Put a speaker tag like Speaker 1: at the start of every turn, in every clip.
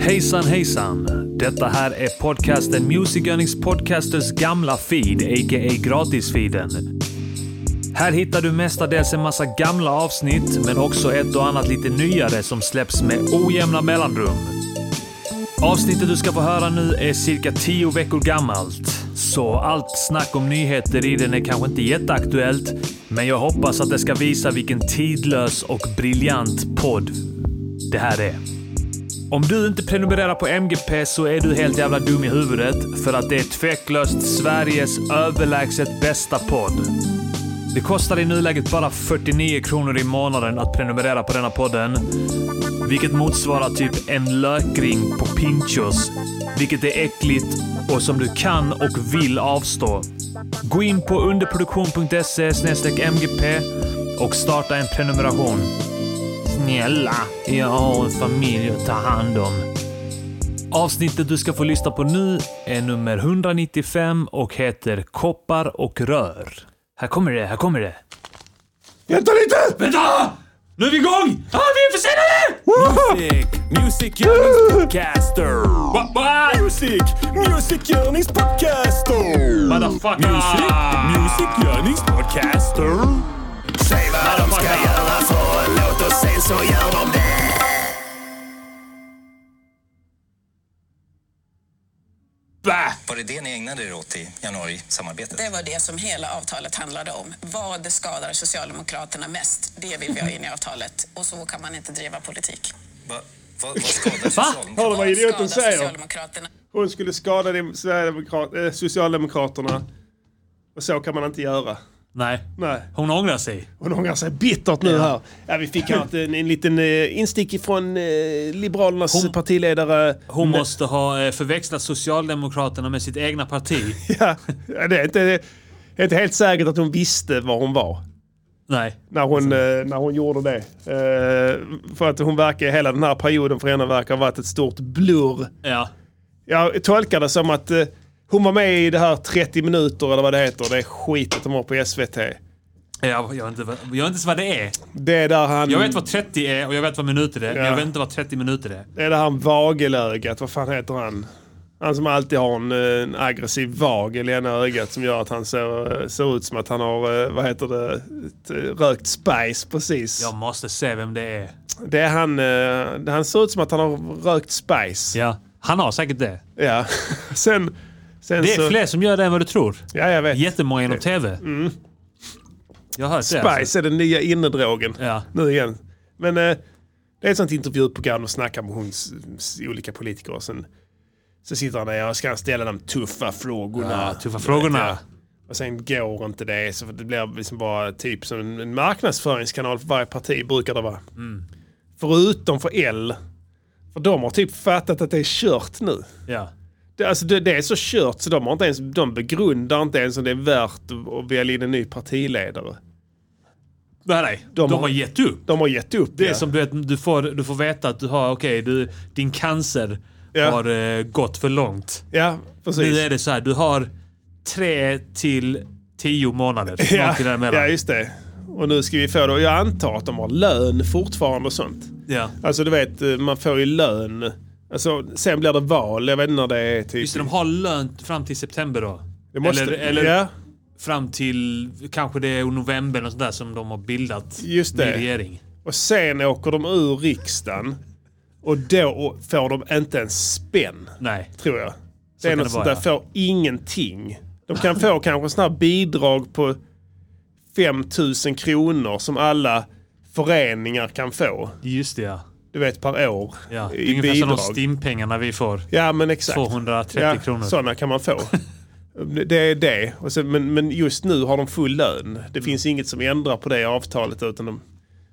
Speaker 1: Hejsan hejsan! Detta här är podcasten Music Earnings Podcasters gamla feed, a.k.a. gratisfeeden. Här hittar du mestadels en massa gamla avsnitt, men också ett och annat lite nyare som släpps med ojämna mellanrum. Avsnittet du ska få höra nu är cirka 10 veckor gammalt. Så allt snack om nyheter i den är kanske inte jätteaktuellt, men jag hoppas att det ska visa vilken tidlös och briljant podd det här är. Om du inte prenumererar på MGP så är du helt jävla dum i huvudet, för att det är tveklöst Sveriges överlägset bästa podd. Det kostar i nuläget bara 49 kronor i månaden att prenumerera på denna podden. Vilket motsvarar typ en lökring på Pinchos. Vilket är äckligt och som du kan och vill avstå. Gå in på underproduktion.se mgp och starta en prenumeration. Snälla, jag har en familj att ta hand om. Avsnittet du ska få lyssna på nu är nummer 195 och heter Koppar och rör. Här kommer det, här kommer det.
Speaker 2: Vänta lite!
Speaker 1: Vänta! Nu är vi igång! Ah, vi är försenade!
Speaker 3: Music, music görnings podcaster.
Speaker 1: Va, va?
Speaker 3: Music, music görnings podcaster.
Speaker 1: Motherfucker!
Speaker 3: Music, music görnings podcaster. Säg vad de ska
Speaker 1: Motherfucker.
Speaker 3: göra för en låt och sen så gör de det.
Speaker 1: Va?
Speaker 4: Var det det ni ägnade er åt i januari-samarbetet?
Speaker 5: Det var det som hela avtalet handlade om. Vad skadar Socialdemokraterna mest? Det vill vi ha in i avtalet. Och så kan man inte driva politik.
Speaker 4: Va, va, vad skadade
Speaker 1: Va?
Speaker 2: Hör
Speaker 4: Socialdemokraterna?
Speaker 2: du vad idioten
Speaker 5: skadar
Speaker 2: säger?
Speaker 5: Socialdemokraterna
Speaker 2: Hon skulle skada dem, Sverigedemokrat, eh, Socialdemokraterna. Och så kan man inte göra.
Speaker 1: Nej.
Speaker 2: Nej.
Speaker 1: Hon ångrar sig.
Speaker 2: Hon ångrar sig bittert nu här. Ja, vi fick här ett, en, en liten eh, instick från eh, Liberalernas
Speaker 1: Hon-
Speaker 2: partiledare.
Speaker 1: Hon måste ha eh, förväxlat Socialdemokraterna med sitt egna parti.
Speaker 2: Ja, ja, det är inte, det är inte helt säkert att hon visste var hon var.
Speaker 1: Nej.
Speaker 2: När hon,
Speaker 1: Alltså.
Speaker 2: eh, när hon gjorde det. Eh, för att hon verkar, hela den här perioden för henne verkar ha varit ett stort blurr.
Speaker 1: Ja.
Speaker 2: Jag tolkar det som att eh, hon var med i det här 30 minuter eller vad det heter. Det är skitet de har på SVT.
Speaker 1: Jag, jag, vet inte, vad- jag vet inte ens vad det är.
Speaker 2: Det är där han,
Speaker 1: Jag vet vad 30 är och jag vet vad minuter är. men
Speaker 2: Mm. Ja.
Speaker 1: Jag vet inte vad 30 minuter är.
Speaker 2: det är där han vagelögat. Vad fan heter han? Han som alltid har en, eh, en aggressiv vagel i ena ögat som gör att han ser, eh, ser ut som att han har, eh, vad heter det, ett, eh, rökt spice precis.
Speaker 1: Jag måste se vem det är.
Speaker 2: Det är han, eh, han ser ut som att han har rökt spice.
Speaker 1: Ja. Han har säkert det.
Speaker 2: Ja. sen, sen
Speaker 1: Det
Speaker 2: så,
Speaker 1: är fler som gör det än vad du tror.
Speaker 2: Ja, jag vet.
Speaker 1: Jättemånga inom TV. Jag har hört det. alltså.
Speaker 2: Spice är den nya innedrogen.
Speaker 1: Ja.
Speaker 2: Nu igen. Men eh, det är ett sånt intervjuprogram och snackar med hon, s- s- olika politiker och sen så sitter han där och ska ställa de tuffa frågorna.
Speaker 1: Ja, tuffa frågorna.
Speaker 2: Ja. Och sen går inte det så det blir liksom bara typ som en- en marknadsföringskanal för varje parti brukar det vara.
Speaker 1: Mm.
Speaker 2: Förutom för L. För de har typ fattat att det är kört nu.
Speaker 1: Ja.
Speaker 2: Det, alltså det, det är så kört så de, har inte ens, de begrundar inte ens om det är värt att, att välja in en ny partiledare.
Speaker 1: Nej, nej. De,
Speaker 2: har-
Speaker 1: har gett upp.
Speaker 2: De har gett upp.
Speaker 1: Det är som du, vet, du, får, du får veta att du har, okej, du- din cancer
Speaker 2: Ja.
Speaker 1: har eh, gått för långt.
Speaker 2: Ja,
Speaker 1: Nu
Speaker 2: precis.
Speaker 1: är det så här, du har tre till tio månader.
Speaker 2: Ja,
Speaker 1: Någonting däremellan.
Speaker 2: ja, just det. Och nu ska vi få då, jag antar att de har lön fortfarande och sånt.
Speaker 1: Ja.
Speaker 2: Alltså du vet, eh, man får ju lön. Alltså, sen blir det val, jag vet inte när det är typ.
Speaker 1: Just det, de har lön fram till september då.
Speaker 2: det måste,
Speaker 1: eller eller
Speaker 2: ja,
Speaker 1: fram till kanske det är november och sånt där som de har bildat
Speaker 2: Just det.
Speaker 1: ny regering.
Speaker 2: och sen åker de ur riksdagen. Och då får de inte en spänn,
Speaker 1: Nej.
Speaker 2: tror jag. det är
Speaker 1: kan
Speaker 2: något
Speaker 1: det
Speaker 2: sånt
Speaker 1: vara,
Speaker 2: där, får ingenting. De kan få kanske sådana här bidrag på 5000 kronor som alla föreningar kan få.
Speaker 1: Just det ja.
Speaker 2: du vet, per år
Speaker 1: ja. Det är
Speaker 2: i
Speaker 1: ungefär som de
Speaker 2: bidrag.
Speaker 1: stimpengarna vi får.
Speaker 2: ja, men exakt.
Speaker 1: 230
Speaker 2: ja,
Speaker 1: kronor.
Speaker 2: Sådana kan man få. Det är det. Och sen, men, men just nu har de full lön. Det
Speaker 1: Mm.
Speaker 2: finns inget som ändrar på det avtalet. Utan de,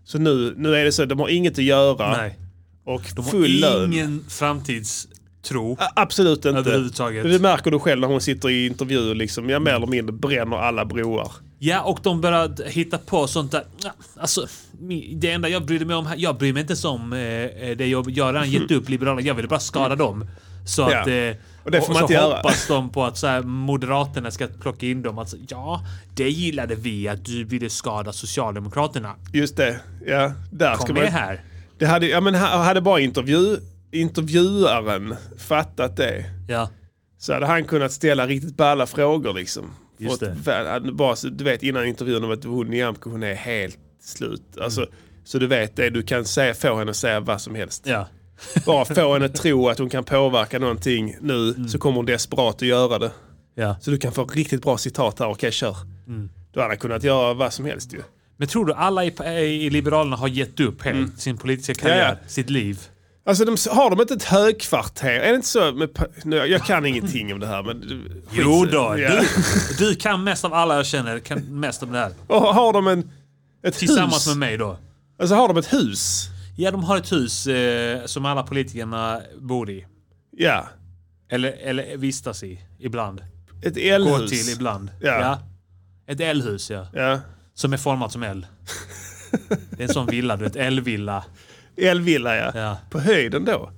Speaker 2: så nu, nu är det så att de har inget att göra
Speaker 1: Nej.
Speaker 2: och
Speaker 1: De har
Speaker 2: full lön.
Speaker 1: ingen framtidstro.
Speaker 2: A- Absolut inte.
Speaker 1: Överhuvudtaget.
Speaker 2: Det märker du själv när hon sitter i intervjuer. Liksom, jag mer eller mindre bränner alla broar.
Speaker 1: Ja, och de började hitta på sånt där. Ja, Alltså, mi- det enda jag brydde mig om här, jag bryr mig inte så om eh, eh, det jag, jag har redan gett upp Liberalerna. Jag ville bara skada dem. Så
Speaker 2: Mm. Ja.
Speaker 1: att... Eh,
Speaker 2: Och det får man
Speaker 1: så
Speaker 2: inte göra.
Speaker 1: hoppas de på att så här, Moderaterna ska plocka in dem. Alltså, ja, det gillade vi att du ville skada Socialdemokraterna.
Speaker 2: Just det. Ja, där ska
Speaker 1: Kom
Speaker 2: man...
Speaker 1: med här.
Speaker 2: Det hade, ja, men ha- hade bara intervju intervjuaren fattat det
Speaker 1: Ja.
Speaker 2: så hade han kunnat ställa riktigt balla frågor liksom.
Speaker 1: Just
Speaker 2: Fått
Speaker 1: det.
Speaker 2: väl- hade bara, så- du vet innan intervjun om att hon Nyamko hon är helt slut. Alltså, Så du vet det, du kan säga, få henne att säga vad som helst.
Speaker 1: Ja.
Speaker 2: Bara få henne att tro att hon kan påverka någonting nu
Speaker 1: Mm.
Speaker 2: så kommer hon desperat att göra det.
Speaker 1: ja.
Speaker 2: Så du kan få riktigt bra citat här, okej kör.
Speaker 1: Mm.
Speaker 2: Då hade han kunnat göra vad som helst ju.
Speaker 1: Men tror du alla i, eh, i Liberalerna har gett upp helt sin politiska karriär,
Speaker 2: Mm. Ja,
Speaker 1: sitt liv?
Speaker 2: Alltså de, har de inte ett högkvarter? Är det inte så med, pa- nu, jag kan ingenting om det här men... skit-
Speaker 1: Jo då,
Speaker 2: Ja.
Speaker 1: du, du kan mest av alla jag känner, kan mest om det här.
Speaker 2: Och har de en, ett
Speaker 1: Tillsammans
Speaker 2: hus?
Speaker 1: med mig då.
Speaker 2: Alltså har de ett hus?
Speaker 1: Ja, de har ett hus eh, som alla politikerna bor i.
Speaker 2: Ja.
Speaker 1: Eller, eller vistas i ibland.
Speaker 2: Ett
Speaker 1: Går
Speaker 2: elhus.
Speaker 1: till ibland.
Speaker 2: Ja.
Speaker 1: Ett elhus ja.
Speaker 2: Ja.
Speaker 1: Som är format som L. Det är en sån villa, du vet. L-villa.
Speaker 2: Elvilla ja.
Speaker 1: Ja.
Speaker 2: På höjden då.
Speaker 1: Ja,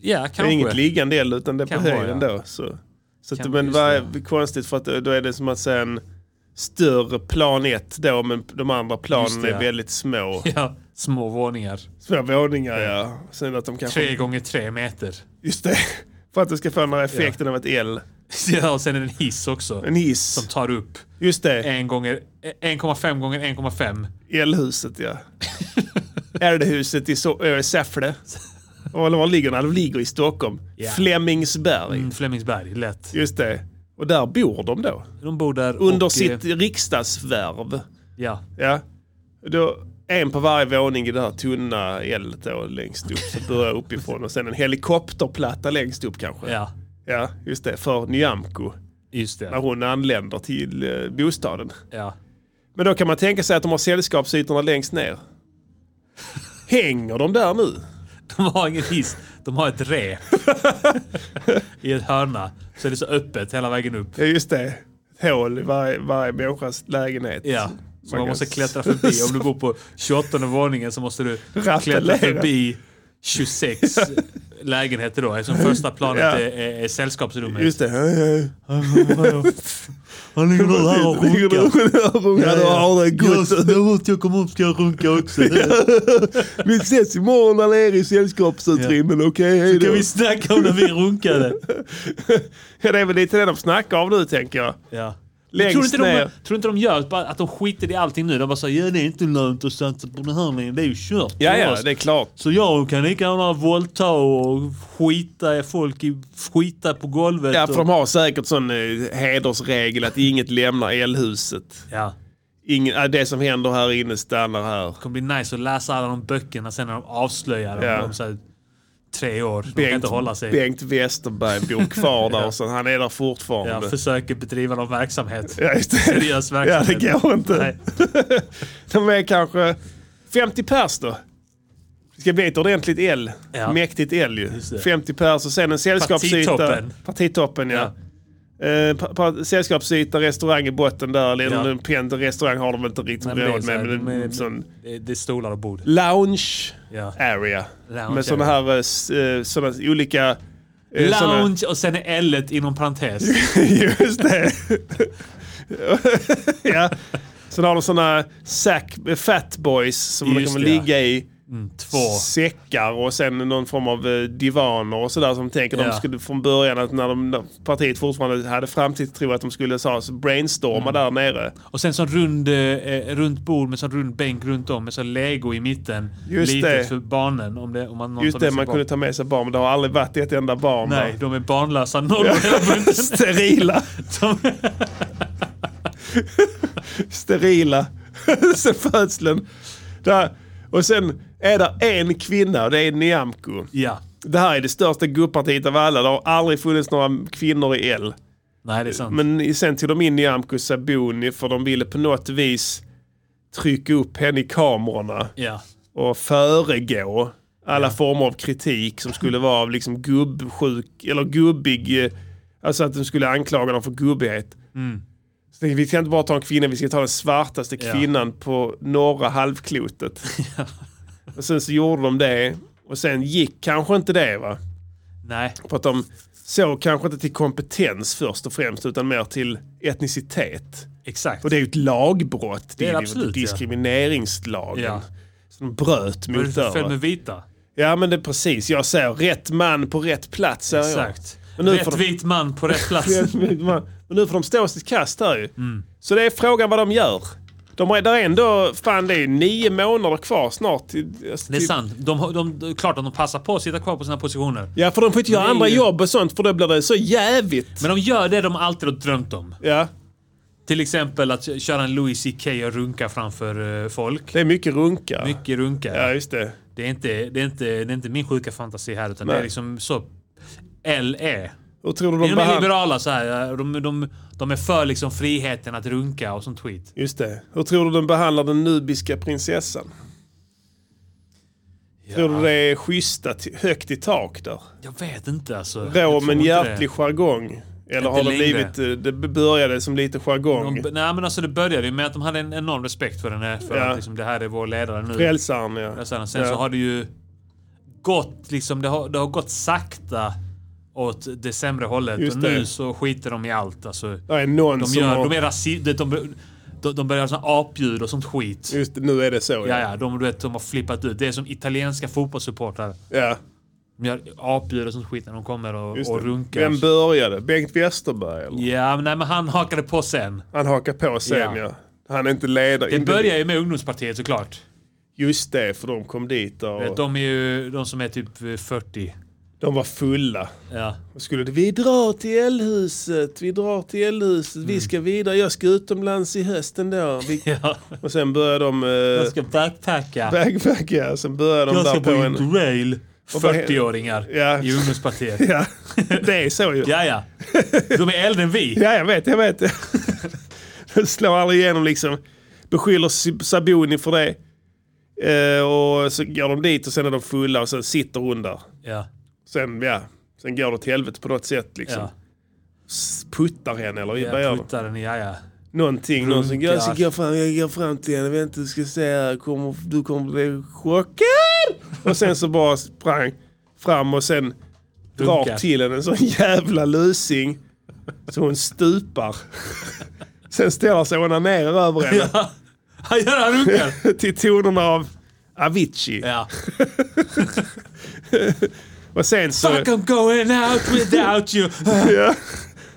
Speaker 2: Det är
Speaker 1: kanske.
Speaker 2: inget liggande el utan det är på
Speaker 1: Kan vara,
Speaker 2: höjden
Speaker 1: ja.
Speaker 2: då. Så, så att,
Speaker 1: Kan-
Speaker 2: men
Speaker 1: just
Speaker 2: vad
Speaker 1: det,
Speaker 2: är konstigt för att då är det som att säga en större plan ett då men de andra planen
Speaker 1: Just det,
Speaker 2: är
Speaker 1: ja.
Speaker 2: väldigt små.
Speaker 1: Ja, små våningar.
Speaker 2: Små våningar ja. Sen att de kanske...
Speaker 1: Tre gånger tre meter.
Speaker 2: Just det. För att du ska få den här effekten av ett el.
Speaker 1: Ja, och sen är det en hiss också.
Speaker 2: En
Speaker 1: Som
Speaker 2: hiss.
Speaker 1: tar upp
Speaker 2: Just det.
Speaker 1: en gånger- 1,5 gånger 1,5.
Speaker 2: Elhuset ja. Elhuset i so- äh, Säffle. Och var ligger den? De ligger i Stockholm.
Speaker 1: Ja.
Speaker 2: Flemingsberg.
Speaker 1: Mm, Flemingsberg, lätt.
Speaker 2: Just det. Och där bor de då.
Speaker 1: De bor där
Speaker 2: Under
Speaker 1: och, eh,
Speaker 2: sitt riksdagsvärv.
Speaker 1: Ja,
Speaker 2: Ja. Då, en på varje våning i det här tunna eldet då, längst upp. Så börjar uppifrån och sen en helikopterplatta längst upp kanske.
Speaker 1: ja.
Speaker 2: Ja, just det. För Nyamko.
Speaker 1: Just
Speaker 2: När
Speaker 1: det.
Speaker 2: hon anländer till eh, bostaden.
Speaker 1: Ja.
Speaker 2: Men då kan man tänka sig att de har sällskapsytorna längst ner. Hänger de där nu?
Speaker 1: De har ingen hiss, de har ett rep. I ett hörna. Så är det så öppet hela vägen upp.
Speaker 2: Ja, just det. Ett hål i varje, varje människas lägenhet.
Speaker 1: Ja. Så man
Speaker 2: kan
Speaker 1: måste
Speaker 2: s-
Speaker 1: klättra förbi. Om du bor på 28 våningen så måste du
Speaker 2: Ratta
Speaker 1: klättra
Speaker 2: ner.
Speaker 1: förbi 26 lägenheter då. Eftersom första planet
Speaker 2: Ja.
Speaker 1: är, är, är sällskapsrummet.
Speaker 2: Just det. Hej, hej.
Speaker 1: Han ligger nog här och
Speaker 2: Ligger du
Speaker 1: runkar.
Speaker 2: och runkar? Du har det gott.
Speaker 1: så fort jag kommer upp ska jag runka också.
Speaker 2: Vi ses imorgon där nere i sällskapsutrymmen, okej? hej då.
Speaker 1: Kan vi snacka om när vi runkade?
Speaker 2: Ja, det är väl lite det de snackar av nu, tänker jag.
Speaker 1: Ja.
Speaker 2: Längst
Speaker 1: tror, inte
Speaker 2: ner.
Speaker 1: de, tror inte de gör bara att de skiter i allting nu? De bara säger ja det är inte lönt att satsa på den här längre, det är ju kört för
Speaker 2: Ja, ja,
Speaker 1: oss."
Speaker 2: det är klart.
Speaker 1: Så jag kan lika gärna våldta och skita i folk i, skita på golvet.
Speaker 2: Ja, för
Speaker 1: och,
Speaker 2: de har säkert sån eh, hedersregel att inget lämnar elhuset.
Speaker 1: ja.
Speaker 2: Ingen, äh, det som händer här inne stannar här.
Speaker 1: Det kommer bli nice att läsa alla de böckerna sen när de avslöjar
Speaker 2: Ja.
Speaker 1: dem om så här, tre år. De kan inte hålla sig.
Speaker 2: Bengt Westerberg bor kvar där och så, han är där
Speaker 1: Ja,
Speaker 2: fortfarande.
Speaker 1: försöker bedriva någon verksamhet.
Speaker 2: Ja, just det.
Speaker 1: Seriös verksamhet.
Speaker 2: Ja, det går inte.
Speaker 1: Nej.
Speaker 2: De är kanske 50 pers då. Det ska bli ett ordentligt L.
Speaker 1: Ja.
Speaker 2: Mäktigt L ju.
Speaker 1: det.
Speaker 2: 50 pers och sen en sällskapsyta.
Speaker 1: Partitoppen.
Speaker 2: Partitoppen, ja. Eh, pa- pa- sällskapsyta, restaurang i botten där. Eller
Speaker 1: Ja.
Speaker 2: en pendel restaurang har de väl inte riktigt
Speaker 1: Nej, men det är
Speaker 2: råd
Speaker 1: så här,
Speaker 2: med. Men
Speaker 1: men-
Speaker 2: en sån
Speaker 1: Det, det är stolar och bord.
Speaker 2: lounge
Speaker 1: Ja.
Speaker 2: area.
Speaker 1: Lounge
Speaker 2: med sådana här eh, s- eh, såna olika... eh, såna-
Speaker 1: Lounge och sen är L E inom parentes.
Speaker 2: Just det. ja. Sen har de sådana sack, fatboys som de
Speaker 1: Just
Speaker 2: kan
Speaker 1: det, ja.
Speaker 2: ligga i
Speaker 1: Två.
Speaker 2: säckar och sen någon form av eh, divaner och sådär som tänker de
Speaker 1: Ja.
Speaker 2: skulle från början att när, de, när partiet fortfarande hade framtidstro att de skulle så, här
Speaker 1: Mm.
Speaker 2: brainstorma där nere.
Speaker 1: Och sen sån rund, eh, runt bord med sån rund bänk runt om med sån lego i mitten.
Speaker 2: Just
Speaker 1: Litet
Speaker 2: det.
Speaker 1: för barnen. Om det, om man någon
Speaker 2: Just
Speaker 1: tar med
Speaker 2: det,
Speaker 1: sig
Speaker 2: man
Speaker 1: barn.
Speaker 2: kunde ta med sig barn men det har aldrig varit ett enda barn
Speaker 1: Nej, de är barnlösa. Noll
Speaker 2: där. Sterila.
Speaker 1: De-
Speaker 2: Sterila. sen födseln. Där. Och sen är det en kvinna och det är Nyamko.
Speaker 1: ja.
Speaker 2: Det här är det största gubpartiet av alla. Det har aldrig funnits några kvinnor i L.
Speaker 1: Nej, det är sant.
Speaker 2: Men sen tog de in Nyamko Sabuni för de ville på något vis trycka upp henne i kamerorna
Speaker 1: ja.
Speaker 2: och föregå alla former av kritik som skulle vara av liksom gubbsjuk eller gubbig. eh, Alltså att de skulle anklaga dem för gubbighet. Så tänkte, vi ska inte bara ta en kvinna, vi ska ta den svartaste
Speaker 1: Mm. Ja.
Speaker 2: kvinnan på norra halvklotet. Och sen så gjorde de det och sen gick kanske inte det va.
Speaker 1: Nej.
Speaker 2: För att de såg kanske inte till kompetens först och främst utan mer till etnicitet.
Speaker 1: Exakt.
Speaker 2: Och det är ju ett lagbrott.
Speaker 1: Det är
Speaker 2: ju
Speaker 1: absolut, ja.
Speaker 2: diskrimineringslagen.
Speaker 1: Ja.
Speaker 2: Så de bröt
Speaker 1: Vad är det
Speaker 2: mot
Speaker 1: för fel
Speaker 2: det.
Speaker 1: med vita?
Speaker 2: Ja men det är precis, jag säger rätt man på rätt plats. säger jag.
Speaker 1: Exakt.
Speaker 2: Men nu får
Speaker 1: Rätt
Speaker 2: de-
Speaker 1: vit man på rätt plats.
Speaker 2: Men nu får de stå sitt kast här ju.
Speaker 1: Mm.
Speaker 2: Så det är frågan vad de gör. De är där är ändå, fan det är ju nio månader kvar snart. alltså, typ- till-
Speaker 1: Det är
Speaker 2: till-
Speaker 1: sant. De, har- de, det är klart att de passar på att sitta kvar på sina positioner.
Speaker 2: Ja för de får inte göra
Speaker 1: Nej.
Speaker 2: andra jobb och sånt för då blir det så jävigt.
Speaker 1: Men de gör det de alltid har drömt om.
Speaker 2: Ja,
Speaker 1: Till exempel att köra en Louis CK och runka framför eh, folk.
Speaker 2: det är mycket runka.
Speaker 1: Mycket runka.
Speaker 2: Ja just det.
Speaker 1: Det, är inte, det, är inte, det är inte min sjuka fantasi här utan det
Speaker 2: Nej.
Speaker 1: är liksom så LE.
Speaker 2: Hur tror du
Speaker 1: De
Speaker 2: de
Speaker 1: är
Speaker 2: behandlar...
Speaker 1: liberala så här. eh, De, de, de är för liksom friheten att runka och sånt tweet.
Speaker 2: Just det. Hur tror du de behandlar den nubiska prinsessan? Tror du det är schyssta, t- högt i tak där?
Speaker 1: Jag vet inte alltså. Jag
Speaker 2: Rå
Speaker 1: tror
Speaker 2: men
Speaker 1: inte
Speaker 2: hjärtlig
Speaker 1: det.
Speaker 2: jargong? Eller har det
Speaker 1: längre.
Speaker 2: blivit, eh, det började som lite jargong?
Speaker 1: De, nej men alltså det började ju med att de hade en enorm respekt för henne. För
Speaker 2: Ja.
Speaker 1: att liksom, det här är vår ledare nu.
Speaker 2: Frälsaren ja.
Speaker 1: Och Sen, sen
Speaker 2: ja.
Speaker 1: så har det ju gått liksom, det har, det har gått sakta åt det sämre hållet.
Speaker 2: Just
Speaker 1: och nu
Speaker 2: det.
Speaker 1: så skiter de i allt. Alltså,
Speaker 2: Det är någon
Speaker 1: de,
Speaker 2: som
Speaker 1: gör,
Speaker 2: har...
Speaker 1: de är rasister. De, de, de börjar göra såna apljud och sånt skit.
Speaker 2: Just det, nu är det så.
Speaker 1: Ja,
Speaker 2: ja.
Speaker 1: ja, de, du vet, de har flippat ut. Det är som italienska fotbollssupportrar.
Speaker 2: ja.
Speaker 1: De gör apljud och sånt skit när de kommer och,
Speaker 2: Just
Speaker 1: och
Speaker 2: det.
Speaker 1: runkar.
Speaker 2: Vem började? Bengt Westerberg? Eller?
Speaker 1: Ja, men, nej, men han hakade på sen.
Speaker 2: Han hakar på sen ja.
Speaker 1: Ja.
Speaker 2: Han är inte ledare.
Speaker 1: Det
Speaker 2: inte-
Speaker 1: börjar ju med ungdomspartiet såklart.
Speaker 2: Just det, för de kom dit
Speaker 1: Du
Speaker 2: och
Speaker 1: vet,
Speaker 2: de...
Speaker 1: De är ju de som är typ eh, 40.
Speaker 2: var fulla.
Speaker 1: Ja.
Speaker 2: Och skulle det, vi drar till Elhuset, vi drar till Elhuset, vi ska vidare, jag ska utomlands i hösten då. Vi...
Speaker 1: Mm. ja.
Speaker 2: Och sen började de...
Speaker 1: Jag
Speaker 2: Uh...
Speaker 1: ska backpacka.
Speaker 2: Backpacka, sen började de
Speaker 1: Jag
Speaker 2: där
Speaker 1: ska
Speaker 2: på
Speaker 1: på
Speaker 2: en...
Speaker 1: interrail.
Speaker 2: Och vad he-
Speaker 1: 40-åringar
Speaker 2: Ja.
Speaker 1: i ungdomspartiet.
Speaker 2: Ja, det är så ju.
Speaker 1: Ja, ja. De är äldre än vi.
Speaker 2: Ja, jag vet, jag vet. Det slår aldrig igenom liksom. Beskyller S- Sabuni för det. Eh, och så går de dit och sen är de fulla och sen sitter hon där.
Speaker 1: Ja,
Speaker 2: Sen, ja, sen går det till helvete på något sätt liksom.
Speaker 1: ja.
Speaker 2: S- Puttar henne eller vad gör
Speaker 1: Jag
Speaker 2: de?
Speaker 1: puttar den i, ja, ja.
Speaker 2: Någonting. Någon som går,
Speaker 1: Runkar.
Speaker 2: jag, ska gå fram, jag går fram till henne. Vänta du ska se här. Kommer, du kommer bli chockad. Och sen så bara sprang fram och sen drar
Speaker 1: Runkar.
Speaker 2: till henne en sån jävla lusing. Så hon stupar. Sen ställer sig och onanerar över henne.
Speaker 1: ja. Han gör han runkar.
Speaker 2: Till tonerna av Avicii.
Speaker 1: Ja.
Speaker 2: Och sen så...
Speaker 1: Fuck I'm going out without you.
Speaker 2: Ja.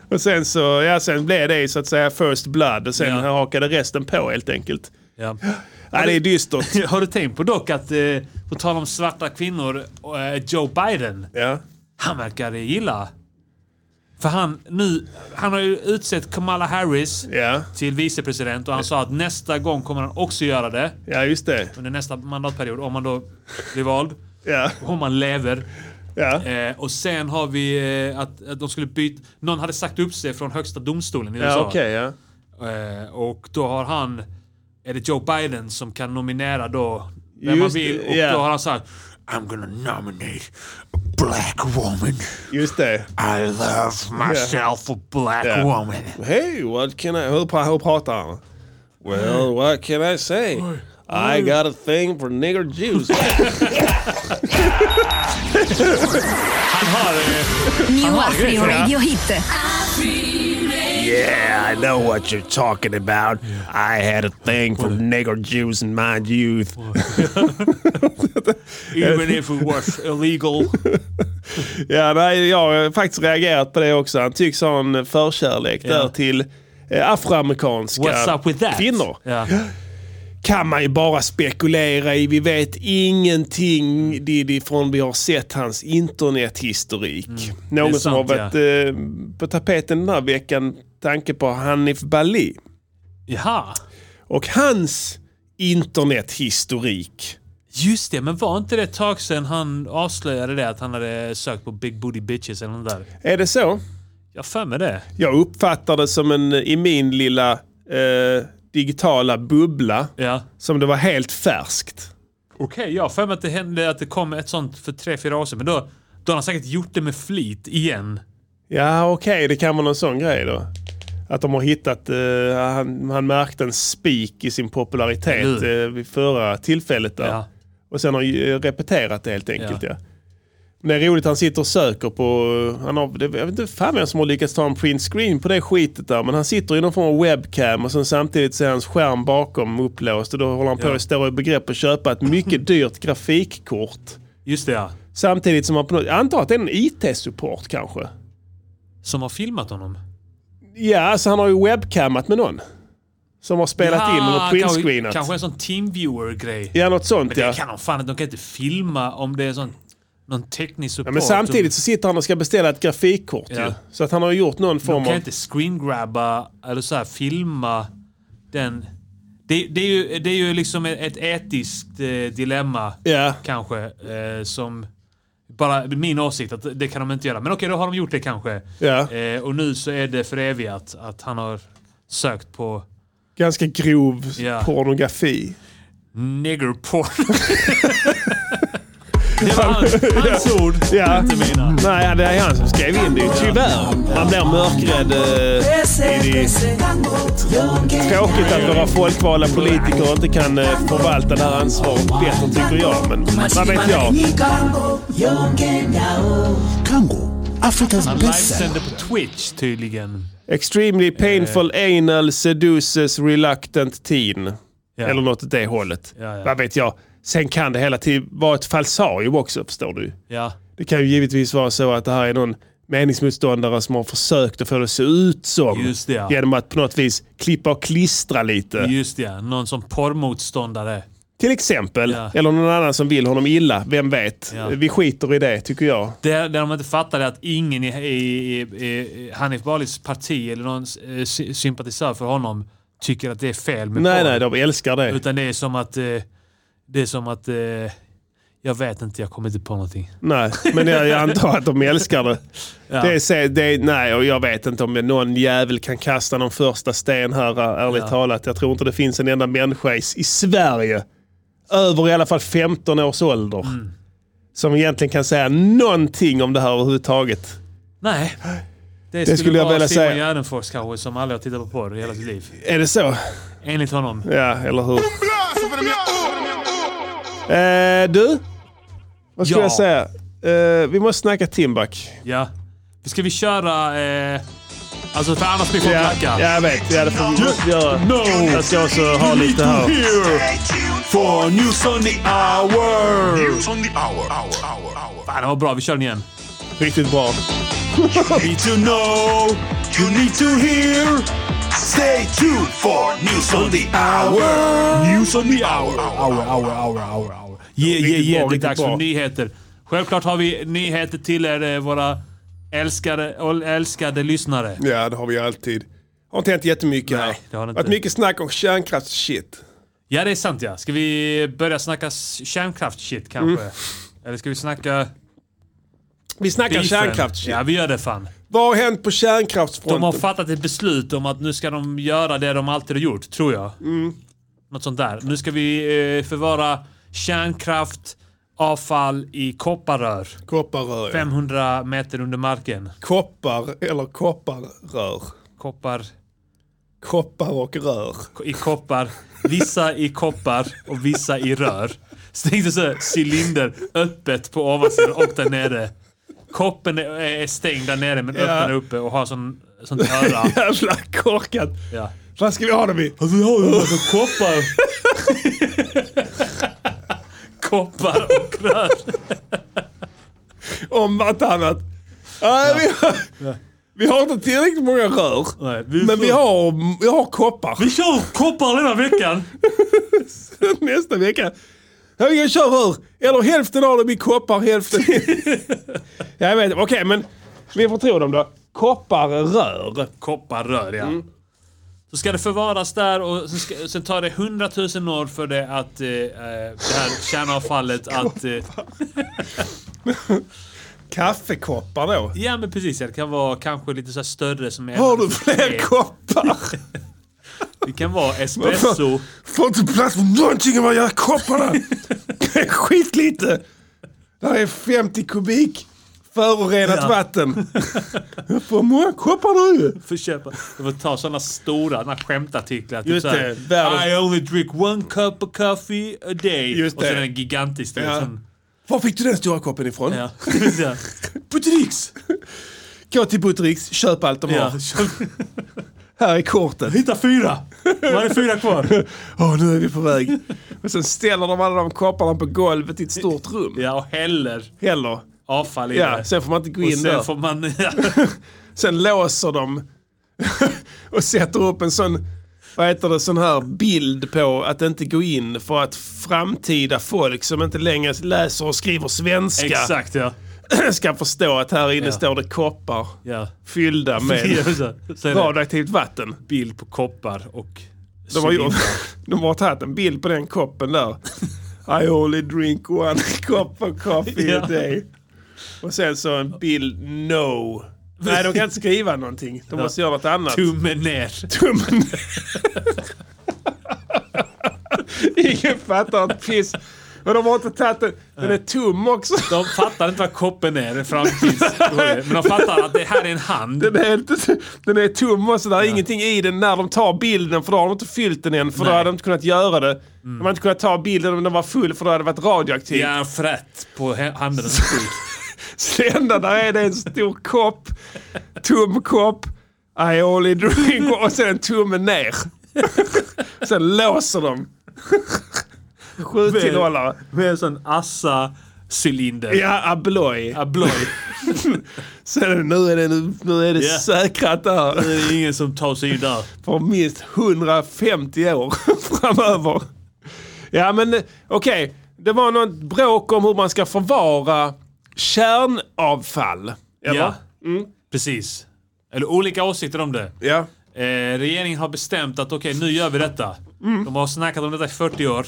Speaker 2: Och sen så, ja sen blev det så att säga first blood och sen
Speaker 1: Ja.
Speaker 2: hakade resten på helt enkelt.
Speaker 1: Ja.
Speaker 2: Ja, det är dystert.
Speaker 1: Har du tänkt på dock att, eh, på tal om svarta kvinnor, eh, Joe Biden.
Speaker 2: Ja.
Speaker 1: Han verkar gilla. För han, nu, han har ju utsett Kamala Harris
Speaker 2: Ja.
Speaker 1: till vicepresident och han sa att nästa gång kommer han också göra det.
Speaker 2: ja, just det.
Speaker 1: under nästa mandatperiod, om man då blir vald,
Speaker 2: Ja.
Speaker 1: om man lever.
Speaker 2: Ja.
Speaker 1: Eh, och sen har vi eh, att, att de skulle byta... Någon hade sagt upp sig från högsta domstolen i
Speaker 2: Ja,
Speaker 1: USA.
Speaker 2: okej. ja.
Speaker 1: eh, och då har han... Är det Joe Biden som kan nominera då vem
Speaker 2: Just
Speaker 1: man
Speaker 2: det,
Speaker 1: vill? Och
Speaker 2: ja.
Speaker 1: då har han sagt I'm gonna nominate a black woman.
Speaker 2: Just det.
Speaker 1: I love myself a black
Speaker 2: Ja.
Speaker 1: woman.
Speaker 2: Hey, what can I... Hur, pra- hur pratar han? Well, what can I say? I got a thing for nigger Jews.
Speaker 1: Han har... Eh,
Speaker 6: New
Speaker 1: Aha,
Speaker 6: Afri
Speaker 1: grejer, ja.
Speaker 6: Radio Hit.
Speaker 2: yeah, I know what you're talking about. I had a thing for nigger Jews in my youth.
Speaker 1: even if it was illegal.
Speaker 2: Ja, nej, jag har faktiskt reagerat på det också. Han tycks ha en förkärlek där till eh, afroamerikanska
Speaker 1: What's up with that?
Speaker 2: kvinnor.
Speaker 1: Ja.
Speaker 2: Kan man ju bara spekulera i. Vi vet ingenting Diddy från vi har sett hans internethistorik. Någon
Speaker 1: Mm. det är
Speaker 2: som har
Speaker 1: sant,
Speaker 2: varit eh, på tapeten den här veckan, tanke på Hanif Bali
Speaker 1: Jaha.
Speaker 2: och hans internethistorik.
Speaker 1: Just det, men var inte det ett tag sedan han avslöjade det att han hade sökt på Big Booty Bitches eller nåt där?
Speaker 2: Är det så?
Speaker 1: Jag har för mig det.
Speaker 2: Jag uppfattar det som en, i min lilla eh, digitala bubbla,
Speaker 1: Ja.
Speaker 2: som det var helt färskt.
Speaker 1: Okej, jag har för mig att det hände att det kom ett sånt för tre, fyra år sedan. Men då, då har han säkert gjort det med flit igen.
Speaker 2: Ja, okej, det kan vara någon sån grej då. Att de har hittat, eh, han, han märkte en spik i sin popularitet
Speaker 1: Eller
Speaker 2: eh, vid förra tillfället där.
Speaker 1: Ja.
Speaker 2: Och sen har ju, eh, repeterat det helt enkelt. Ja. Men det är roligt, han sitter och söker på, eh, han har, det, jag vet inte fan vem som har lyckats ta en print screen på det skitet där. Men han sitter i någon form av webcam och sen samtidigt så är hans skärm bakom upplåst. Och då håller han på
Speaker 1: Ja.
Speaker 2: att stå i begrepp att köpa ett mycket dyrt grafikkort.
Speaker 1: Just det ja.
Speaker 2: Samtidigt som man på något, jag antar att det är en IT-support kanske.
Speaker 1: Som har filmat honom.
Speaker 2: Ja, alltså han har ju webcamat med någon. Som har spelat in och printscreenat.
Speaker 1: Ah, Kanske, kanske en sån teamviewer-grej.
Speaker 2: Ja, något sånt
Speaker 1: Det
Speaker 2: ja.
Speaker 1: kan de fan inte. De kan inte filma om det är sån, någon teknisk support.
Speaker 2: Ja, men samtidigt så sitter han och ska beställa ett grafikkort
Speaker 1: Ja.
Speaker 2: ju. Så att han har gjort någon
Speaker 1: De
Speaker 2: form
Speaker 1: kan
Speaker 2: av...
Speaker 1: inte screengrabba eller så här filma den. Det, det, är, ju, det är ju liksom ett, ett etiskt eh, dilemma
Speaker 2: Ja.
Speaker 1: kanske eh, som bara min åsikt att det kan de inte göra. Men okej, då har de gjort det kanske.
Speaker 2: Ja.
Speaker 1: Eh, och nu så är det för evigt att, att han har sökt på
Speaker 2: Ganska grov
Speaker 1: Ja.
Speaker 2: pornografi.
Speaker 1: niggerporn. det var hans, hans ord,
Speaker 2: Ja. Mm.
Speaker 1: inte mina.
Speaker 2: Nej, det är han som skrev in det. Tyvärr. Man blir mörkrädd. eh, i det. Tråkigt att våra folkvalda politiker inte kan eh, förvalta det här ansvaret bättre tycker jag. Men vad vet jag?
Speaker 3: Congo, Africa's
Speaker 1: Han
Speaker 3: best seller.
Speaker 1: livesände på Twitch tydligen. Eh.
Speaker 2: Extremely painful anal seduces reluctant teen.
Speaker 1: Ja.
Speaker 2: Eller något åt det hållet.
Speaker 1: Ja, ja.
Speaker 2: Vad vet jag. Sen kan det hela tiden vara ett falsarium också förstår du.
Speaker 1: Ja.
Speaker 2: Det kan ju givetvis vara så att det här är någon meningsmotståndare som har försökt att få det att se ut som.
Speaker 1: Just det, ja.
Speaker 2: Genom att på något vis klippa och klistra lite.
Speaker 1: Just det, ja. någon som porrmotståndare.
Speaker 2: Till exempel.
Speaker 1: Ja.
Speaker 2: Eller någon annan som vill honom illa. Vem vet.
Speaker 1: Ja.
Speaker 2: Vi skiter i det tycker jag.
Speaker 1: Det, det de inte fattade är att ingen i, i, i, i Hanif Balis parti eller någon eh, sy- sympatisör för honom tycker att det är fel med
Speaker 2: Nej,
Speaker 1: porr.
Speaker 2: nej, de älskar det.
Speaker 1: Utan det är som att... Eh, det är som att... Eh, jag vet inte, jag kommer inte på någonting.
Speaker 2: Nej, men jag, jag antar att de älskar det. Det är, så- det är, nej, och jag vet inte om någon jävel kan kasta någon första sten här, eh, ärligt
Speaker 1: Ja.
Speaker 2: talat. Jag tror inte det finns en enda människa i, i Sverige, över i alla fall 15 års ålder,
Speaker 1: Mm.
Speaker 2: som egentligen kan säga någonting om det här överhuvudtaget.
Speaker 1: Nej. Det,
Speaker 2: skulle jag
Speaker 1: vara
Speaker 2: vilja
Speaker 1: Simon
Speaker 2: säga.
Speaker 1: Gärdenfors kanske, som aldrig har tittat på porr i hela sitt liv.
Speaker 2: Är det så?
Speaker 1: Enligt honom.
Speaker 2: Ja, eller hur? Eh, du? Vad skulle
Speaker 1: Ja.
Speaker 2: jag säga? Eh, vi måste snacka Timbuk.
Speaker 1: Ja. Ska vi köra... Eh, alltså, för annars blir folk
Speaker 2: Ja,
Speaker 1: lacka.
Speaker 2: ja, jag vet. Ja, det får vi måste göra. Jag ska också ha lite här.
Speaker 1: For news on the hour!
Speaker 3: News on the hour, hour, hour, hour.
Speaker 1: Fan, det var bra. Vi kör den igen.
Speaker 2: Riktigt bra.
Speaker 3: Need to know, you need to hear. Stay tuned for news on the hour. News on the hour, hour, hour, hour, hour, hour.
Speaker 1: Yeah, yeah,
Speaker 2: Riktigt
Speaker 1: yeah.
Speaker 2: bra,
Speaker 1: Det är
Speaker 2: riktigt
Speaker 1: dags för
Speaker 2: bra.
Speaker 1: nyheter. Självklart har vi nyheter till er, eh, våra älskade, och älskade lyssnare.
Speaker 2: Ja, det har vi alltid. Har inte hänt jättemycket här.
Speaker 1: det har det inte.
Speaker 2: varit mycket snack om kärnkraftsshit.
Speaker 1: Ja, det är sant ja. Ska vi börja snacka s- kärnkraft-shit kanske?
Speaker 2: Mm.
Speaker 1: Eller ska vi snacka...
Speaker 2: Vi snackar
Speaker 1: beefen?
Speaker 2: kärnkraftsshit.
Speaker 1: Ja, vi gör det fan.
Speaker 2: Vad har hänt
Speaker 1: De
Speaker 2: på
Speaker 1: har
Speaker 2: kärnkraftsfronten?
Speaker 1: fattat ett beslut om att nu ska de göra det de alltid har gjort, tror jag. Något sånt där. Nu ska vi eh, förvara kärnkraft, avfall i kopparrör.
Speaker 2: Kopparrör.
Speaker 1: 500 meter under marken.
Speaker 2: Koppar eller kopparrör.
Speaker 1: Koppar...
Speaker 2: Koppar och rör.
Speaker 1: i koppar, vissa i koppar och vissa i rör. Så tänkte jag så här, cylinder öppet på ovansidan och där nere. Koppen är, är stängd där nere men öppen där uppe och har sån, sånt öra.
Speaker 2: Jävla korkat.
Speaker 1: Ja.
Speaker 2: Vad ska vi ha dem i?
Speaker 1: koppar. koppar och rör.
Speaker 2: Om vartannat. Nej, vi, har, vi har inte tillräckligt många rör.
Speaker 1: Nej,
Speaker 2: Men vi
Speaker 1: får-
Speaker 2: har, vi har koppar.
Speaker 1: Vi kör koppar den här veckan!
Speaker 2: nästa vecka. Ja, Jag kör rör. Eller hälften av dem i koppar, hälften Jag vet Okej, men vi får tro dem då. Kopparrör.
Speaker 1: Kopparrör, ja. Så ska det förvaras där och sen, ska, sen tar det hundratusen år för det att eh, eh, det här kärnavfallet att... Eh,
Speaker 2: Kaffekoppar då?
Speaker 1: ja men precis, ja, det kan vara kanske lite så här större som är...
Speaker 2: Har du fler koppar?
Speaker 1: Det kan vara espresso.
Speaker 2: Får inte plats för någonting om man gör kopparna. Det är Skitlite. Där är 50 kubik förorenat
Speaker 1: Ja.
Speaker 2: vatten. För många koppar nu.
Speaker 1: För köpa. Jag får ta sådana stora såna skämtartiklar. Typ
Speaker 2: Just
Speaker 1: så här,
Speaker 2: det, världens-
Speaker 1: I only drink one cup of coffee a day.
Speaker 2: Just
Speaker 1: och sen
Speaker 2: det.
Speaker 1: är den gigantisk. du vet,
Speaker 2: Ja.
Speaker 1: sån-
Speaker 2: Var fick du den stora koppen ifrån?
Speaker 1: Ja. Ja.
Speaker 2: Buttericks. Gå till Buttericks, köp allt de
Speaker 1: Ja.
Speaker 2: har. Här är kortet.
Speaker 1: Hitta fyra! Var är fyra kvar?
Speaker 2: Åh, nu är vi på väg. Och sen ställer de alla de kopparna på golvet i ett stort rum.
Speaker 1: Ja, och häller
Speaker 2: Heller.
Speaker 1: avfall i
Speaker 2: Ja,
Speaker 1: det.
Speaker 2: sen får man inte gå
Speaker 1: och
Speaker 2: in där.
Speaker 1: sen får man... Ja,
Speaker 2: Sen låser de och sätter upp en sån, vad heter det, sån här bild på att inte gå in för att framtida folk som inte längre läser och skriver svenska
Speaker 1: exakt ja.
Speaker 2: ska förstå att här inne
Speaker 1: Ja.
Speaker 2: står det koppar
Speaker 1: ja.
Speaker 2: fyllda med
Speaker 1: Sen
Speaker 2: radioaktivt vatten.
Speaker 1: bild på koppar och...
Speaker 2: De har, gjort, de har tagit en bild på den koppen där. I only drink one cup of coffee
Speaker 1: Ja.
Speaker 2: a day. Och sen så en bild no. Nej, de kan inte skriva någonting. De måste göra något annat.
Speaker 1: Tummen ner.
Speaker 2: tummen. Ingen fattar ett piss. Och de har inte tagit den. Den är tom också.
Speaker 1: De fattar inte vad koppen är fram tills... Men de fattar att det här är en hand.
Speaker 2: Den är, inte, den är tom också. Det är ingenting i den när de tar bilden. För då har de inte fyllt den än. För då
Speaker 1: Nej.
Speaker 2: hade de inte kunnat göra det. De hade inte kunnat ta bilden om den var full. För då hade det varit
Speaker 1: Det
Speaker 2: radioaktivt.
Speaker 1: är en frätt på he- handens skydd.
Speaker 2: Så det enda där är det är en stor kopp. Tom kopp. I only drink. Och sen tummen ner. sen låser de. Sju tillhållare.
Speaker 1: Med en sån Assa-cylinder.
Speaker 2: Ja, abloj.
Speaker 1: Abloj.
Speaker 2: Sen nu är det, nu, nu är det
Speaker 1: Ja.
Speaker 2: säkrat
Speaker 1: Det
Speaker 2: där.
Speaker 1: är ingen som tar sig in där.
Speaker 2: För minst 150 år framöver. Ja men eh, okej, det var något bråk om hur man ska förvara kärnavfall. Eller? Mm.
Speaker 1: Ja. Precis. Eller olika åsikter om det.
Speaker 2: ja.
Speaker 1: Eh, regeringen har bestämt att okej, nu gör vi detta.
Speaker 2: Mm.
Speaker 1: De har snackat om detta i 40 år.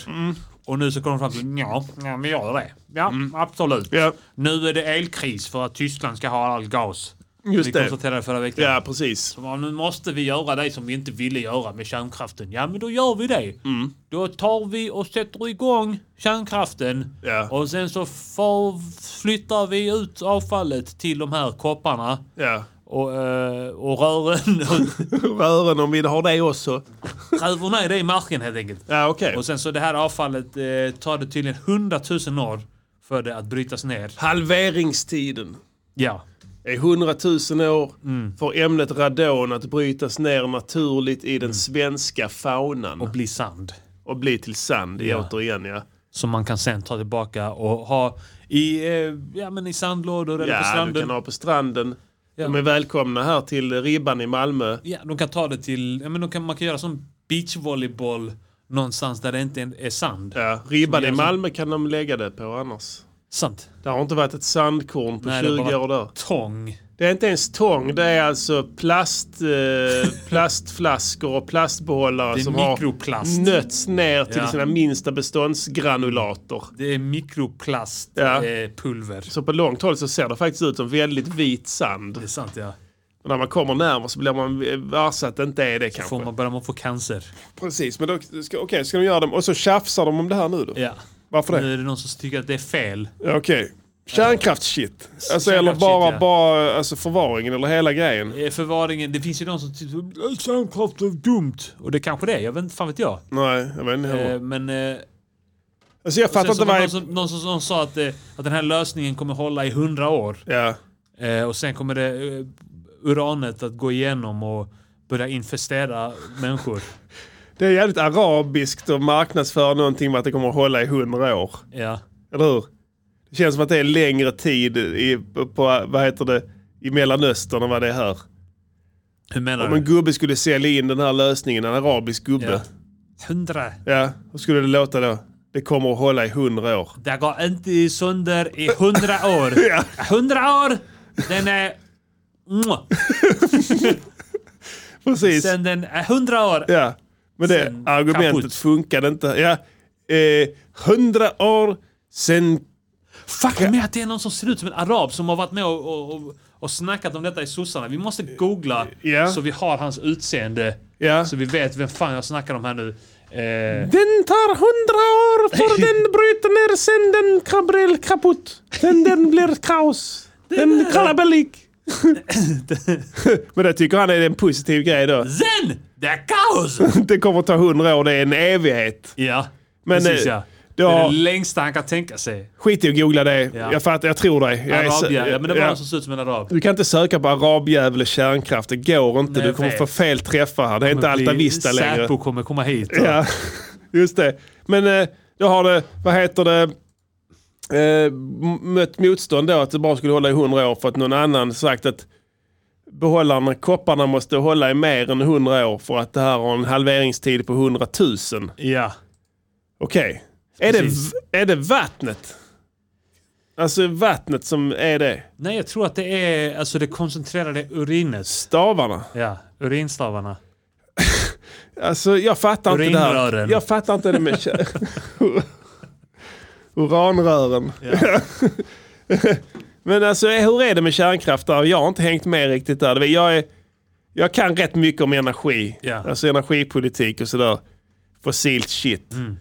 Speaker 1: Och nu så kommer de fram till ja, ja vi gör det. Ja, absolut.
Speaker 2: Mm. Ja.
Speaker 1: Nu är det elkris för att Tyskland ska ha all gas.
Speaker 2: Just
Speaker 1: vi
Speaker 2: det.
Speaker 1: konstaterade förra veckan.
Speaker 2: Ja, precis.
Speaker 1: Ja, nu måste vi göra det som vi inte ville göra med kärnkraften. Ja, men då gör vi det.
Speaker 2: Mm.
Speaker 1: Då tar vi och sätter igång kärnkraften.
Speaker 2: Ja.
Speaker 1: Och sen så för, flyttar vi ut avfallet till de här kopparna
Speaker 2: Ja.
Speaker 1: och, eh, och rören. Och
Speaker 2: Rören om vi har det också.
Speaker 1: gräver ner det i marken helt enkelt.
Speaker 2: Ja, okej.
Speaker 1: Och sen så det här avfallet eh, tar det tydligen hundratusen år för det att brytas ner.
Speaker 2: Halveringstiden
Speaker 1: Ja.
Speaker 2: är 100 000 år
Speaker 1: Mm.
Speaker 2: för ämnet radon att brytas ner naturligt i den svenska faunan.
Speaker 1: Och bli sand.
Speaker 2: och bli till sand
Speaker 1: Ja.
Speaker 2: återigen ja.
Speaker 1: Som man kan sen ta tillbaka och ha i, eh, ja, men i sandlådor eller på
Speaker 2: Ja,
Speaker 1: stranden.
Speaker 2: du kan ha på stranden.
Speaker 1: Ja.
Speaker 2: De är välkomna här till Ribban i Malmö.
Speaker 1: Ja, de kan ta det till... Ja, men de kan, man kan göra som beachvolleyboll någonstans där det inte är sand.
Speaker 2: Ja, Ribban
Speaker 1: Som
Speaker 2: i
Speaker 1: gör så-
Speaker 2: Malmö kan de lägga det på annars.
Speaker 1: Sant.
Speaker 2: Det har inte varit ett sandkorn på
Speaker 1: Nej, det är
Speaker 2: 20
Speaker 1: bara-
Speaker 2: år där.
Speaker 1: Tång.
Speaker 2: Det är inte ens tång, det är alltså plast, eh, plastflaskor och plastbehållare
Speaker 1: Det är
Speaker 2: som
Speaker 1: mikroplast.
Speaker 2: har nötts ner till
Speaker 1: Ja.
Speaker 2: sina minsta beståndsgranulater.
Speaker 1: Det är mikroplastpulver.
Speaker 2: Ja.
Speaker 1: Eh, pulver.
Speaker 2: Så på långt håll så ser det faktiskt ut som väldigt vit sand.
Speaker 1: det är sant, ja.
Speaker 2: Och när man kommer närmare så blir man varse att det inte är det kanske.
Speaker 1: Får man, börjar man få cancer.
Speaker 2: Precis, men då ska, okej, ska de göra dem och så tjafsar de om det här nu då?
Speaker 1: Ja.
Speaker 2: Varför det?
Speaker 1: Nu är det någon som tycker att det är fel.
Speaker 2: Ja, Okej. Kärnkraftsshit. Alltså eller
Speaker 1: Kärnkraftsshit,
Speaker 2: bara,
Speaker 1: ja.
Speaker 2: bara alltså förvaringen eller hela grejen.
Speaker 1: Eh, Förvaringen, det finns ju någon som tycker att kärnkraft är dumt. Och det kanske det är, jag vet inte, fan vet jag.
Speaker 2: Nej, jag vet inte heller.
Speaker 1: Eh, Men... eh,
Speaker 2: alltså jag fattar
Speaker 1: Sen
Speaker 2: inte
Speaker 1: så var det någon
Speaker 2: vad...
Speaker 1: som, någon som, som sa att, eh, att den här lösningen kommer hålla i hundra år.
Speaker 2: Ja.
Speaker 1: Eh, och sen kommer det eh, uranet att gå igenom och börja infestera människor.
Speaker 2: Det är jävligt arabiskt att marknadsföra någonting med att det kommer att hålla i hundra år.
Speaker 1: Ja.
Speaker 2: Eller hur? Det känns som att det är längre tid i, på, på vad heter det, i Mellanöstern än vad det är här.
Speaker 1: Hur menar
Speaker 2: Om en
Speaker 1: du?
Speaker 2: gubbe skulle sälja in den här lösningen, en arabisk
Speaker 1: Ja.
Speaker 2: gubbe.
Speaker 1: Hundra.
Speaker 2: Ja. hur skulle det låta då? Det kommer att hålla i hundra år.
Speaker 1: Det går inte sönder i hundra år. Hundra år! Den är... Mwah.
Speaker 2: Precis.
Speaker 1: Sen den är hundra år.
Speaker 2: Ja, men det
Speaker 1: Sen
Speaker 2: argumentet
Speaker 1: kaputt.
Speaker 2: funkade inte. Ja, Eh, hundra år sen...
Speaker 1: Fuck med att det är någon som ser ut som en arab som har varit med och, och, och, och snackat om detta i sossarna. Vi måste googla
Speaker 2: Ja.
Speaker 1: så vi har hans utseende.
Speaker 2: Ja.
Speaker 1: Så vi vet vem fan jag snackar om här nu. Eh,
Speaker 2: Den tar hundra år för den bryter ner sen den kabrel kaputt. Sen den blir kaos. Den kalabelik. men det tycker han är en positiv grej då.
Speaker 1: Zen! Det är kaos!
Speaker 2: Det kommer att ta hundra år, det är en evighet.
Speaker 1: Ja,
Speaker 2: Men,
Speaker 1: precis
Speaker 2: eh,
Speaker 1: ja. Det
Speaker 2: det
Speaker 1: är
Speaker 2: har-
Speaker 1: det längsta han kan tänka sig.
Speaker 2: Skit i att googla det.
Speaker 1: Ja.
Speaker 2: Jag fattar, jag tror dig. Jag är så-
Speaker 1: Arabia, ja, men det var
Speaker 2: ja.
Speaker 1: någon som såg ut som en arab.
Speaker 2: Du kan inte söka på arabjävel och kärnkraft, det går inte.
Speaker 1: Nej,
Speaker 2: du kommer
Speaker 1: fel.
Speaker 2: få fel träffar här. Det är inte altavista längre.
Speaker 1: Säpo kommer komma hit.
Speaker 2: Ja, just det. Men eh, Då har det, vad heter det, eh, m- mött motstånd då att det bara skulle hålla i 100 år för att någon annan sagt att behållarna, kopparna måste hålla i mer än 100 år för att det här har en halveringstid på 100 000.
Speaker 1: Ja.
Speaker 2: Okej. Är, det,
Speaker 1: Precis.
Speaker 2: är det vattnet? Alltså vattnet som är det?
Speaker 1: Nej, jag tror att det är alltså det koncentrerade urinet.
Speaker 2: Stavarna?
Speaker 1: Ja, urinstavarna.
Speaker 2: Alltså jag fattar inte det här.
Speaker 1: Urinrören.
Speaker 2: Jag fattar inte det med kö- Uranrören. Men alltså hur är det med kärnkraft där? Jag har inte hängt med riktigt där. Det vill- Jag, är, jag kan rätt mycket om energi.
Speaker 1: Ja.
Speaker 2: Alltså energipolitik och sådär. Fossilt shit.
Speaker 1: Mm.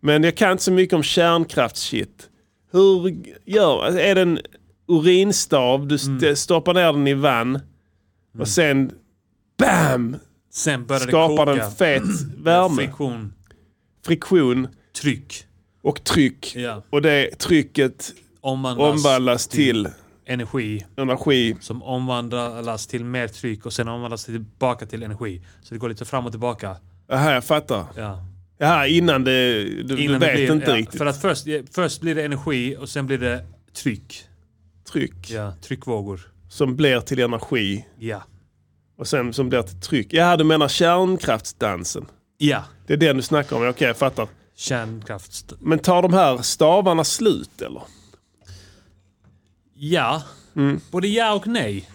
Speaker 2: Men jag kan inte så mycket om kärnkraftsshit. Hur gör, är det en urinstav, du
Speaker 1: Mm.
Speaker 2: st- stoppar ner den i vann och sen BAM!
Speaker 1: Sen började
Speaker 2: skapar
Speaker 1: Mm. det Mm.
Speaker 2: en
Speaker 1: koka.
Speaker 2: fet värme,
Speaker 1: Friktion,
Speaker 2: friktion
Speaker 1: tryck.
Speaker 2: och tryck.
Speaker 1: Ja.
Speaker 2: Och det trycket
Speaker 1: Omvandlas
Speaker 2: omvandlas till
Speaker 1: energi
Speaker 2: energi.
Speaker 1: som omvandlas till mer tryck och sen omvandlas det tillbaka till energi. Så det går lite fram och tillbaka.
Speaker 2: Jaha, jag fattar.
Speaker 1: Ja.
Speaker 2: Jaha, innan det, du,
Speaker 1: Innan det
Speaker 2: du vet
Speaker 1: blir-
Speaker 2: inte
Speaker 1: ja,
Speaker 2: riktigt.
Speaker 1: För att först, först blir det energi och sen blir det tryck.
Speaker 2: Tryck
Speaker 1: Ja, tryckvågor.
Speaker 2: som blir till energi
Speaker 1: Ja.
Speaker 2: och sen som blir till tryck. Jaha, du menar kärnkraftsdansen.
Speaker 1: Ja.
Speaker 2: Det är den du snackar om. Okej, jag fattar.
Speaker 1: Kärnkraft.
Speaker 2: Men tar de här stavarna slut eller?
Speaker 1: Ja.
Speaker 2: Mm.
Speaker 1: Både ja och nej.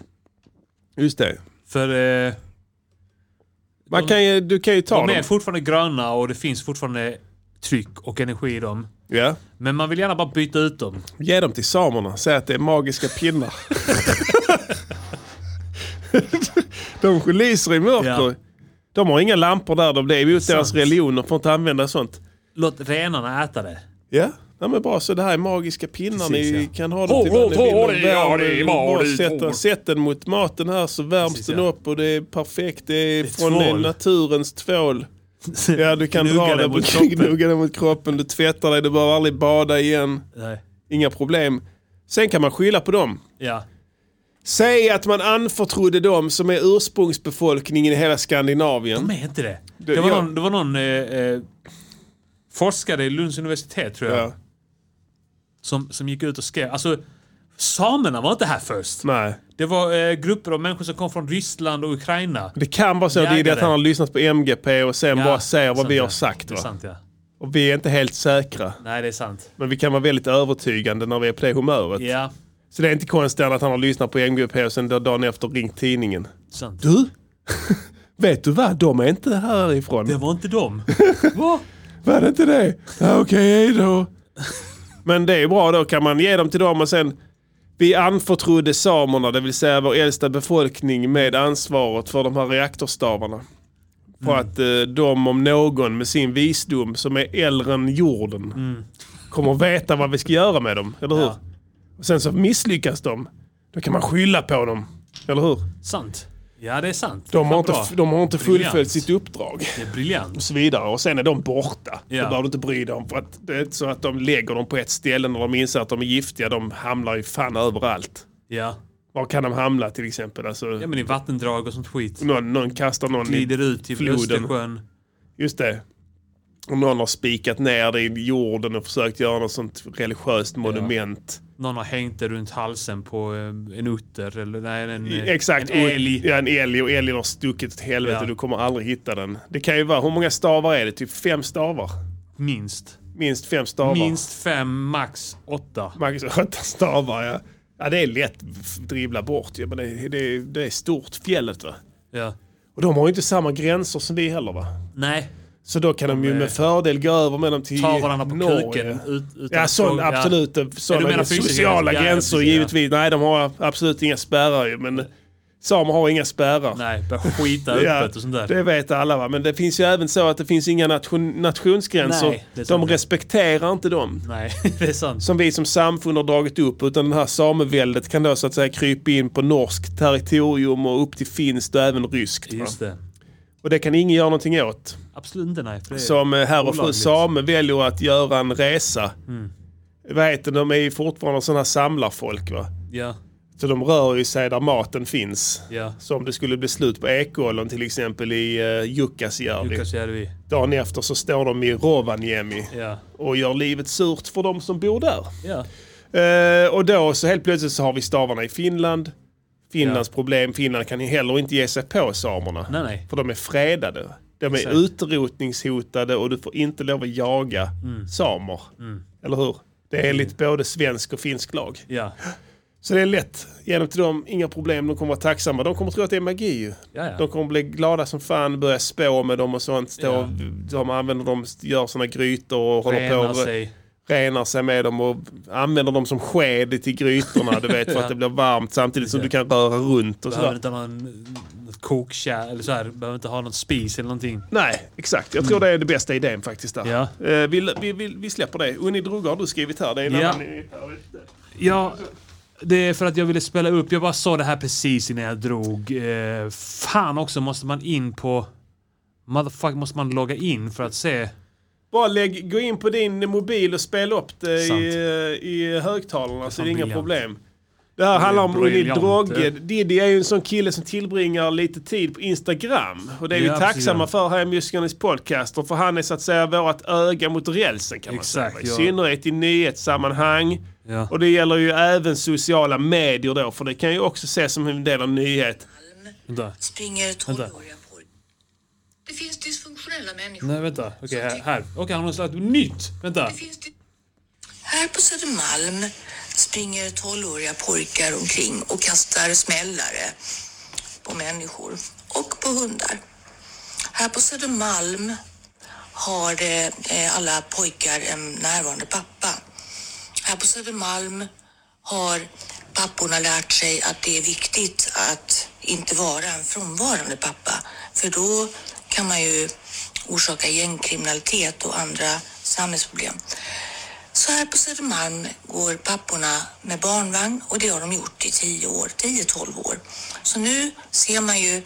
Speaker 2: Just det.
Speaker 1: För eh,
Speaker 2: Man kan ju, du kan ju ta
Speaker 1: de är
Speaker 2: dem.
Speaker 1: fortfarande gröna och det finns fortfarande tryck och energi i dem.
Speaker 2: Ja.
Speaker 1: Men man vill gärna bara byta ut dem.
Speaker 2: Ge dem till samerna. Säg att det är magiska pinnar. de lyser i mörker.
Speaker 1: Ja.
Speaker 2: De har inga lampor där. De- Det är emot deras
Speaker 1: Sant.
Speaker 2: religion. De får inte använda sånt.
Speaker 1: Låt renarna äta det.
Speaker 2: Ja, Nej, men bra. Så det här är magiska pinnar.
Speaker 1: Precis,
Speaker 2: Ni
Speaker 1: ja.
Speaker 2: kan ha det till
Speaker 1: Ho,
Speaker 2: vad ni
Speaker 1: ho, ho,
Speaker 2: vill.
Speaker 1: det är
Speaker 2: Värm-
Speaker 1: det,
Speaker 2: bara
Speaker 1: Mari,
Speaker 2: sätta-
Speaker 1: Tor.
Speaker 2: Sätt den mot maten här så värms
Speaker 1: Precis,
Speaker 2: den
Speaker 1: ja.
Speaker 2: upp och det är perfekt. Det är,
Speaker 1: Det är
Speaker 2: från
Speaker 1: tvål.
Speaker 2: naturens tvål. Ja, du kan dra den mot kroppen. Gnugga den mot kroppen. Du tvättar dig. Du behöver aldrig bada igen.
Speaker 1: Nej.
Speaker 2: Inga problem. Sen kan man skylla på dem.
Speaker 1: Ja.
Speaker 2: Säg att man anförtrodde dem som är ursprungsbefolkningen i hela Skandinavien.
Speaker 1: De är inte det.
Speaker 2: Du,
Speaker 1: det, var
Speaker 2: jag-
Speaker 1: någon, det var någon eh, eh, forskare i Lunds universitet tror jag.
Speaker 2: Ja.
Speaker 1: Som, som gick ut och skrev. Alltså, samerna var inte här först.
Speaker 2: Nej.
Speaker 1: Det var eh, grupper av människor som kom från Ryssland och Ukraina.
Speaker 2: Det kan vara så det är det
Speaker 1: Jägare.
Speaker 2: att han har lyssnat på MGP och sen bara säger vad
Speaker 1: sant,
Speaker 2: vi har
Speaker 1: ja.
Speaker 2: sagt.
Speaker 1: Det är
Speaker 2: Va?
Speaker 1: sant ja.
Speaker 2: Och vi är inte helt säkra.
Speaker 1: Nej det är sant.
Speaker 2: Men vi kan vara väldigt övertygande när vi är på det humöret.
Speaker 1: Ja,
Speaker 2: Så det är inte konstigt att han har lyssnat på MGP och sen dagen efter ringt tidningen.
Speaker 1: sant.
Speaker 2: Du? Vet du vad? De är inte härifrån.
Speaker 1: Det var inte dem. Va?
Speaker 2: Var det inte det? Ja, Okej då. Men det är bra, då kan man ge dem till dem och sen vi anförtrodde samerna, det vill säga vår äldsta befolkning med ansvaret för de här reaktorstavarna. På att eh, de om någon med sin visdom som är äldre än jorden kommer veta vad vi ska göra med dem, eller hur?
Speaker 1: Ja.
Speaker 2: Och sen så misslyckas de, då kan man skylla på dem, eller hur?
Speaker 1: Sant. Ja det är sant.
Speaker 2: De har
Speaker 1: Fan,
Speaker 2: inte,
Speaker 1: bra.
Speaker 2: de har inte fullföljt
Speaker 1: Briljant.
Speaker 2: sitt uppdrag
Speaker 1: Det är briljant.
Speaker 2: och så vidare. Och sen är de borta.
Speaker 1: Ja.
Speaker 2: Det behöver du inte bry dig om. För att det är inte så att de lägger dem på ett ställe när de inser att de är giftiga. De hamnar ju fan överallt.
Speaker 1: Ja.
Speaker 2: Var kan de hamna till exempel? Alltså,
Speaker 1: ja men i vattendrag och sånt skit.
Speaker 2: någon, någon kastar någon
Speaker 1: Glider
Speaker 2: i...
Speaker 1: ut i
Speaker 2: floden.
Speaker 1: Östersjön.
Speaker 2: Just det. Och någon har spikat ner det i jorden och försökt göra något sånt religiöst monument.
Speaker 1: Någon har hängt det runt halsen på eh, en utter eller nej, en, eh,
Speaker 2: Exakt.
Speaker 1: en älg.
Speaker 2: Och, ja, en älg. Och älgen har stuckit åt helvete.
Speaker 1: Ja.
Speaker 2: Du kommer aldrig hitta den. Det kan ju vara... Hur många stavar är det? Typ fem stavar?
Speaker 1: Minst.
Speaker 2: Minst fem stavar.
Speaker 1: Minst fem, max åtta.
Speaker 2: Marcus Rötta stavar, ja. Ja, det är lätt att dribbla bort. Ja, men det, det, det är stort, fjället. Va?
Speaker 1: Ja.
Speaker 2: Och de har ju inte samma gränser som vi heller. va?
Speaker 1: Nej,
Speaker 2: Så då kan de, ju
Speaker 1: är-
Speaker 2: med fördel gå över med dem till
Speaker 1: ta varandra på
Speaker 2: Norge.
Speaker 1: kuken. Ut, utan
Speaker 2: Ja,
Speaker 1: att
Speaker 2: sån,
Speaker 1: fråga.
Speaker 2: absolut.
Speaker 1: Ja, du
Speaker 2: Sådana
Speaker 1: menar fysiska
Speaker 2: sociala
Speaker 1: gränser, ja,
Speaker 2: gränser
Speaker 1: precis, ja.
Speaker 2: givetvis. Nej, de har absolut inga spärrar ju. Men samer har inga spärrar.
Speaker 1: Nej, börja skita öppet
Speaker 2: Ja,
Speaker 1: och sånt där.
Speaker 2: det vet alla va. Men det finns ju även så att det finns inga nation, nationsgränser.
Speaker 1: Nej, det är
Speaker 2: de
Speaker 1: sant.
Speaker 2: respekterar inte dem.
Speaker 1: Nej, det är sant.
Speaker 2: som vi som samfund har dragit upp utan det här sameväldet kan då så att säga krypa in på norskt territorium och upp till finskt och även ryskt. va?
Speaker 1: Just det.
Speaker 2: Och det kan ingen göra någonting åt.
Speaker 1: Absolut inte nej. För det
Speaker 2: Som eh, herr och fru
Speaker 1: olagligt. Mm.
Speaker 2: same väljer att göra en resa. Vad heter det, de är ju fortfarande sådana här samlarfolk va.
Speaker 1: Ja.
Speaker 2: Så de rör ju sig där maten finns.
Speaker 1: Ja.
Speaker 2: Så om det skulle bli slut på ekollon till exempel i uh, Jukkasjärvi.
Speaker 1: Jukkasjärvi.
Speaker 2: Dagen efter så står de i Rovaniemi
Speaker 1: Ja.
Speaker 2: och gör livet surt för de som bor där.
Speaker 1: Ja.
Speaker 2: Eh, och då så helt plötsligt så har vi stavarna i Finland. Finlands problem. Finland kan ju heller inte ge sig på samerna.
Speaker 1: Nej, nej.
Speaker 2: För de är fredade. De är
Speaker 1: Exakt.
Speaker 2: utrotningshotade och du får inte lov att jaga
Speaker 1: Mm.
Speaker 2: samer. Eller hur? Det är enligt både svensk och finsk lag.
Speaker 1: Ja.
Speaker 2: Så det är lätt. Genom till dem, inga problem. De kommer vara tacksamma. De kommer tro att det är magi ju.
Speaker 1: Ja, ja.
Speaker 2: De kommer bli glada som fan, börja spå med dem och sånt. Stå,
Speaker 1: Ja.
Speaker 2: De använder dem, gör såna grytor och håller på.
Speaker 1: Renar
Speaker 2: och-
Speaker 1: sig.
Speaker 2: renar sig med dem och använder dem som sked till grytorna. Du vet, för att det blir varmt samtidigt som du kan röra runt och
Speaker 1: Behöver
Speaker 2: sådär.
Speaker 1: inte ha någon något kokkärl eller så här. Behöver inte ha någon spis eller någonting.
Speaker 2: Nej, exakt. Jag tror det är den bästa idén faktiskt. Där.
Speaker 1: Mm. Ja.
Speaker 2: Eh, vi, vi, vi, vi släpper det. Unni Droger har du skrivit här. Det är en
Speaker 1: Ja.
Speaker 2: annan nyhet här ute.
Speaker 1: Ja, det är för att jag ville spela upp. Jag bara sa det här precis innan jag drog. Eh, fan också, måste man in på... Motherfuck, måste man logga in för att se?
Speaker 2: Bara lägg, gå in på din mobil och spela upp det
Speaker 1: Sant.
Speaker 2: i, i högtalarna så det är inga
Speaker 1: briljant.
Speaker 2: problem. Det här handlar om Unni
Speaker 1: briljant. eh.
Speaker 2: Droger. Diddy är ju en sån kille som tillbringar lite tid på Instagram. Och det är
Speaker 1: Ja,
Speaker 2: vi
Speaker 1: precis.
Speaker 2: tacksamma för här i Musikernas podcaster. För han är så att säga vårt öga mot rälsen kan man
Speaker 1: Exakt,
Speaker 2: säga. I
Speaker 1: ja.
Speaker 2: synnerhet i nyhetssammanhang.
Speaker 1: Ja.
Speaker 2: Och det gäller ju även sociala medier då. För det kan ju också ses som en del av nyhet.
Speaker 1: Vänta.
Speaker 6: springer tolvåriga pojkar.
Speaker 7: Det finns dysfunktionella människor.
Speaker 1: Nej, vänta. Okej, här. här. Okej, han har slagit nytt. Vänta.
Speaker 7: Det finns dy-
Speaker 6: Här på Södermalm springer tolvåriga pojkar omkring och kastar smällare på människor och på hundar. Här på Södermalm har eh, alla pojkar en närvarande pappa. Här på Södermalm har papporna lärt sig att det är viktigt att inte vara en frånvarande pappa. För då kan man ju orsaka gängkriminalitet och andra samhällsproblem. Så här på Södermalm går papporna med barnvagn och det har de gjort i 10 år, 10-12 år. Så nu ser man ju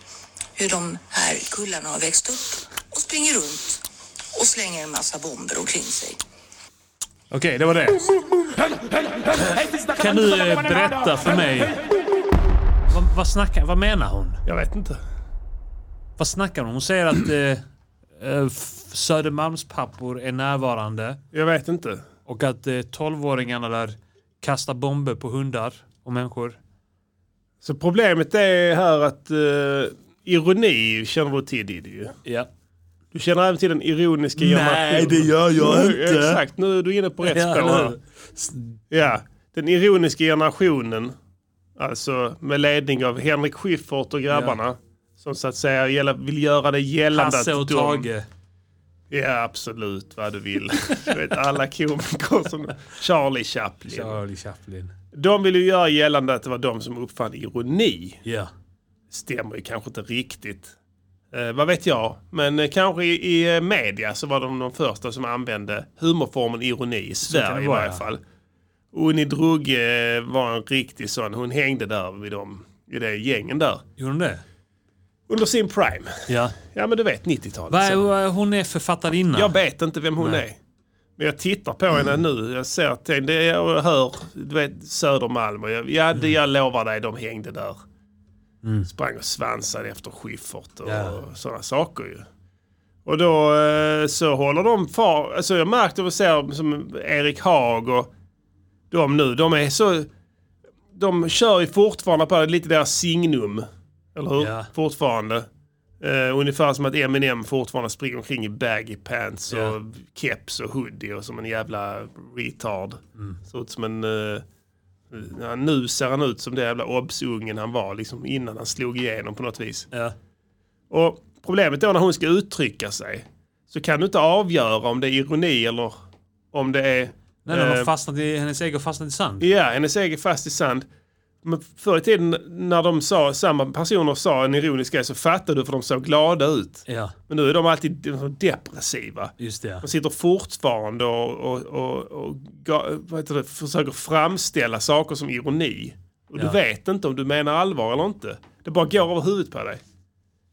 Speaker 6: hur de här kullarna har växt upp och springer runt och slänger en massa bomber omkring sig.
Speaker 1: Okej, det var det. Kan du eh, berätta för mig? Vad, vad snackar... Vad menar hon?
Speaker 2: Jag vet inte.
Speaker 1: Vad snackar hon? Hon säger att eh, eh, f- Södermalmspappor är närvarande
Speaker 2: Jag vet inte.
Speaker 1: och att eh, 12-åringarna där kastar bomber på hundar och människor.
Speaker 2: Så problemet är här att eh, ironi känner du till Diddy ju.
Speaker 1: Ja.
Speaker 2: Du känner även till den ironiska generationen.
Speaker 1: gör
Speaker 2: Exakt, nu är du inne på rätt
Speaker 1: Ja,
Speaker 2: spår
Speaker 1: eller
Speaker 2: här. Ja, den ironiska generationen. Alltså med ledning av Henrik Schyffert och grabbarna. Som så att säga gälla- vill göra det gällande
Speaker 1: Hasse
Speaker 2: att
Speaker 1: och
Speaker 2: de-
Speaker 1: Tage.
Speaker 2: Ja, absolut vad du vill. du vet, alla komiker som Charlie Chaplin.
Speaker 1: Charlie Chaplin.
Speaker 2: De vill ju göra gällande att det var de som uppfann ironi.
Speaker 1: Ja.
Speaker 2: stämmer ju kanske inte riktigt. Eh, vad vet jag? Men eh, kanske i, i eh, media så var de de första som använde humorformen ironi i
Speaker 1: kan
Speaker 2: Sverige
Speaker 1: det
Speaker 2: i
Speaker 1: vara,
Speaker 2: varje
Speaker 1: ja.
Speaker 2: fall. Unni Drugge eh, var en riktig sån. Hon hängde där vid dem, i det gängen där.
Speaker 1: Gjorde hon det?
Speaker 2: Under sin prime.
Speaker 1: Ja.
Speaker 2: Ja men du vet 90-talet.
Speaker 1: Vad är-
Speaker 2: så.
Speaker 1: vad är- Hon är författarinna.
Speaker 2: Jag vet inte vem hon
Speaker 1: Nej.
Speaker 2: är. Men jag tittar på henne nu. Jag ser att det- det jag hör, du vet Södermalm och jag, ja, det jag lovar dig, de hängde där. Sprang och svansade efter Schyffert och
Speaker 1: Mm. Ja.
Speaker 2: sådana saker ju. Och då eh, så håller de far, alltså jag märkte och ser som Erik Haag och de nu, de är så, de kör ju fortfarande på lite deras signum. Eller hur?
Speaker 1: Ja.
Speaker 2: Fortfarande. Uh, ungefär som att Eminem fortfarande springer omkring i baggy pants
Speaker 1: Ja.
Speaker 2: och keps och hoodie och som en jävla retard.
Speaker 1: Mm.
Speaker 2: Ser ut som en... eh, ja, nu ser han ut som den jävla obsungen han var liksom innan han slog igenom på något vis.
Speaker 1: Ja.
Speaker 2: Och problemet då när hon ska uttrycka sig så kan du inte avgöra om det är ironi eller om det är...
Speaker 1: Nej, hon har
Speaker 2: eh,
Speaker 1: fastnat i, hennes ägg har fastnat i sand.
Speaker 2: Ja, hennes egen fast i sand. Men förr i tiden när de sa, samma personer sa en ironisk grej så fattade du för de såg glada ut.
Speaker 1: Ja,
Speaker 2: Men nu är de alltid de- depressiva.
Speaker 1: just det. ja.
Speaker 2: De sitter fortfarande och, och, och, och ga- vad heter det, försöker framställa saker som ironi. Och
Speaker 1: Ja.
Speaker 2: du vet inte om du menar allvar eller inte. Det bara går över huvudet på dig.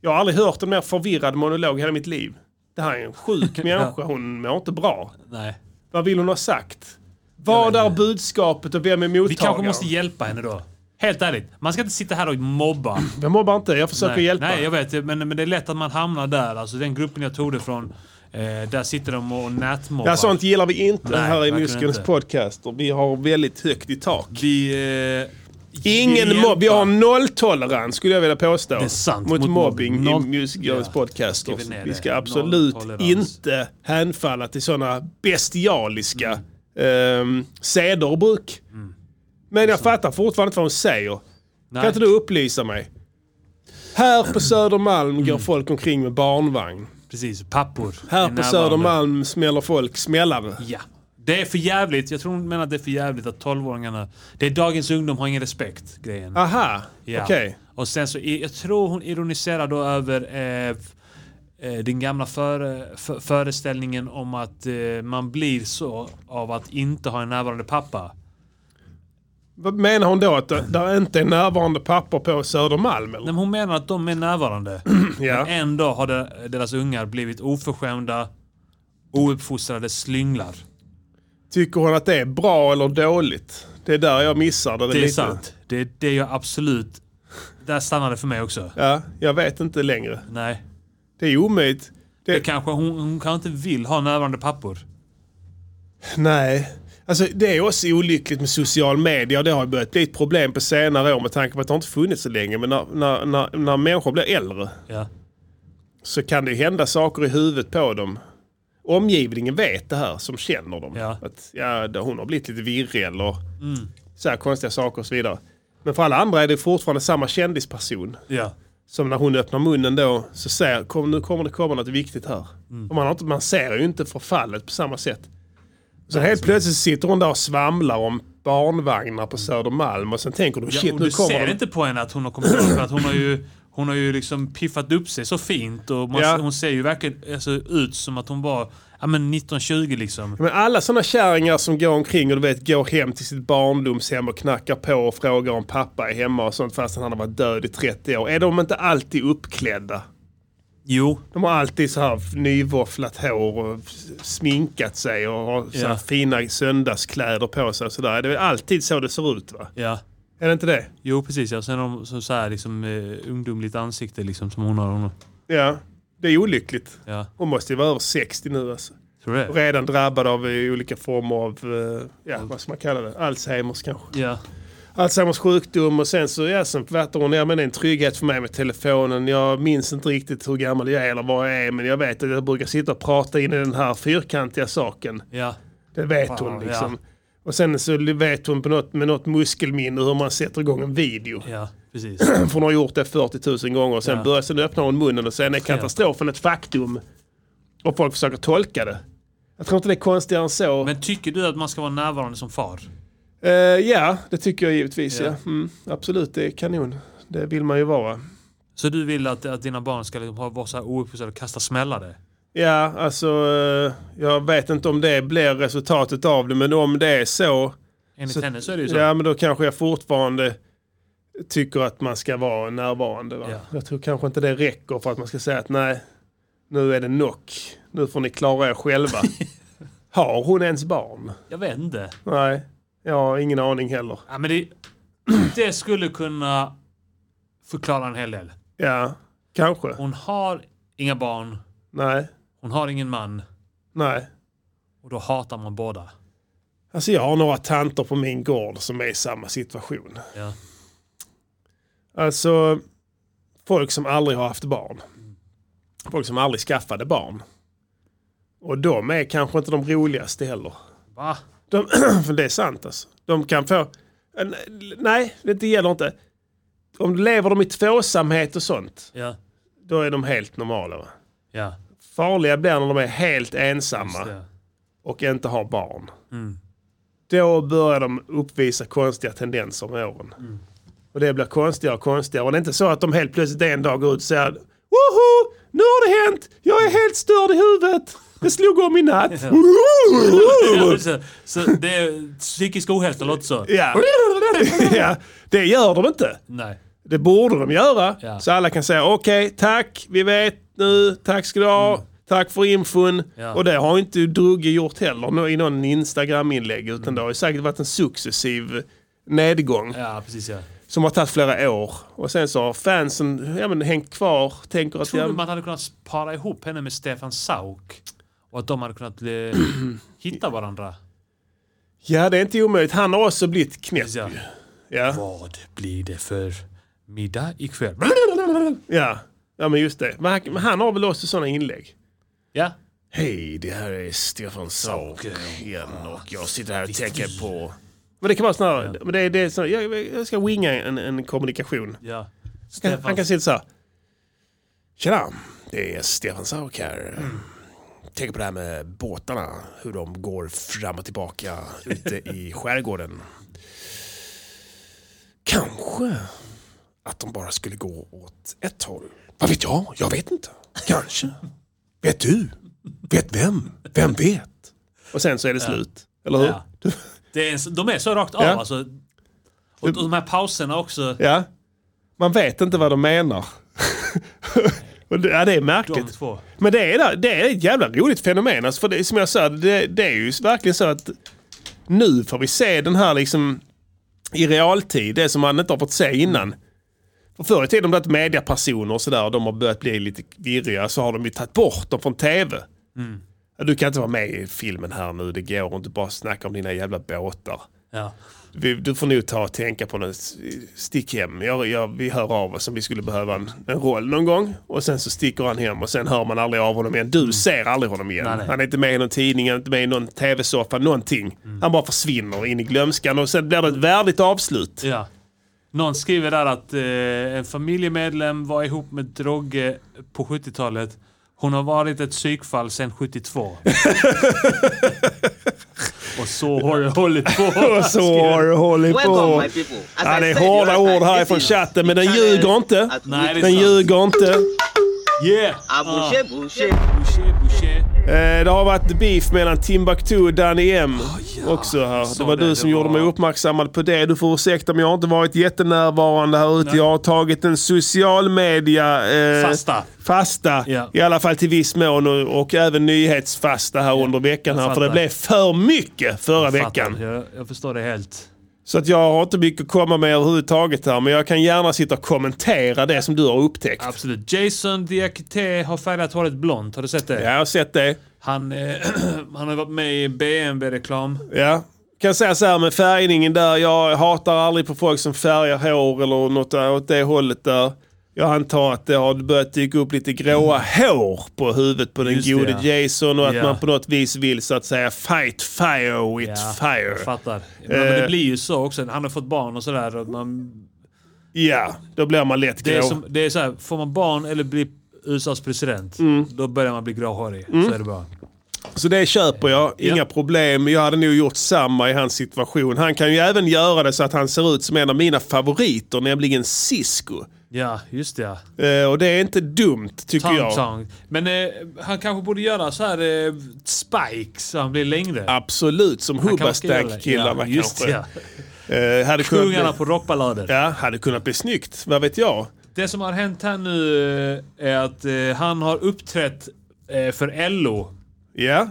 Speaker 2: Jag har aldrig hört en mer förvirrad monolog i hela mitt liv. Det här är en sjuk människa, hon mår inte bra.
Speaker 1: Nej.
Speaker 2: Vad vill hon ha sagt? Vad är budskapet och vem är mottagaren?
Speaker 1: Vi kanske måste hjälpa henne då. Helt ärligt, man ska inte sitta här och mobba.
Speaker 2: Jag mobbar inte, jag försöker
Speaker 1: nej,
Speaker 2: hjälpa.
Speaker 1: nej, jag vet. Men, men det är lätt att man hamnar där. Alltså den gruppen jag tog det från, eh, där sitter de och nätmobbar.
Speaker 2: ja, sånt gillar vi inte
Speaker 1: Nej,
Speaker 2: här i
Speaker 1: verkligen
Speaker 2: Muskelns
Speaker 1: inte.
Speaker 2: podcaster. Vi har väldigt högt i tak.
Speaker 1: Vi... Eh,
Speaker 2: Ingen
Speaker 1: hjälpa.
Speaker 2: mobb. Vi har nolltolerans skulle jag vilja påstå.
Speaker 1: är sant.
Speaker 2: Mot,
Speaker 1: Mot
Speaker 2: mobbing
Speaker 1: mobb-
Speaker 2: i Music Girls
Speaker 1: Ja,
Speaker 2: podcaster.
Speaker 1: skriver ner
Speaker 2: Vi
Speaker 1: det.
Speaker 2: ska absolut
Speaker 1: Nolltolerans.
Speaker 2: inte hänfalla till sådana bestialiska mm. seder och bruk.
Speaker 1: Mm.
Speaker 2: Men jag fattar fortfarande inte vad hon säger.
Speaker 1: nej.
Speaker 2: Kan inte du upplysa mig? Här på Södermalm går
Speaker 1: Mm.
Speaker 2: folk omkring med barnvagn.
Speaker 1: Precis, pappor. är
Speaker 2: Här på
Speaker 1: närvarande.
Speaker 2: Södermalm smäller folk smällare.
Speaker 1: Ja. Det är för jävligt. Jag tror hon menar att det är för jävligt att 12-åringarna... Det är dagens ungdom har ingen respekt, grejen.
Speaker 2: Aha,
Speaker 1: Ja.
Speaker 2: okej.
Speaker 1: Och sen så, i- jag tror hon ironiserar då över eh, f- eh, den gamla före, f- föreställningen om att eh, man blir så av att inte ha en närvarande pappa.
Speaker 2: Vad menar hon då? Att det, där inte är närvarande papper på Södermalm? Eller?
Speaker 1: Nej, men hon menar att de är närvarande.
Speaker 2: Ja.
Speaker 1: Ändå har de, deras ungar blivit oförskämda, ouppfostrade slynglar.
Speaker 2: Tycker hon att det är bra eller dåligt? Det är där jag missar det,
Speaker 1: Det är
Speaker 2: lite.
Speaker 1: sant. Det, det är ju absolut... Där stannar det för mig också.
Speaker 2: Ja, jag vet inte längre.
Speaker 1: Nej.
Speaker 2: Det är omöjligt. Det,
Speaker 1: Det kanske, hon, hon kanske inte vill ha närvarande pappor.
Speaker 2: Nej. Alltså, det är också olyckligt med social media. Det har börjat bli ett problem på senare år med tanke på att det inte funnits så länge. Men när, när, när, när människor blir äldre
Speaker 1: Ja.
Speaker 2: så kan det ju hända saker i huvudet på dem. Omgivningen vet det här som känner dem.
Speaker 1: Ja. Mm.
Speaker 2: Att ja, det- hon har blivit lite virrig eller så här konstiga saker och så vidare. Men för alla andra är det fortfarande samma kändisperson.
Speaker 1: Ja.
Speaker 2: Som när hon öppnar munnen då så säger kom, nu kommer det komma något viktigt här.
Speaker 1: Mm.
Speaker 2: Och man, har inte, man ser ju inte förfallet på samma sätt. Så helt plötsligt sitter hon där och svamlar om barnvagnar på Södermalm och sen tänker du shit
Speaker 1: Mm. och
Speaker 2: nu
Speaker 1: du ser
Speaker 2: kommer det.
Speaker 1: inte på henne att hon har kommit upp för att hon har ju hon har ju liksom piffat upp sig så fint och man,
Speaker 2: Ja.
Speaker 1: hon ser ju verkligen alltså, ut som att hon var ja, men 1920 liksom.
Speaker 2: Men alla sådana kärringar som går omkring och du vet går hem till sitt barndomshem och knackar på och frågar om pappa är hemma och sånt fastän han har varit död i 30 år. Är de inte alltid uppklädda?
Speaker 1: Jo,
Speaker 2: De har alltid så här nyvåfflat hår och sminkat sig och har så här
Speaker 1: Ja.
Speaker 2: fina söndagskläder på sig och sådär. Det är väl alltid så det ser ut va?
Speaker 1: ja.
Speaker 2: Är det inte det?
Speaker 1: Jo precis ja. Sen har hon så, så här liksom eh, ungdomligt ansikte liksom som hon har. Hon,
Speaker 2: Ja, det är olyckligt.
Speaker 1: ja.
Speaker 2: Hon måste ju vara över 60 nu alltså.
Speaker 1: Tror du
Speaker 2: Och
Speaker 1: det?
Speaker 2: Redan drabbad av eh, olika former av, eh, ja vad ska man kalla det, Alzheimers kanske.
Speaker 1: Ja.
Speaker 2: Alzheimers sjukdom och sen så, ja sen fattar hon, ja men det är en trygghet för mig med telefonen. Jag minns inte riktigt hur gammal jag är eller vad jag är men jag vet att jag brukar sitta och prata in i den här fyrkantiga saken.
Speaker 1: Ja.
Speaker 2: Det vet hon
Speaker 1: Wow,
Speaker 2: liksom.
Speaker 1: ja.
Speaker 2: Och sen så vet hon på något, med något muskelminne hur man sätter igång en video.
Speaker 1: Ja. Precis.
Speaker 2: För hon har gjort det 40 000 gånger och sen,
Speaker 1: Ja.
Speaker 2: börjar, sen öppnar hon munnen och sen är katastrofen ett faktum. Och folk försöker tolka det. Jag tror inte det är konstigare än så.
Speaker 1: Men tycker du att man ska vara närvarande som far?
Speaker 2: Eh, ja, det tycker jag givetvis.
Speaker 1: Ja.
Speaker 2: Ja. Mm, absolut, det är kanon. Det vill man ju vara.
Speaker 1: Så du vill att, att dina barn ska liksom ha- vara så här ouppfostrade och kasta smällare?
Speaker 2: Ja, alltså eh, jag vet inte om det blir resultatet av det, men om det är så
Speaker 1: Enligt
Speaker 2: Så-
Speaker 1: henne så är det ju så.
Speaker 2: Ja, men då kanske jag fortfarande tycker att man ska vara närvarande. Va?
Speaker 1: Ja.
Speaker 2: Jag tror kanske inte det räcker för att man ska säga att nej, nu är det nog. Nu får ni klara er själva. har hon ens barn?
Speaker 1: Jag vet inte.
Speaker 2: Nej, jag har ingen aning heller.
Speaker 1: Ja, men det, det skulle kunna förklara en hel del.
Speaker 2: Ja, kanske.
Speaker 1: Hon har inga barn,
Speaker 2: Nej,
Speaker 1: hon har ingen man
Speaker 2: nej.
Speaker 1: och då hatar man båda.
Speaker 2: Alltså jag har några tanter på min gård som är i samma situation.
Speaker 1: Ja.
Speaker 2: Alltså, folk som aldrig har haft barn. Folk som aldrig skaffade barn. Och de är kanske inte de roligaste heller.
Speaker 1: Va?
Speaker 2: De, för det är sant alltså. De kan få... en- Nej, det gäller inte. Om lever de i tvåsamhet och sånt,
Speaker 1: Ja.
Speaker 2: då är de helt normala. va?
Speaker 1: Ja.
Speaker 2: Farliga blir när de är helt
Speaker 1: Just
Speaker 2: ensamma
Speaker 1: det.
Speaker 2: och inte har barn. Då börjar de uppvisa konstiga tendenser med åren. Och det blir konstigare och konstigare. Och det är inte så att de helt plötsligt en dag går ut och säger Woho! Nu har det hänt! Jag är helt störd i huvudet! Det slog om i natt!
Speaker 1: Ja, så, så det är psykisk ohälsa, låter så.
Speaker 2: Ja. ja, det gör de inte.
Speaker 1: Nej.
Speaker 2: Det borde de göra.
Speaker 1: Ja.
Speaker 2: Så alla kan säga okej, tack, vi vet nu, tack ska du ha, tack för infon.
Speaker 1: Mm. Ja.
Speaker 2: Och det har ju inte Drugge gjort heller nå- i någon Instagram-inlägg utan det har ju säkert varit en successiv nedgång.
Speaker 1: Mm. Ja, precis ja.
Speaker 2: som har tagit flera år. Och sen så har fansen ja, men, hängt kvar, tänker att...
Speaker 1: Tror du
Speaker 2: Ja,
Speaker 1: man hade kunnat para ihop henne med Stefan Sauk? Och att de hade kunnat eh, hitta varandra?
Speaker 2: ja, det är inte omöjligt. Han har också blivit knäpp.
Speaker 1: Ja.
Speaker 2: Ja.
Speaker 1: Vad blir det för middag ikväll?
Speaker 2: Ja. ja, men just det. Men han, men han har väl också sådana inlägg.
Speaker 1: Ja.
Speaker 2: Hej, det här är Stefan Sauk igen och jag sitter här och tänker på... Men det kan vara snarare... Men det, är- det är så, jag, jag ska winga en, en kommunikation.
Speaker 1: ja.
Speaker 2: Kan-
Speaker 1: Stefan,
Speaker 2: Han kan sitta så här. Tjena, det är Stefan Sauk här. Tänker på det här med båtarna, hur de går fram och tillbaka ute i skärgården. Kanske att de bara skulle gå åt ett håll. Vad vet jag? Jag vet inte. Kanske. Vet du? Vet vem? Vem vet? Och sen så är det slut. Eller hur?
Speaker 1: Ja. det är, en- de är så rakt av
Speaker 2: Ja.
Speaker 1: alltså. Och de här pauserna också.
Speaker 2: Ja. Man vet inte vad de menar. Och det, ja, det är
Speaker 1: De
Speaker 2: märkligt.
Speaker 1: två.
Speaker 2: Men det är, det är ett jävla roligt fenomen. Alltså för det, som jag sa, det, det är ju verkligen så att nu får vi se den här liksom i realtid, det som man inte har fått se innan. För förr i tiden om det mediapersoner och sådär och de har börjat bli lite virriga så har de ju tagit bort dem från tv. Ja, Du kan inte vara med i filmen här nu, det går inte bara snacka om dina jävla båtar.
Speaker 1: Ja.
Speaker 2: Vi, du får nog ta och tänka på något. Stick hem. Jag, jag, vi hör av oss om vi skulle behöva en, en roll någon gång. Och sen så sticker han hem och sen hör man aldrig av honom igen. Du ser aldrig honom igen.
Speaker 1: Nej, nej.
Speaker 2: Han är inte med i någon tidning, han är inte med i någon tv-soffa, någonting. Han bara försvinner in i glömskan och sen blir det ett värdigt avslut.
Speaker 1: Ja. Någon skriver där att eh, en familjemedlem var ihop med Drogge på 70-talet. Hon har varit ett psykfall sedan 72. Och så har det hållit på.
Speaker 2: Och så har det hållit på. Ja, det är hårda ord här ifrån chatten, men den ljuger inte.
Speaker 1: Nej, det är
Speaker 2: Den
Speaker 1: sant.
Speaker 2: ljuger inte.
Speaker 1: Yeah!
Speaker 8: Abushe, bushe.
Speaker 1: Boucher, Boucher.
Speaker 2: Eh, Det har varit beef mellan Timbuktu och Danny M också här. Det
Speaker 1: Så
Speaker 2: var
Speaker 1: Ah, det,
Speaker 2: du
Speaker 1: det
Speaker 2: som gjorde
Speaker 1: var-
Speaker 2: mig uppmärksammad på det. Du får ursäkta men jag har inte varit jättenärvarande här ute. Jag har tagit en social media... eh,
Speaker 1: Fasta.
Speaker 2: Fasta,
Speaker 1: Ja.
Speaker 2: i alla fall till viss mån och, och även nyhetsfasta här under veckan
Speaker 1: jag
Speaker 2: här. För det
Speaker 1: fattar.
Speaker 2: blev för mycket förra veckan.
Speaker 1: Fattar. Jag, jag förstår det helt.
Speaker 2: Så att jag har inte mycket att komma med överhuvudtaget här. Men jag kan gärna sitta och kommentera det som du har upptäckt.
Speaker 1: Absolut. Jason Diakité har färgat håret blont. Har du sett det?
Speaker 2: Ja, jag har sett det.
Speaker 1: Han, eh, han har varit med i BMW-reklam.
Speaker 2: Ja. Kan säga så här med färgningen där. Jag hatar aldrig på folk som färgar hår eller något där, åt det hållet där. Jag antar att det har börjat dyka upp lite gråa hår på huvudet på den
Speaker 1: Mm. Just det,
Speaker 2: gode
Speaker 1: ja.
Speaker 2: Jason och att
Speaker 1: Ja.
Speaker 2: man på något vis vill så att säga fight fire with fire.
Speaker 1: Jag fattar. Men, men det
Speaker 2: Eh.
Speaker 1: blir ju så också. Han har fått barn och sådär. och Man
Speaker 2: Ja, då blir man lätt
Speaker 1: Det
Speaker 2: grå.
Speaker 1: är, som, det är så här, får man barn eller blir USAs president,
Speaker 2: Mm.
Speaker 1: då börjar man bli gråhårig. Så är det bara.
Speaker 2: Så det köper jag, inga
Speaker 1: Ja.
Speaker 2: problem. Jag hade nog gjort samma i hans situation. Han kan ju även göra det så att han ser ut som en av mina favoriter, nämligen Cisco.
Speaker 1: Ja, just det. ja.
Speaker 2: Eh, och det är inte dumt tycker
Speaker 1: Tong
Speaker 2: jag.
Speaker 1: tong. Men eh, han kanske borde göra så här eh, spikes så han blir längre.
Speaker 2: Absolut, som
Speaker 1: Kanske ska göra det.
Speaker 2: Hubbastank-killarna
Speaker 1: ja, just
Speaker 2: kanske.
Speaker 1: det,
Speaker 2: Eh, hade
Speaker 1: Ja.
Speaker 2: kunnat
Speaker 1: Kungarna
Speaker 2: bli,
Speaker 1: på rockballader.
Speaker 2: Ja, hade kunnat bli snyggt. Vad vet jag?
Speaker 1: Det som har hänt här nu eh, är att eh, han har uppträtt eh, för LO.
Speaker 2: Ja.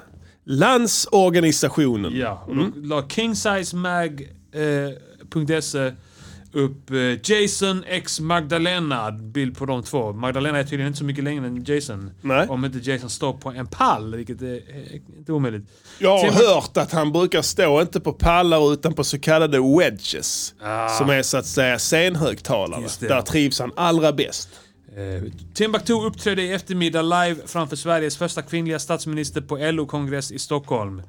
Speaker 2: Landsorganisationen.
Speaker 1: Ja, och
Speaker 2: Mm.
Speaker 1: då la eh, kingsizemag.se eh, upp eh, Jason X Magdalena. Bild på de två. Magdalena är tydligen inte så mycket längre än Jason.
Speaker 2: Nej.
Speaker 1: Om inte Jason står på en pall, vilket är eh, inte omöjligt.
Speaker 2: Jag har
Speaker 1: Tim-
Speaker 2: hört att han brukar stå inte på pallar utan på så kallade wedges. Som är så att säga scenhögtalare.
Speaker 1: Ah. Just det.
Speaker 2: Där trivs han allra bäst.
Speaker 1: Eh, Timbuktu uppträdde i eftermiddag live framför Sveriges första kvinnliga statsminister på LO-kongress i Stockholm.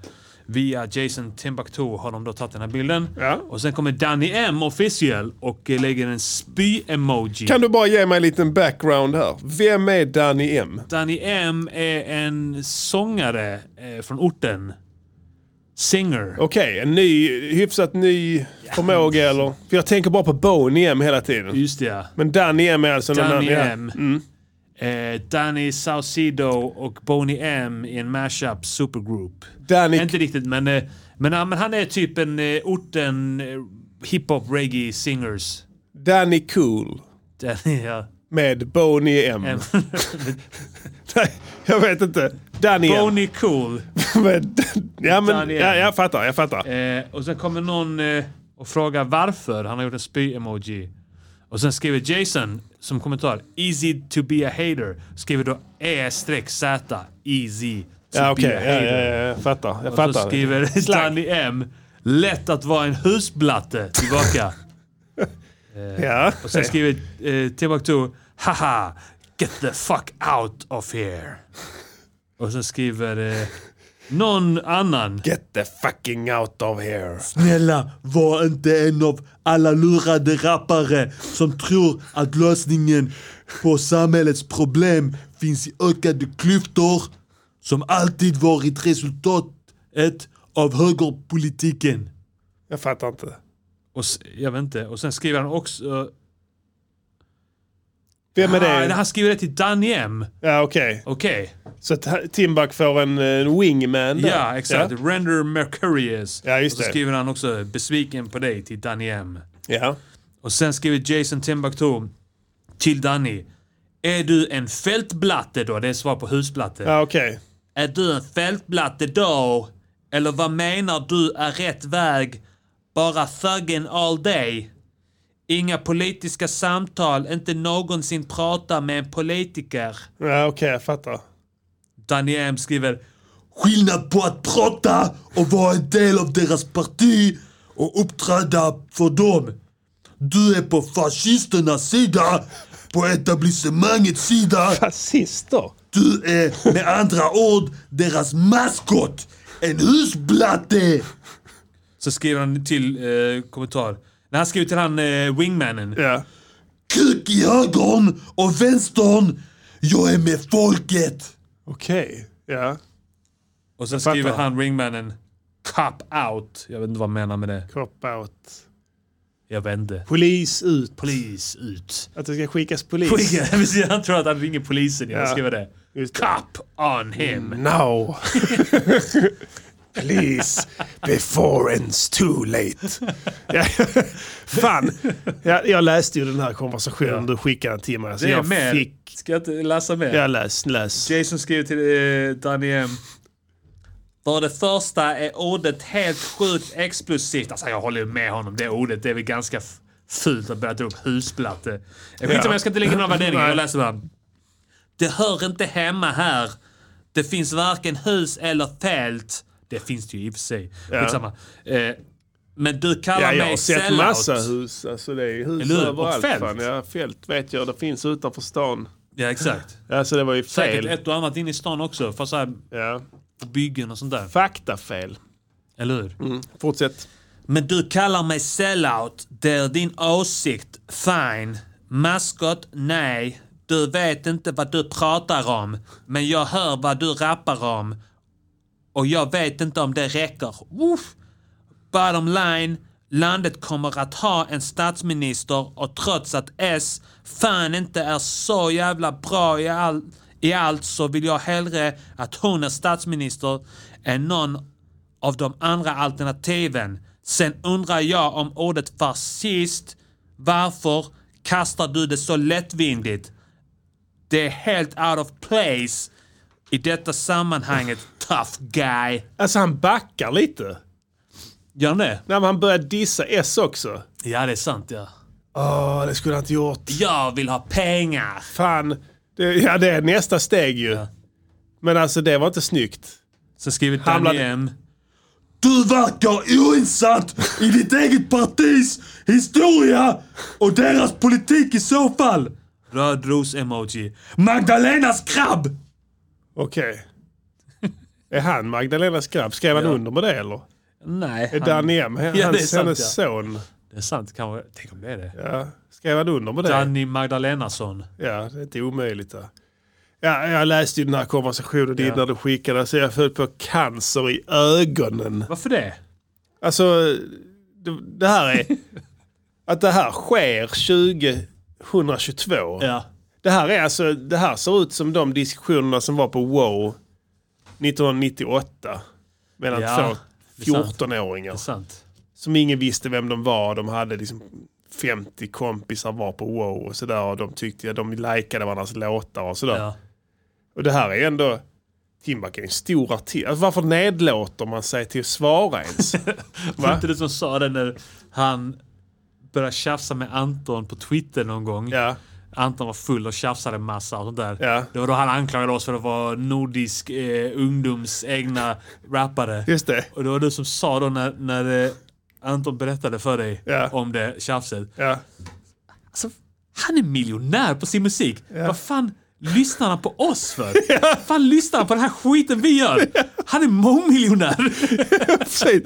Speaker 1: Via Jason Timbuktu har de då tagit den här bilden.
Speaker 2: Ja.
Speaker 1: Och sen kommer Danny M official och eh, lägger en spy-emoji.
Speaker 2: Kan du bara ge mig en liten background här? Vem är Danny M?
Speaker 1: Danny M är en sångare eh, från orten. Singer.
Speaker 2: Okej, en ny, hyfsat ny förmåga eller? För jag tänker bara på Boney M hela tiden.
Speaker 1: Just det, ja.
Speaker 2: Men Danny M är alltså någon
Speaker 1: Danny
Speaker 2: annan. ja.
Speaker 1: M. Eh, Danny Saucedo och Boney M i en mashup supergroup.
Speaker 2: Danny
Speaker 1: Inte riktigt, men, eh, men, ja, men han är typ en eh, orten eh, hiphop reggae singers.
Speaker 2: Danny Cool
Speaker 1: Danny, ja.
Speaker 2: med Boney M.
Speaker 1: M.
Speaker 2: Nej, jag vet inte. Danny
Speaker 1: Boney Cool.
Speaker 2: M. Med, ja, men,
Speaker 1: Danny
Speaker 2: ja,
Speaker 1: M.
Speaker 2: jag fattar. Jag fattar.
Speaker 1: Eh, och sen kommer någon eh, och frågar varför han har gjort en spy-emoji. Och sen skriver Jason som kommentar, easy to be a hater, skriver då E-Z, easy to
Speaker 2: Ja, okej.
Speaker 1: be a hater.
Speaker 2: Ja, ja, ja, jag fattar. Jag
Speaker 1: Och
Speaker 2: fattar.
Speaker 1: så skriver Stanley M, lätt att vara en husblatte tillbaka.
Speaker 2: ja.
Speaker 1: Och sen skriver eh, Timbuktu, haha, get the fuck out of here. Och sen skriver eh, någon annan,
Speaker 2: Get the fucking out of here.
Speaker 1: Snälla, var inte en av alla lurade rappare som tror att lösningen på samhällets problem finns i ökade klyftor som alltid varit resultatet av högerpolitiken.
Speaker 2: Jag fattar inte.
Speaker 1: Och, s- jag vet inte, och sen skriver han också...
Speaker 2: Vem är
Speaker 1: Ah, nej,
Speaker 2: det?
Speaker 1: han skriver det till Danny M.
Speaker 2: Ja, okej.
Speaker 1: Okej,
Speaker 2: Så t- Timbuk får en, en wingman där.
Speaker 1: ja exakt. Render Mercurius.
Speaker 2: Ja, just
Speaker 1: och så
Speaker 2: det.
Speaker 1: skriver han också besviken på dig till Danny M.
Speaker 2: Ja.
Speaker 1: Och sen skriver Jason Timbuktu till Danny. Är du en fältblatte då? Det är svar på husblatte.
Speaker 2: Ja, okej.
Speaker 1: Är du en fältblatte då? Eller vad menar du är rätt väg? Bara thuggen all day? Inga politiska samtal, inte någonsin prata med en politiker.
Speaker 2: Ja, okej. Jag fattar.
Speaker 1: Danny M skriver Skillnad på att prata och vara en del av deras parti och uppträda för dem. Du är på fascisternas sida, på etablissemangets sida.
Speaker 2: Fascister?
Speaker 1: Du är med andra ord deras maskot, en husblatte. Så skriver han till eh, kommentar. När han skriver till han eh, wingmannen.
Speaker 2: Ja.
Speaker 1: Kuk i högern och vänstern. Jag är med folket.
Speaker 2: Okej. Ja.
Speaker 1: Och sen
Speaker 2: fattar.
Speaker 1: skriver han ringmannen Cop out. Jag vet inte vad han menar med det.
Speaker 2: Cop out.
Speaker 1: Jag vet inte.
Speaker 2: Polis ut.
Speaker 1: Polis ut.
Speaker 2: Att det ska skickas polis.
Speaker 1: han tror att han ringer polisen. Jag
Speaker 2: Ja. Mm.
Speaker 1: skriver det.
Speaker 2: Just det.
Speaker 1: Cop on him.
Speaker 2: Now. Please. Before it's too late. Ja, Fan. Jag, jag läste ju den här konversationen du skickade till mig. Så
Speaker 1: Det är
Speaker 2: jag
Speaker 1: mer.
Speaker 2: fick...
Speaker 1: Ska jag inte läsa mer?
Speaker 2: Jag läs, läs.
Speaker 1: Jason skriver till eh, Danny M. För det första är ordet helt sjukt explosivt. Alltså jag håller ju med honom. Det ordet det är väl ganska f- fult att börja dra upp husplatte. Jag skiter
Speaker 2: Ja.
Speaker 1: ja. jag ska inte lägga några värderingar.
Speaker 2: Nej.
Speaker 1: Jag läser bara. Det hör inte hemma här. Det finns varken hus eller fält. Det finns det ju i och för sig. Skitsamma. Eh, men du kallar
Speaker 2: Ja, jag har
Speaker 1: mig
Speaker 2: sett
Speaker 1: sellout.
Speaker 2: massa hus. Alltså det är hus
Speaker 1: Eller hur? Och
Speaker 2: överallt.
Speaker 1: fält.
Speaker 2: Fan. Ja, fält vet jag. Det finns utanför stan.
Speaker 1: Ja, exakt.
Speaker 2: Alltså det var ju
Speaker 1: Säkert
Speaker 2: fel.
Speaker 1: ett och annat inne i stan också. Fast så här,
Speaker 2: Ja.
Speaker 1: på byggen och sånt där.
Speaker 2: Faktafel.
Speaker 1: Eller hur?
Speaker 2: Fortsätt.
Speaker 1: Men du kallar mig sellout. Det är din åsikt. Fine. Maskot? Nej. Du vet inte vad du pratar om. Men jag hör vad du rappar om. Och jag vet inte om det räcker. Woof. Bottom line. Landet kommer att ha en statsminister och trots att S fan inte är så jävla bra i, all, i allt så vill jag hellre att hon är statsminister än någon av de andra alternativen. Sen undrar jag om ordet fascist, varför kastar du det så lättvindigt? Det är helt out of place i detta sammanhanget, tough guy.
Speaker 2: Alltså han backar lite.
Speaker 1: Gör han det?
Speaker 2: När han börjar dissa S också.
Speaker 1: Ja, det är sant ja.
Speaker 2: Åh, det skulle han inte gjort.
Speaker 1: Jag vill ha pengar.
Speaker 2: Fan. Det, ja, det är nästa steg ju. Men alltså det var inte snyggt.
Speaker 1: Så skriver
Speaker 2: Hamlade-
Speaker 1: Danny M. Du verkar oinsatt i ditt eget partis historia och deras politik i så fall. Rödros-emoji. Magdalenas krabb!
Speaker 2: Okej. Är han Magdalenas grabb? Skrev han under med det eller?
Speaker 1: Nej.
Speaker 2: Är Danny M
Speaker 1: det är
Speaker 2: hans,
Speaker 1: sant,
Speaker 2: hennes
Speaker 1: ja.
Speaker 2: son?
Speaker 1: Det är sant kanske. Tänk om det är det.
Speaker 2: Ja. Skrev han under med det?
Speaker 1: Danny Magdalenason.
Speaker 2: Ja, det är inte omöjligt. Då. Ja, jag läste ju den här konversationen innan du skickade så jag föll på cancer i ögonen.
Speaker 1: Varför det?
Speaker 2: Alltså, det, det här är... att det här sker 2022.
Speaker 1: Ja.
Speaker 2: Det här är alltså, det här ser ut som de diskussionerna som var på WoW 1998. Mellan
Speaker 1: Ja, det
Speaker 2: två
Speaker 1: är sant.
Speaker 2: 14-åringar.
Speaker 1: Det är sant.
Speaker 2: Som ingen visste vem de var. De hade liksom 50 kompisar var på WoW och sådär. Och de tyckte, de likade varandras låtar och sådär.
Speaker 1: Ja.
Speaker 2: Och det här är ändå, Timbuk är en stor artist. Alltså, varför nedlåter man sig till att svara ens?
Speaker 1: Var inte det som sa det när han började tjafsa med Anton på Twitter någon gång.
Speaker 2: Ja.
Speaker 1: Anton var full och tjafsade massa och sånt där.
Speaker 2: Ja.
Speaker 1: Det var då han anklagade oss för att vara nordisk eh, ungdoms egna rappare.
Speaker 2: Just det.
Speaker 1: Och det var du som sa då när, när eh, Anton berättade för dig
Speaker 2: Ja.
Speaker 1: om det tjafset.
Speaker 2: Ja.
Speaker 1: Alltså, han är miljonär på sin musik. Vad fan lyssnar han på oss för? Vad fan lyssnar han på den här skiten vi gör? Han är mångmiljonär.
Speaker 2: Precis.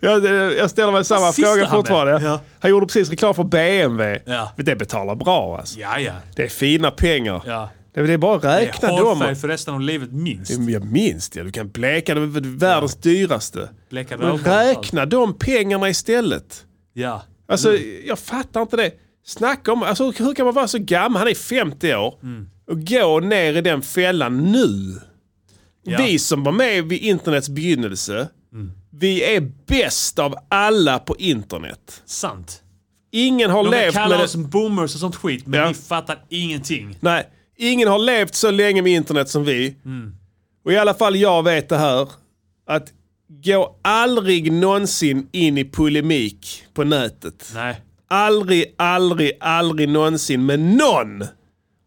Speaker 2: Jag, jag ställer mig samma
Speaker 1: Sista
Speaker 2: fråga
Speaker 1: han med.
Speaker 2: fortfarande.
Speaker 1: Ja.
Speaker 2: Han gjorde precis reklam för BMW.
Speaker 1: Ja.
Speaker 2: Men det betalar bra alltså.
Speaker 1: ja, ja.
Speaker 2: Det är fina pengar.
Speaker 1: Ja.
Speaker 2: Det, det är bara att
Speaker 1: Det
Speaker 2: räkna
Speaker 1: är
Speaker 2: dem. Mm.
Speaker 1: hårfärg för resten av livet minst.
Speaker 2: Jag minns det. Du kan bleka dem. Det är Världens dyraste.
Speaker 1: Bleka
Speaker 2: Men
Speaker 1: rövhål och allt.
Speaker 2: räkna de pengarna istället.
Speaker 1: Ja.
Speaker 2: Alltså,
Speaker 1: Mm.
Speaker 2: jag fattar inte det. Snacka om... Alltså, hur kan man vara så gammal? Han är 50 år.
Speaker 1: Mm.
Speaker 2: Och gå ner i den fällan nu.
Speaker 1: Ja. Mm.
Speaker 2: Vi som var med vid internets begynnelse, vi är bäst av alla på internet.
Speaker 1: Sant.
Speaker 2: Ingen har
Speaker 1: De
Speaker 2: levt med
Speaker 1: kallar
Speaker 2: det.
Speaker 1: oss boomers och sånt skit, men
Speaker 2: Ja.
Speaker 1: vi fattar ingenting.
Speaker 2: Nej, ingen har levt så länge med internet som vi.
Speaker 1: Mm.
Speaker 2: Och i alla fall jag vet det här. Att gå aldrig någonsin in i polemik på nätet.
Speaker 1: Nej.
Speaker 2: Aldrig, aldrig, aldrig någonsin med någon.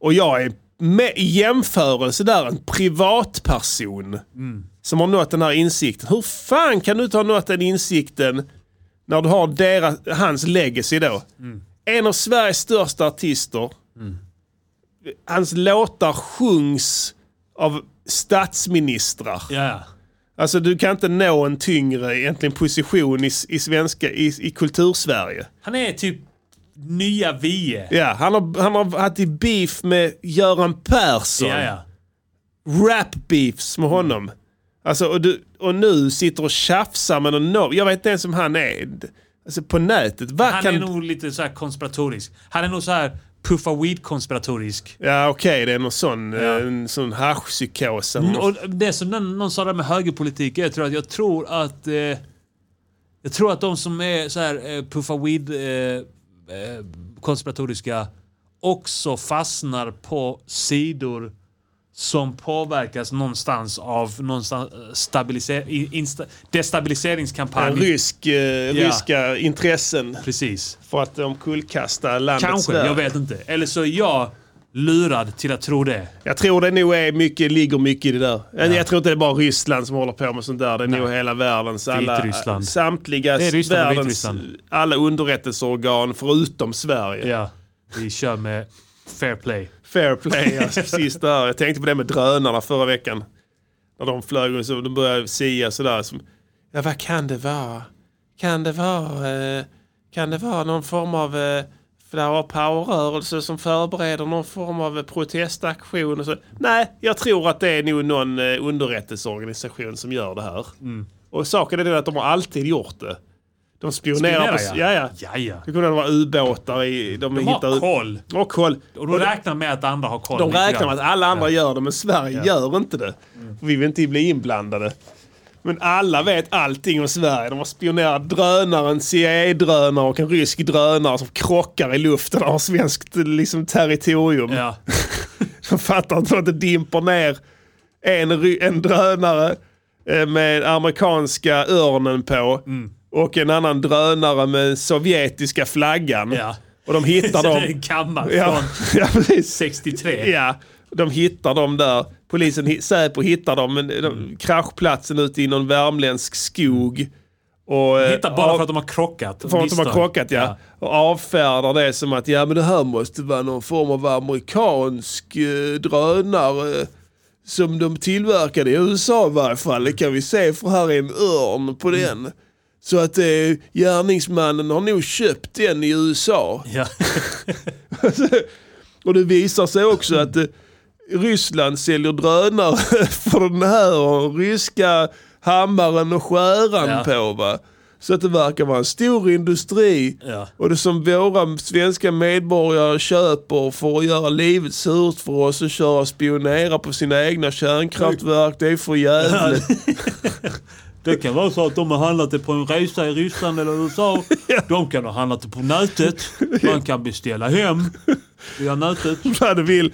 Speaker 2: Och jag är med, i jämförelse där en privatperson som har nått den här insikten. Hur fan kan du inte ha nått den insikten när du har deras, hans legacy då? En av Sveriges största artister. Hans låtar sjungs av statsministrar.
Speaker 1: Ja, ja.
Speaker 2: Alltså du kan inte nå en tyngre egentligen position i, s- i, svenska, i, i kultursverige.
Speaker 1: Han är typ nya E. Vie.
Speaker 2: Ja, han har, han har haft i beef med Göran Persson.
Speaker 1: Ja, ja.
Speaker 2: Rap-beefs med honom. Alltså, och, du, och nu sitter och tjafsar med någon norr. Jag vet inte ens om han är d- alltså, på nätet. Vad
Speaker 1: Han
Speaker 2: kan...
Speaker 1: är nog lite så här konspiratorisk. Han är nog så här puffa weed-konspiratorisk.
Speaker 2: Ja, okej, det är någon sån, eh, en sån haschpsykos. eller något.
Speaker 1: Och det som någon, någon sa där med högerpolitik, jag tror att jag tror att eh, jag tror att de som är så här eh, puffa weed eh, eh, konspiratoriska också fastnar på sidor som påverkas någonstans av någonstans eh, stabiliser- i- insta-
Speaker 2: En
Speaker 1: destabiliseringskampanj.
Speaker 2: rysk, eh, Ryska intressen
Speaker 1: Precis.
Speaker 2: för att de kullkastar landet
Speaker 1: Kanske,
Speaker 2: Sverige.
Speaker 1: jag vet inte. Eller så är jag lurad till att tro det.
Speaker 2: Jag tror det nog är mycket, ligger mycket i det där. Jag tror inte det är bara Ryssland som håller på med sånt där. Det är nog hela världens alla,
Speaker 1: Vitryssland.
Speaker 2: samtliga
Speaker 1: Det är Ryssland och
Speaker 2: världens,
Speaker 1: Vitryssland.
Speaker 2: alla underrättelseorgan förutom Sverige.
Speaker 1: Ja. Vi kör med fair play.
Speaker 2: Fair play, alltså, precis där. Jag tänkte på det med drönarna förra veckan. När de flög och så de började sia sådär. Som, ja, vad kan det vara? Kan det vara, eh, kan det vara någon form av eh, flower power-rörelse som förbereder någon form av eh, protestaktion? Och så. Nej, jag tror att det är nog någon eh, underrättelseorganisation som gör det här.
Speaker 1: Mm.
Speaker 2: Och saken är den att de har alltid gjort det. De spionerar,
Speaker 1: Spionerar,
Speaker 2: på...
Speaker 1: ja.
Speaker 2: Ja, ja.
Speaker 1: Ja, ja.
Speaker 2: Det kunde vara ubåtar i... De,
Speaker 1: De har
Speaker 2: hittar ut-
Speaker 1: koll.
Speaker 2: De har koll.
Speaker 1: Och de räknar med att andra har koll.
Speaker 2: De
Speaker 1: lite
Speaker 2: räknar
Speaker 1: grann.
Speaker 2: med att alla andra gör det, men Sverige
Speaker 1: Ja. Mm.
Speaker 2: gör inte det. För vi vill inte bli inblandade. Men alla vet allting om Sverige. De har spionerat drönare, en CIA-drönare och en rysk drönare som krockar i luften och har svenskt liksom, territorium.
Speaker 1: Ja.
Speaker 2: De fattar inte att det dimper ner en, ry- en drönare eh, med amerikanska örnen på
Speaker 1: Mm.
Speaker 2: och en annan drönare med sovjetiska flaggan.
Speaker 1: Ja.
Speaker 2: Och de
Speaker 1: Så
Speaker 2: hittar
Speaker 1: det är
Speaker 2: dem.
Speaker 1: en kammare
Speaker 2: Ja,
Speaker 1: från
Speaker 2: ja, precis.
Speaker 1: 63.
Speaker 2: Ja, de hittar dem där. Polisen, hi- Säpo hittar dem, men
Speaker 1: Mm.
Speaker 2: de, kraschplatsen ute i någon värmländsk skog. Och, eh,
Speaker 1: Hittar bara
Speaker 2: av-
Speaker 1: för att de har krockat.
Speaker 2: för att de har
Speaker 1: Misstag.
Speaker 2: krockat, ja. Och avfärdar det som att ja, men det här måste vara någon form av amerikansk eh, drönare eh, som de tillverkade i USA i varje fall. Det kan vi se för här är en örn på
Speaker 1: Mm.
Speaker 2: den. Så att eh, gärningsmannen har nog köpt den i USA.
Speaker 1: Ja.
Speaker 2: Och det visar sig också att eh, Ryssland säljer drönare för den här och ryska hammaren och skäran
Speaker 1: Ja.
Speaker 2: på. Va? Så att det verkar vara en stor industri.
Speaker 1: Ja.
Speaker 2: Och det som våra svenska medborgare köper för att göra livet surt för oss och köra och spionera på sina egna kärnkraftverk, det är för jävligt.
Speaker 1: Det kan vara så att de har handlat det på en resa i Ryssland eller USA. De kan ha handlat det på nätet. Man kan beställa hem via nätet.
Speaker 2: vad du vill.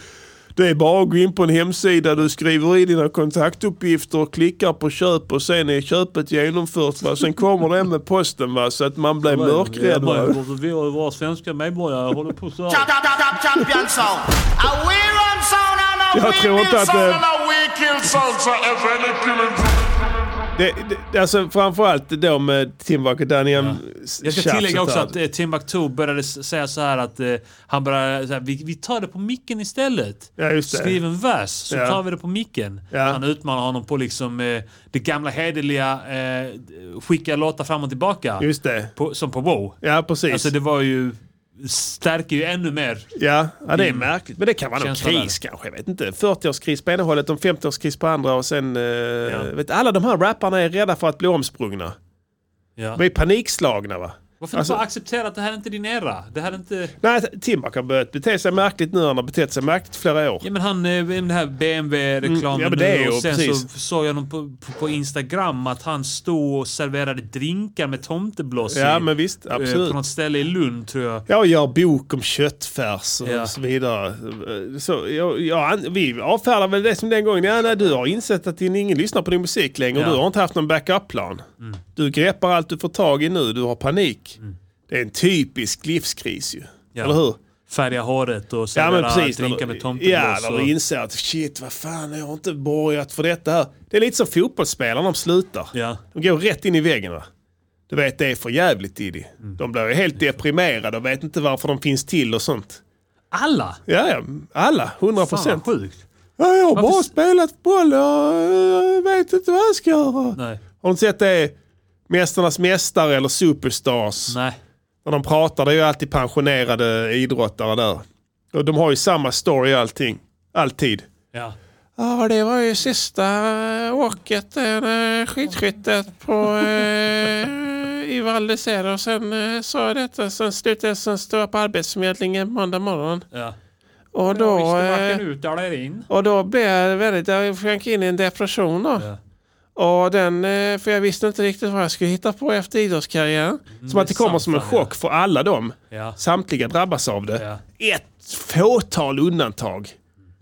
Speaker 2: Det är bara att gå in på en hemsida, du skriver i dina kontaktuppgifter, klickar på köp och sen är köpet genomfört. Va? Sen kommer det med posten va? så att man blir mörkrädd.
Speaker 8: Ja,
Speaker 2: Va?
Speaker 8: men Vi har ju våra svenska medborgare håller på så här.
Speaker 9: Champion song. A we run sound and a
Speaker 2: Jag
Speaker 9: we
Speaker 2: tror inte
Speaker 9: build
Speaker 2: att
Speaker 9: sound
Speaker 2: det-
Speaker 9: and a we kill sound. So if any killing
Speaker 2: Det, det, alltså framförallt då med Timbuk och Daniel.
Speaker 1: Jag ska tillägga också att eh, Tim Bakto började s- säga så här att eh, han började så här, vi, vi tar det på micken istället.
Speaker 2: Ja, just det.
Speaker 1: Skriv en vers så
Speaker 2: Ja.
Speaker 1: tar vi det på micken.
Speaker 2: Ja.
Speaker 1: Han utmanar honom på liksom eh, det gamla hederliga eh, skicka låtar fram och tillbaka.
Speaker 2: Just det.
Speaker 1: På, som på Wow.
Speaker 2: Ja, precis.
Speaker 1: Alltså det var ju, stärker ju ännu mer.
Speaker 2: Ja, ja, det är
Speaker 1: Mm.
Speaker 2: märkligt. Men det kan vara någon
Speaker 1: Känslan
Speaker 2: kris kanske. Jag vet inte. 40-årskris på ena hållet, de 50-årskris på andra och sen... Eh, vet, alla de här rapparna är rädda för att bli omsprungna.
Speaker 1: Ja.
Speaker 2: De är panikslagna va?
Speaker 1: Varför
Speaker 2: Alltså-
Speaker 1: inte bara acceptera att det här är inte din era? Det här är inte...
Speaker 2: Nej, Timbuk har börjat bete sig märkligt nu. Han har betett sig märkligt flera år.
Speaker 1: Ja men han, eh, den här BMW-reklamen
Speaker 2: Mm, ja, men det är
Speaker 1: nu,
Speaker 2: ju-
Speaker 1: och sen så
Speaker 2: precis.
Speaker 1: såg jag honom på, på, på Instagram att han stod och serverade drinkar med tomtebloss i,
Speaker 2: Ja, men visst.
Speaker 1: eh,
Speaker 2: Absolut.
Speaker 1: på något ställe i Lund tror jag.
Speaker 2: Jag gör bok om köttfärs och
Speaker 1: Ja.
Speaker 2: så vidare. Så jag, jag, an- vi avfärdar väl det som den gången. Ja, nej, du har insett att din, ingen lyssnar på din musik längre.
Speaker 1: Ja. Mm.
Speaker 2: Du har inte haft någon backup-plan. Du greppar allt du får tag i nu. Du har panik. Det är en typisk livskris ju.
Speaker 1: Ja.
Speaker 2: Eller hur?
Speaker 1: Färga håret och
Speaker 2: Ja,
Speaker 1: servera
Speaker 2: men precis.
Speaker 1: drinkar
Speaker 2: När du-
Speaker 1: med tomtebloss.
Speaker 2: ja, när
Speaker 1: och,
Speaker 2: du inser att shit, vad fan, jag har inte borgat för detta här. Det är lite som fotbollsspelarna, de slutar.
Speaker 1: ja.
Speaker 2: De går rätt in i väggen. Va? Du vet, det är för jävligt Diddy.
Speaker 1: Mm.
Speaker 2: De blir ju helt deprimerade och vet inte varför de finns till och sånt.
Speaker 1: Alla!
Speaker 2: Ja, ja. Alla. 100
Speaker 1: Fan
Speaker 2: procent.
Speaker 1: vad sjukt.
Speaker 2: Ja, jag har
Speaker 1: Varför
Speaker 2: bara
Speaker 1: s-
Speaker 2: spelat boll och jag vet inte vad jag ska göra.
Speaker 1: Nej.
Speaker 2: Har du sett det? Mästarnas mästare eller Superstars.
Speaker 1: Nej.
Speaker 2: När de pratar, det är ju alltid pensionerade idrottare där. Och de har ju samma story och allting. Alltid.
Speaker 1: Ja.
Speaker 2: Ja, det var ju sista åket, eh, skidskyttet på, eh, i Val d'Isère. Och sen eh, sa jag detta, sen slutade jag, sen stod jag på Arbetsförmedlingen måndag morgon.
Speaker 1: Ja.
Speaker 2: Och då,
Speaker 1: Visste
Speaker 2: eh,
Speaker 1: varken ut eller in.
Speaker 2: och då blev jag väldigt, jag sjönk in i en depression då. Och den, eh, för jag visste inte riktigt vad jag skulle hitta på efter idrottskarriären. som att det kommer
Speaker 1: sant,
Speaker 2: som en
Speaker 1: fan, ja.
Speaker 2: chock för alla dem.
Speaker 1: Ja.
Speaker 2: Samtliga drabbas av det
Speaker 1: Ja.
Speaker 2: ett fåtal undantag.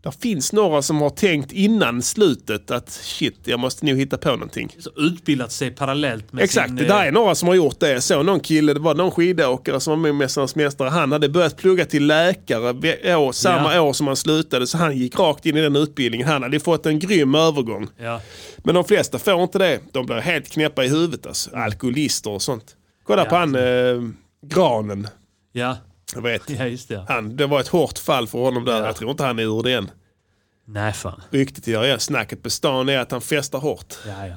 Speaker 2: Det finns några som har tänkt innan slutet att shit, jag måste nog hitta på någonting.
Speaker 1: Så utbildat sig parallellt med
Speaker 2: Exakt,
Speaker 1: sin...
Speaker 2: det där
Speaker 1: eh,
Speaker 2: är några som har gjort det. Jag såg någon kille, det var någon skidåkare som var med i Mästarnas Mästare. Han hade börjat plugga till läkare ve- år, samma
Speaker 1: Ja.
Speaker 2: år som han slutade, så han gick rakt in i den utbildningen. Han hade ju fått en grym övergång.
Speaker 1: Ja.
Speaker 2: Men de flesta får inte det. De blir helt knäppa i huvudet. Alltså. Alkoholister och sånt. Kolla
Speaker 1: Ja. alltså.
Speaker 2: på han, eh, Granen.
Speaker 1: Ja.
Speaker 2: Jag vet.
Speaker 1: ja, just det.
Speaker 2: Han, det var ett hårt fall för honom där. Jag tror inte han är ur det än.
Speaker 1: Nej fan.
Speaker 2: ryktet gör igen. Snacket på stan är att han festar hårt.
Speaker 1: Ja, ja.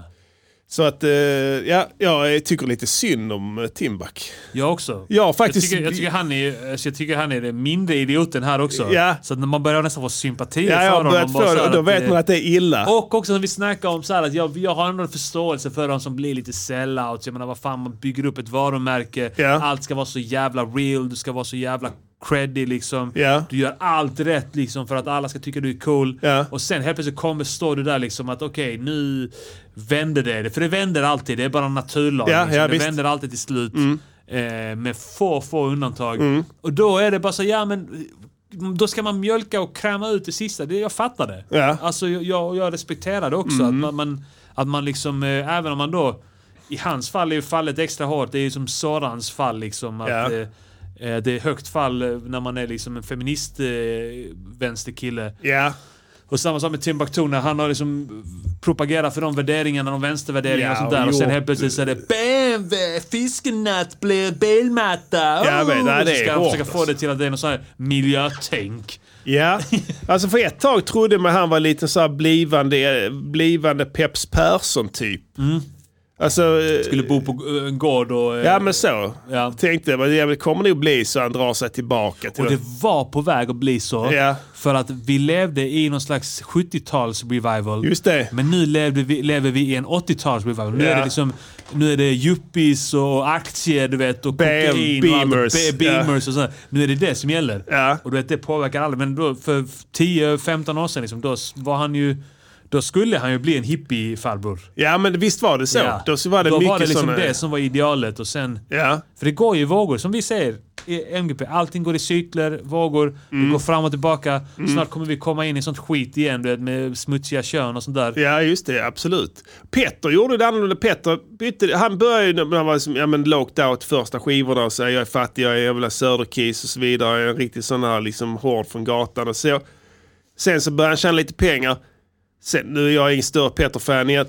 Speaker 2: Så att, eh, ja, jag tycker lite synd om eh, Timbuk.
Speaker 1: Jag också.
Speaker 2: Ja, faktiskt.
Speaker 1: Jag tycker, jag tycker, han, är, alltså jag tycker han är den mindre idioten här också.
Speaker 2: Ja.
Speaker 1: Så att när man börjar nästan få sympati
Speaker 2: Ja, jag
Speaker 1: för
Speaker 2: har
Speaker 1: honom.
Speaker 2: börjat
Speaker 1: man bara
Speaker 2: få
Speaker 1: så
Speaker 2: det
Speaker 1: här
Speaker 2: och då vet
Speaker 1: eh,
Speaker 2: man att det är illa.
Speaker 1: Och också som vi snackar om så här att jag, jag har ändå förståelse för de som blir lite sellouts. Jag menar vad fan man bygger upp ett varumärke.
Speaker 2: Ja.
Speaker 1: Allt ska vara så jävla real. Du ska vara så jävla creddy liksom.
Speaker 2: Ja.
Speaker 1: Du gör allt rätt liksom för att alla ska tycka du är cool.
Speaker 2: Ja.
Speaker 1: Och sen helt plötsligt kommer, står du där liksom att okej nu vänder det. det. För det vänder alltid. Det är bara en naturlag.
Speaker 2: Ja,
Speaker 1: liksom.
Speaker 2: ja,
Speaker 1: det
Speaker 2: visst.
Speaker 1: vänder alltid till slut.
Speaker 2: Mm.
Speaker 1: Eh, med få, få undantag. Och då är det bara så ja men då ska man mjölka och kräma ut det sista. Det, jag fattar det.
Speaker 2: Ja. Mm.
Speaker 1: Alltså, jag- jag, jag respekterar det också. Att, man, man, att man liksom, eh, även om man då, i hans fall är ju fallet extra hårt. Det är ju som Sorans fall liksom. Att,
Speaker 2: Ja.
Speaker 1: eh, eh, det är högt fall eh, när man är liksom en feminist eh, vänsterkille.
Speaker 2: Ja,
Speaker 1: Och samma sak med Tim Bakhtuna. Han har liksom propagerat för de värderingarna, de vänstervärderingarna
Speaker 2: Ja,
Speaker 1: och sånt där. Och sen
Speaker 2: jo.
Speaker 1: helt plötsligt så är det BMW, fiskenät blir bilmatta.
Speaker 2: jag vet. Nej, det
Speaker 1: så
Speaker 2: är
Speaker 1: ska han
Speaker 2: hårt
Speaker 1: försöka få
Speaker 2: alltså.
Speaker 1: det till att det är något sånt här miljötänk.
Speaker 2: ja. Alltså för ett tag trodde man han var lite så här blivande, blivande Peps Persson typ. Alltså, eh,
Speaker 1: Mm. Skulle bo på eh, en gård och... eh,
Speaker 2: ja men så.
Speaker 1: Ja.
Speaker 2: Tänkte jag, men det kommer nog bli så han drar sig tillbaka. Till
Speaker 1: Och det var på väg att bli så.
Speaker 2: Ja.
Speaker 1: För att vi levde i någon slags 70-tals revival.
Speaker 2: Just det.
Speaker 1: Men nu levde vi, lever vi i en 80-tals revival. Nu,
Speaker 2: Ja.
Speaker 1: är det liksom, nu är det yuppies och aktier du vet, och
Speaker 2: Bam,
Speaker 1: kokain och allt.
Speaker 2: beamers.
Speaker 1: Be- beamers och sådär. Nu är det det som gäller.
Speaker 2: Ja.
Speaker 1: Och du vet, det påverkar alla. Men då, för 10-15 år sedan liksom, då var han ju... Då skulle han ju bli en hippie-farbror.
Speaker 2: Ja, men visst var det så.
Speaker 1: Ja.
Speaker 2: Då så var det
Speaker 1: Då
Speaker 2: mycket
Speaker 1: var det liksom
Speaker 2: såna-
Speaker 1: det som var idealet och sen...
Speaker 2: Ja.
Speaker 1: För det går ju i vågor, som vi säger i MGP. Allting går i cykler, vågor,
Speaker 2: Mm.
Speaker 1: det går fram och tillbaka. Snart kommer vi komma in i sånt skit igen du vet, med smutsiga kön och sånt där.
Speaker 2: Ja, just det. Absolut. Petter gjorde det annorlunda. Petter bytte, han började ju när han var som, ja, men, locked out första skivorna och säger jag är fattig, jag är jävla söderkis och så vidare. Jag är en riktig sån här liksom hård från gatan och så. Sen så började han tjäna lite pengar. Sen, nu är jag ingen större Petter-fan igen.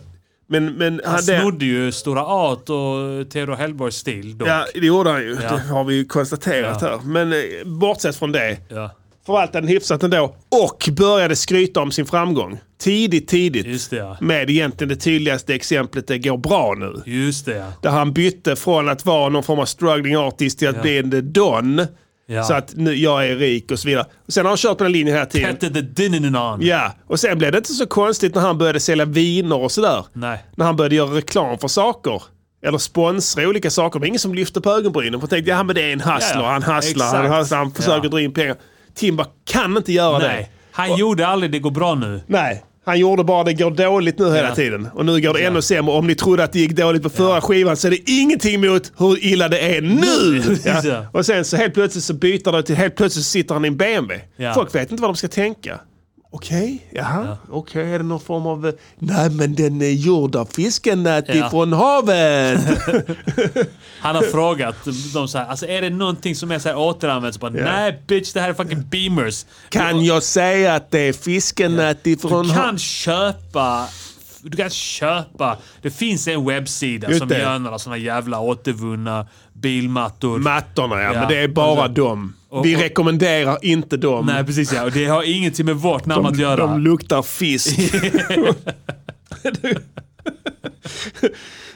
Speaker 2: Men, men
Speaker 1: Han
Speaker 2: det-
Speaker 1: snodde ju Stora At och Theodor Hellborgs stil då.
Speaker 2: Ja, det gjorde han ju.
Speaker 1: Ja.
Speaker 2: Det har vi ju konstaterat
Speaker 1: Ja.
Speaker 2: här. Men eh, bortsett från det.
Speaker 1: Ja,
Speaker 2: Förvaltade den hyfsat ändå. Och började skryta om sin framgång. Tidigt, tidigt.
Speaker 1: Just det, ja.
Speaker 2: Med egentligen det tydligaste exemplet, det går bra nu.
Speaker 1: Just det ja.
Speaker 2: Där han bytte från att vara någon form av struggling artist till att bli en the don.
Speaker 1: Ja.
Speaker 2: Så att nu, jag är rik och så vidare. Och sen har han kört på den linjen hela tiden.
Speaker 1: Hette The Dinninan.
Speaker 2: Ja, och sen blev det inte så konstigt när han började sälja viner och sådär.
Speaker 1: Nej.
Speaker 2: När han började göra reklam för saker. Eller sponsra olika saker. Det var ingen som lyfte på ögonbrynen. För tänkte, ja men det är en hustler.
Speaker 1: Ja,
Speaker 2: han hustlar, han,
Speaker 1: exakt.
Speaker 2: hustlar, han försöker
Speaker 1: Ja.
Speaker 2: dra in pengar. Timber kan inte göra
Speaker 1: Nej.
Speaker 2: det.
Speaker 1: Han gjorde aldrig Det går bra nu.
Speaker 2: Nej. Han gjorde bara det går dåligt nu hela
Speaker 1: Ja.
Speaker 2: tiden. Och nu går det ännu sämre. Om ni trodde att det gick dåligt på förra skivan så är det ingenting mot hur illa det är nu!
Speaker 1: Ja.
Speaker 2: Ja. Och sen så helt plötsligt så byter det till helt plötsligt så sitter han i en BMW.
Speaker 1: Ja.
Speaker 2: Folk vet inte vad de ska tänka. Okej, jaha, okej, är det någon form av... eh, Nej men den är gjord av fiskenät
Speaker 1: Ja.
Speaker 2: ifrån havet!
Speaker 1: Han har frågat dem så här, alltså är det någonting som är så här återanvänt? Så bara,
Speaker 2: Ja.
Speaker 1: Nej bitch, det här är fucking beamers.
Speaker 2: kan jag säga att det är fiskenät ifrån
Speaker 1: Du
Speaker 2: havet?
Speaker 1: kan köpa... Du kan köpa... Det finns en webbsida
Speaker 2: Just
Speaker 1: som
Speaker 2: det.
Speaker 1: gör några såna jävla återvunna bilmattor.
Speaker 2: Mattorna ja,
Speaker 1: Ja.
Speaker 2: men det är bara
Speaker 1: Alltså-
Speaker 2: dem.
Speaker 1: och-
Speaker 2: Vi
Speaker 1: och-
Speaker 2: rekommenderar inte dem.
Speaker 1: Nej, precis ja. Och det har ingenting med vårt namn att göra.
Speaker 2: de luktar fisk.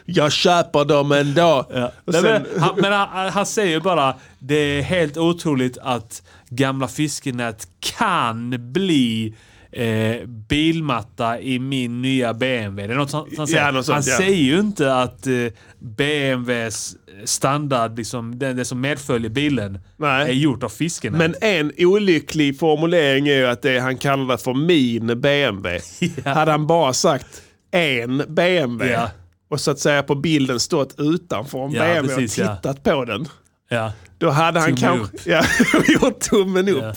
Speaker 2: jag köper dem ändå. Och
Speaker 1: Nej,
Speaker 2: sen,
Speaker 1: men han, men han, han säger ju bara det är helt otroligt att gamla fiskenät kan bli eh, bilmatta i min nya BMW. Det är något han, han säger.
Speaker 2: Ja, något sånt,
Speaker 1: han
Speaker 2: ja.
Speaker 1: säger ju inte att eh, BMWs standard, liksom, den, det som medföljer bilen,
Speaker 2: Nej.
Speaker 1: är gjort av fiskenät.
Speaker 2: men en olycklig formulering är ju att det han kallar det för min BMW. Hade han bara sagt en BMW
Speaker 1: Ja.
Speaker 2: och så att säga på bilden stått utanför en
Speaker 1: Ja,
Speaker 2: BMW
Speaker 1: precis,
Speaker 2: och
Speaker 1: ja.
Speaker 2: tittat på den.
Speaker 1: ja.
Speaker 2: Då hade han
Speaker 1: Tummen
Speaker 2: kanske...
Speaker 1: upp.
Speaker 2: Ja, gjort tummen upp.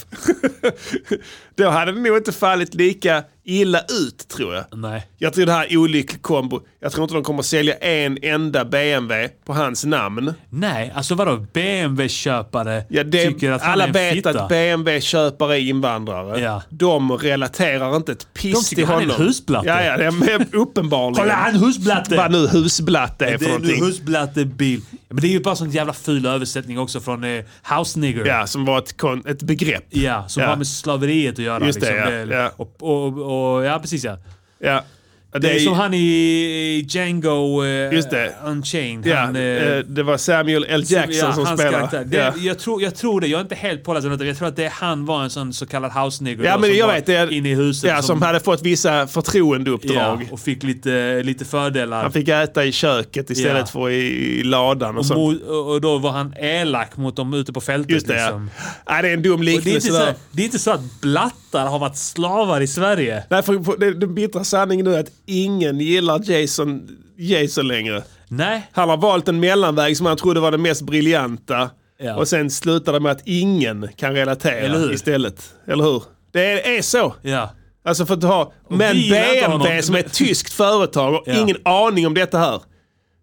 Speaker 2: Då hade det nog inte fallit lika illa ut tror jag.
Speaker 1: Nej.
Speaker 2: Jag tror det här är olycklig kombo. Jag tror inte de kommer sälja en enda BMW på hans namn.
Speaker 1: Nej, alltså vadå? BMW-köpare
Speaker 2: Ja, det,
Speaker 1: tycker att
Speaker 2: alla
Speaker 1: han är en
Speaker 2: vet
Speaker 1: fitta.
Speaker 2: att BMW-köpare är invandrare.
Speaker 1: Ja.
Speaker 2: De relaterar inte ett piss
Speaker 1: De tycker
Speaker 2: till
Speaker 1: han är
Speaker 2: honom.
Speaker 1: en husblatte.
Speaker 2: Ja, ja, det är men uppenbarligen.
Speaker 1: Kolla han husblatte!
Speaker 2: Vad nu husblatte är för
Speaker 1: Det är nu
Speaker 2: någonting.
Speaker 1: husblattebil. Ja, men det är ju bara sån jävla ful översättning också från eh, house nigger.
Speaker 2: Ja, som var ett, kon- ett begrepp.
Speaker 1: Ja, som
Speaker 2: Ja.
Speaker 1: har med slaveriet att göra.
Speaker 2: Just det,
Speaker 1: liksom.
Speaker 2: ja, ja.
Speaker 1: Och, och, och, ja, precis ja.
Speaker 2: Ja. Det,
Speaker 1: Det är som han i, i Django eh,
Speaker 2: Just det.
Speaker 1: Unchained.
Speaker 2: Ja,
Speaker 1: han, eh,
Speaker 2: eh, det var Samuel L. Jackson
Speaker 1: ja,
Speaker 2: som
Speaker 1: hans
Speaker 2: spelade.
Speaker 1: karaktär. Det,
Speaker 2: Ja.
Speaker 1: jag, tror, jag tror det. Jag är inte helt påläst om detta, men Jag tror att det, han var en sån så kallad house nigger.
Speaker 2: Ja,
Speaker 1: då,
Speaker 2: men
Speaker 1: som
Speaker 2: jag
Speaker 1: var
Speaker 2: vet. Det är,
Speaker 1: Inne i huset.
Speaker 2: ja, som, hade fått vissa
Speaker 1: ja,
Speaker 2: förtroendeuppdrag.
Speaker 1: och fick lite, lite fördelar.
Speaker 2: Han fick äta i köket istället
Speaker 1: Ja.
Speaker 2: för i, i ladan och
Speaker 1: och,
Speaker 2: så.
Speaker 1: mo- och då var han elak mot dem ute på fältet.
Speaker 2: Just det,
Speaker 1: liksom.
Speaker 2: ja. Nej, det är en dum
Speaker 1: Och det, är inte
Speaker 2: liknelse
Speaker 1: så,
Speaker 2: där.
Speaker 1: här- det är inte så att blattar har varit slavar i Sverige.
Speaker 2: Nej, för, för, det- den bittra sanningen nu är att ingen gillar Jason, Jason längre.
Speaker 1: Nej.
Speaker 2: Han har valt en mellanväg som han trodde var den mest briljanta.
Speaker 1: Ja.
Speaker 2: Och sen slutar det med att ingen kan relatera
Speaker 1: Eller hur?
Speaker 2: istället. Eller hur? Det är, är så.
Speaker 1: Ja.
Speaker 2: Alltså för att ha... Men
Speaker 1: vi gillar inte
Speaker 2: BMW
Speaker 1: honom.
Speaker 2: som är ett tyskt företag och
Speaker 1: Ja.
Speaker 2: ingen aning om detta här.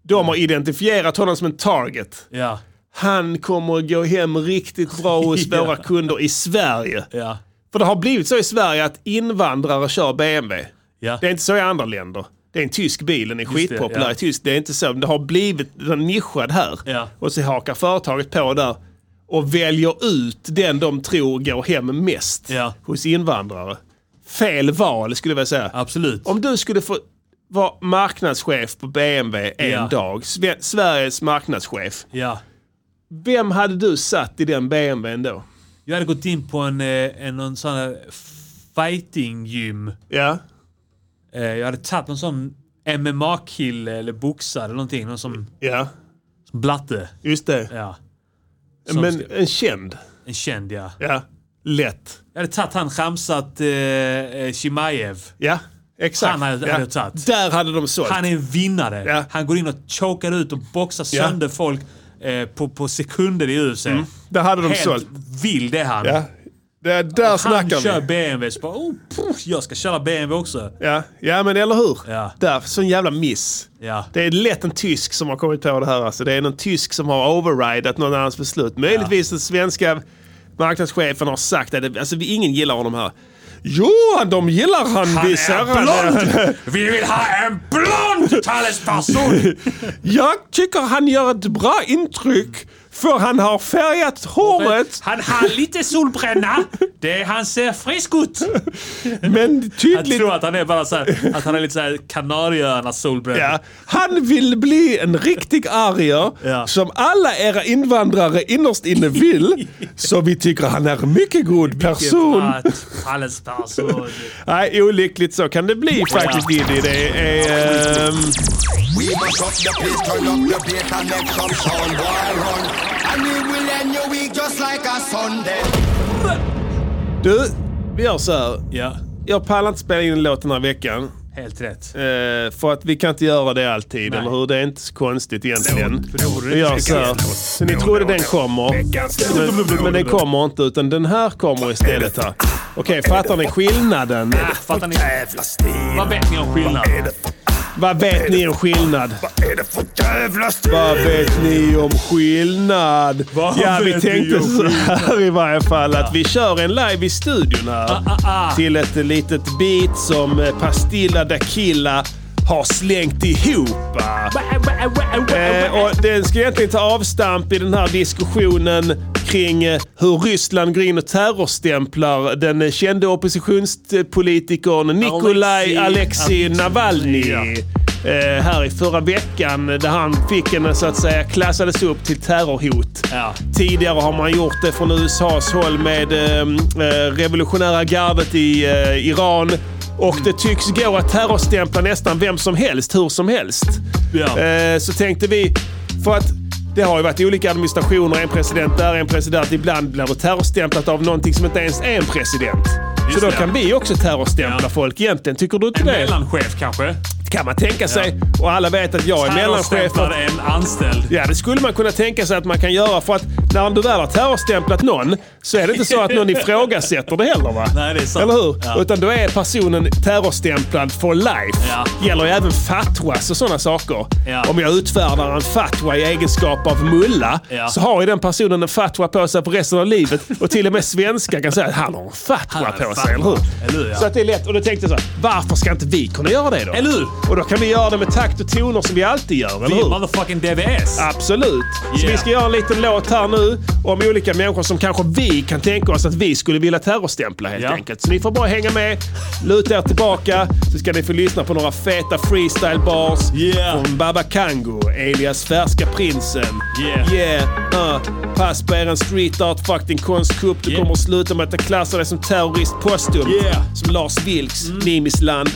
Speaker 2: De har identifierat honom som en target.
Speaker 1: Ja.
Speaker 2: Han kommer att gå hem riktigt bra hos
Speaker 1: Ja.
Speaker 2: våra kunder i Sverige.
Speaker 1: Ja.
Speaker 2: För det har blivit så i Sverige att invandrare kör BMW.
Speaker 1: Ja.
Speaker 2: Det är inte så i andra länder. Det är en tysk bil, den är
Speaker 1: det,
Speaker 2: skitpopulär
Speaker 1: ja.
Speaker 2: i Tyskland. Det är inte så, men det har blivit den är nischad här.
Speaker 1: Ja.
Speaker 2: Och så hakar företaget på där och väljer ut den de tror går hem mest
Speaker 1: Ja.
Speaker 2: hos invandrare. Fel val skulle jag vilja säga.
Speaker 1: Absolut.
Speaker 2: Om du skulle få vara marknadschef på BMW en
Speaker 1: Ja.
Speaker 2: dag, Sve- Sveriges marknadschef.
Speaker 1: Ja.
Speaker 2: Vem hade du satt i den BMWn då?
Speaker 1: Jag hade gått in på en, eh, en någon sån här fighting-gym.
Speaker 2: Ja.
Speaker 1: Eh, Jag hade tagit någon sån MMA-kille eller boxare eller någonting. Någon som,
Speaker 2: Ja,
Speaker 1: som blatte.
Speaker 2: just det.
Speaker 1: Ja. Som
Speaker 2: Men
Speaker 1: ska-
Speaker 2: en känd.
Speaker 1: En känd ja.
Speaker 2: Ja. Lätt.
Speaker 1: Jag hade tagit han Khamzat eh, eh, Chimaev.
Speaker 2: Ja. Exakt.
Speaker 1: Han hade- hade tagit.
Speaker 2: Där hade de sålt.
Speaker 1: Han är en vinnare.
Speaker 2: Ja.
Speaker 1: Han går in och chokar ut och boxar
Speaker 2: Ja. Mm.
Speaker 1: sönder folk eh, på, på sekunder i UFC.
Speaker 2: Där hade de
Speaker 1: Helt
Speaker 2: sålt.
Speaker 1: vild är han.
Speaker 2: Ja. Det, där
Speaker 1: Han
Speaker 2: snackar
Speaker 1: kör
Speaker 2: vi.
Speaker 1: BMW, så bara, oh, pff, jag ska köra BMW också.
Speaker 2: Ja. ja, men eller hur?
Speaker 1: Ja.
Speaker 2: Där, sån jävla miss.
Speaker 1: Ja.
Speaker 2: Det är lätt en tysk som har kommit på det här. Alltså. Det är någon tysk som har overridat någon annans beslut. Möjligtvis den svenska marknadschefen har sagt att det- alltså, vi- ingen gillar honom här. Jo, de gillar han, han vissa.
Speaker 1: blond! Vi vill ha en blond talesperson!
Speaker 2: Jag tycker han gör ett bra intryck för han har färgat håret.
Speaker 1: Han har lite solbränna. Det, han ser frisk ut.
Speaker 2: Men
Speaker 1: Jag
Speaker 2: tydligt...
Speaker 1: tror att han är bara så här, att han är lite såhär Kanarieöarnas solbränna.
Speaker 2: Ja. Han vill bli en riktig arier
Speaker 1: Ja.
Speaker 2: som alla era invandrare innerst inne vill. Så vi tycker han är en mycket god person.
Speaker 1: Talesperson.
Speaker 2: Nej, olyckligt så kan det bli faktiskt Diddy. Det är... ehm,
Speaker 3: We must up the place, turn up the place and make some sound, boy, run. And we will end your week just like a Sunday.
Speaker 2: du, vi gör så här.
Speaker 1: Ja,
Speaker 2: Jag pallar inte spela in en låt den här veckan.
Speaker 1: helt rätt.
Speaker 2: Eh, för att vi kan inte göra det alltid, eller hur? Det är inte så konstigt egentligen. Vi gör så här. Så ni trodde den kommer, men, men den kommer inte. Utan den här kommer istället här. Okej, fattar ni skillnaden?
Speaker 1: Ah, fattar ni? Vad vet ni om skillnad?
Speaker 2: Vad vet ni om skillnad? Vad vet ni om skillnad?
Speaker 1: Vad
Speaker 2: ja, vi
Speaker 1: vet ni
Speaker 2: tänkte
Speaker 1: om
Speaker 2: så här i varje fall att vi kör en live i studion här.
Speaker 1: Ah,
Speaker 2: Till ett litet beat som eh, Pastilla Dakilla har slängt ihop. Eh, och den ska egentligen ta avstamp i den här diskussionen kring eh, hur Ryssland går in och terrorstämplar den eh, kände oppositionspolitikern
Speaker 1: Alexej
Speaker 2: Nikolaj Alexej Navalny. Eh, här i förra veckan där han fick en så att säga klassades upp till terrorhot.
Speaker 1: Ja.
Speaker 2: Tidigare har man gjort det från USAs håll med eh, eh, revolutionära gardet i eh, Iran. Och det tycks gå att terrorstämpla nästan vem som helst, hur som helst.
Speaker 1: Ja.
Speaker 2: Eh, så tänkte vi, för att det har ju varit olika administrationer, en president där, en president. Ibland blir det terrorstämplat av någonting som inte ens är en president.
Speaker 1: Just
Speaker 2: så då
Speaker 1: det.
Speaker 2: kan vi också terrorstämpla
Speaker 1: Ja.
Speaker 2: folk egentligen. Tycker du inte
Speaker 1: En
Speaker 2: det?
Speaker 1: mellanchef kanske?
Speaker 2: kan man tänka sig. Och alla vet att jag är mellanchef.
Speaker 1: Terrorstämplar en anställd.
Speaker 2: Ja, det skulle man kunna tänka sig att man kan göra för att när du väl har terrorstämplat någon så är det inte så att någon ifrågasätter det heller va?
Speaker 1: Nej, det är sant.
Speaker 2: Eller hur?
Speaker 1: Ja.
Speaker 2: Utan då är personen terrorstämplad for life.
Speaker 1: Ja.
Speaker 2: Gäller ju även fatwas och sådana saker.
Speaker 1: Ja.
Speaker 2: Om jag utfärdar en fatwa i egenskap av mulla
Speaker 1: Ja.
Speaker 2: så har ju den personen en fatwa på sig för resten av livet. Och till och med svenskar kan säga att han har en
Speaker 1: Han
Speaker 2: fatwa
Speaker 1: har en
Speaker 2: på
Speaker 1: fatwa.
Speaker 2: sig, eller hur?
Speaker 1: Eller hur, ja.
Speaker 2: Så att det är lätt. Och då tänkte jag så här, varför ska inte vi kunna göra det då?
Speaker 1: Eller hur?
Speaker 2: Och då kan vi göra det med takt och toner som vi alltid gör, eller
Speaker 1: Vi är
Speaker 2: hur?
Speaker 1: motherfucking DVS.
Speaker 2: Absolut. Så
Speaker 1: Yeah.
Speaker 2: vi ska göra en liten låt här nu om olika människor som kanske vi kan tänka oss att vi skulle vilja terrorstämpla helt
Speaker 1: Ja.
Speaker 2: enkelt. Så ni får bara hänga med, luta er tillbaka, så ska ni få lyssna på några feta freestyle-bars
Speaker 1: Yeah.
Speaker 2: från Baba Kango, alias Färska Prinsen.
Speaker 1: Yeah.
Speaker 2: yeah uh. Pass på er en street art fucking konstkupp. Det
Speaker 1: Yeah.
Speaker 2: kommer att sluta med att jag klassar dig som terrorist postum.
Speaker 1: Yeah. Mm.
Speaker 2: Som Lars Vilks, Nimisland.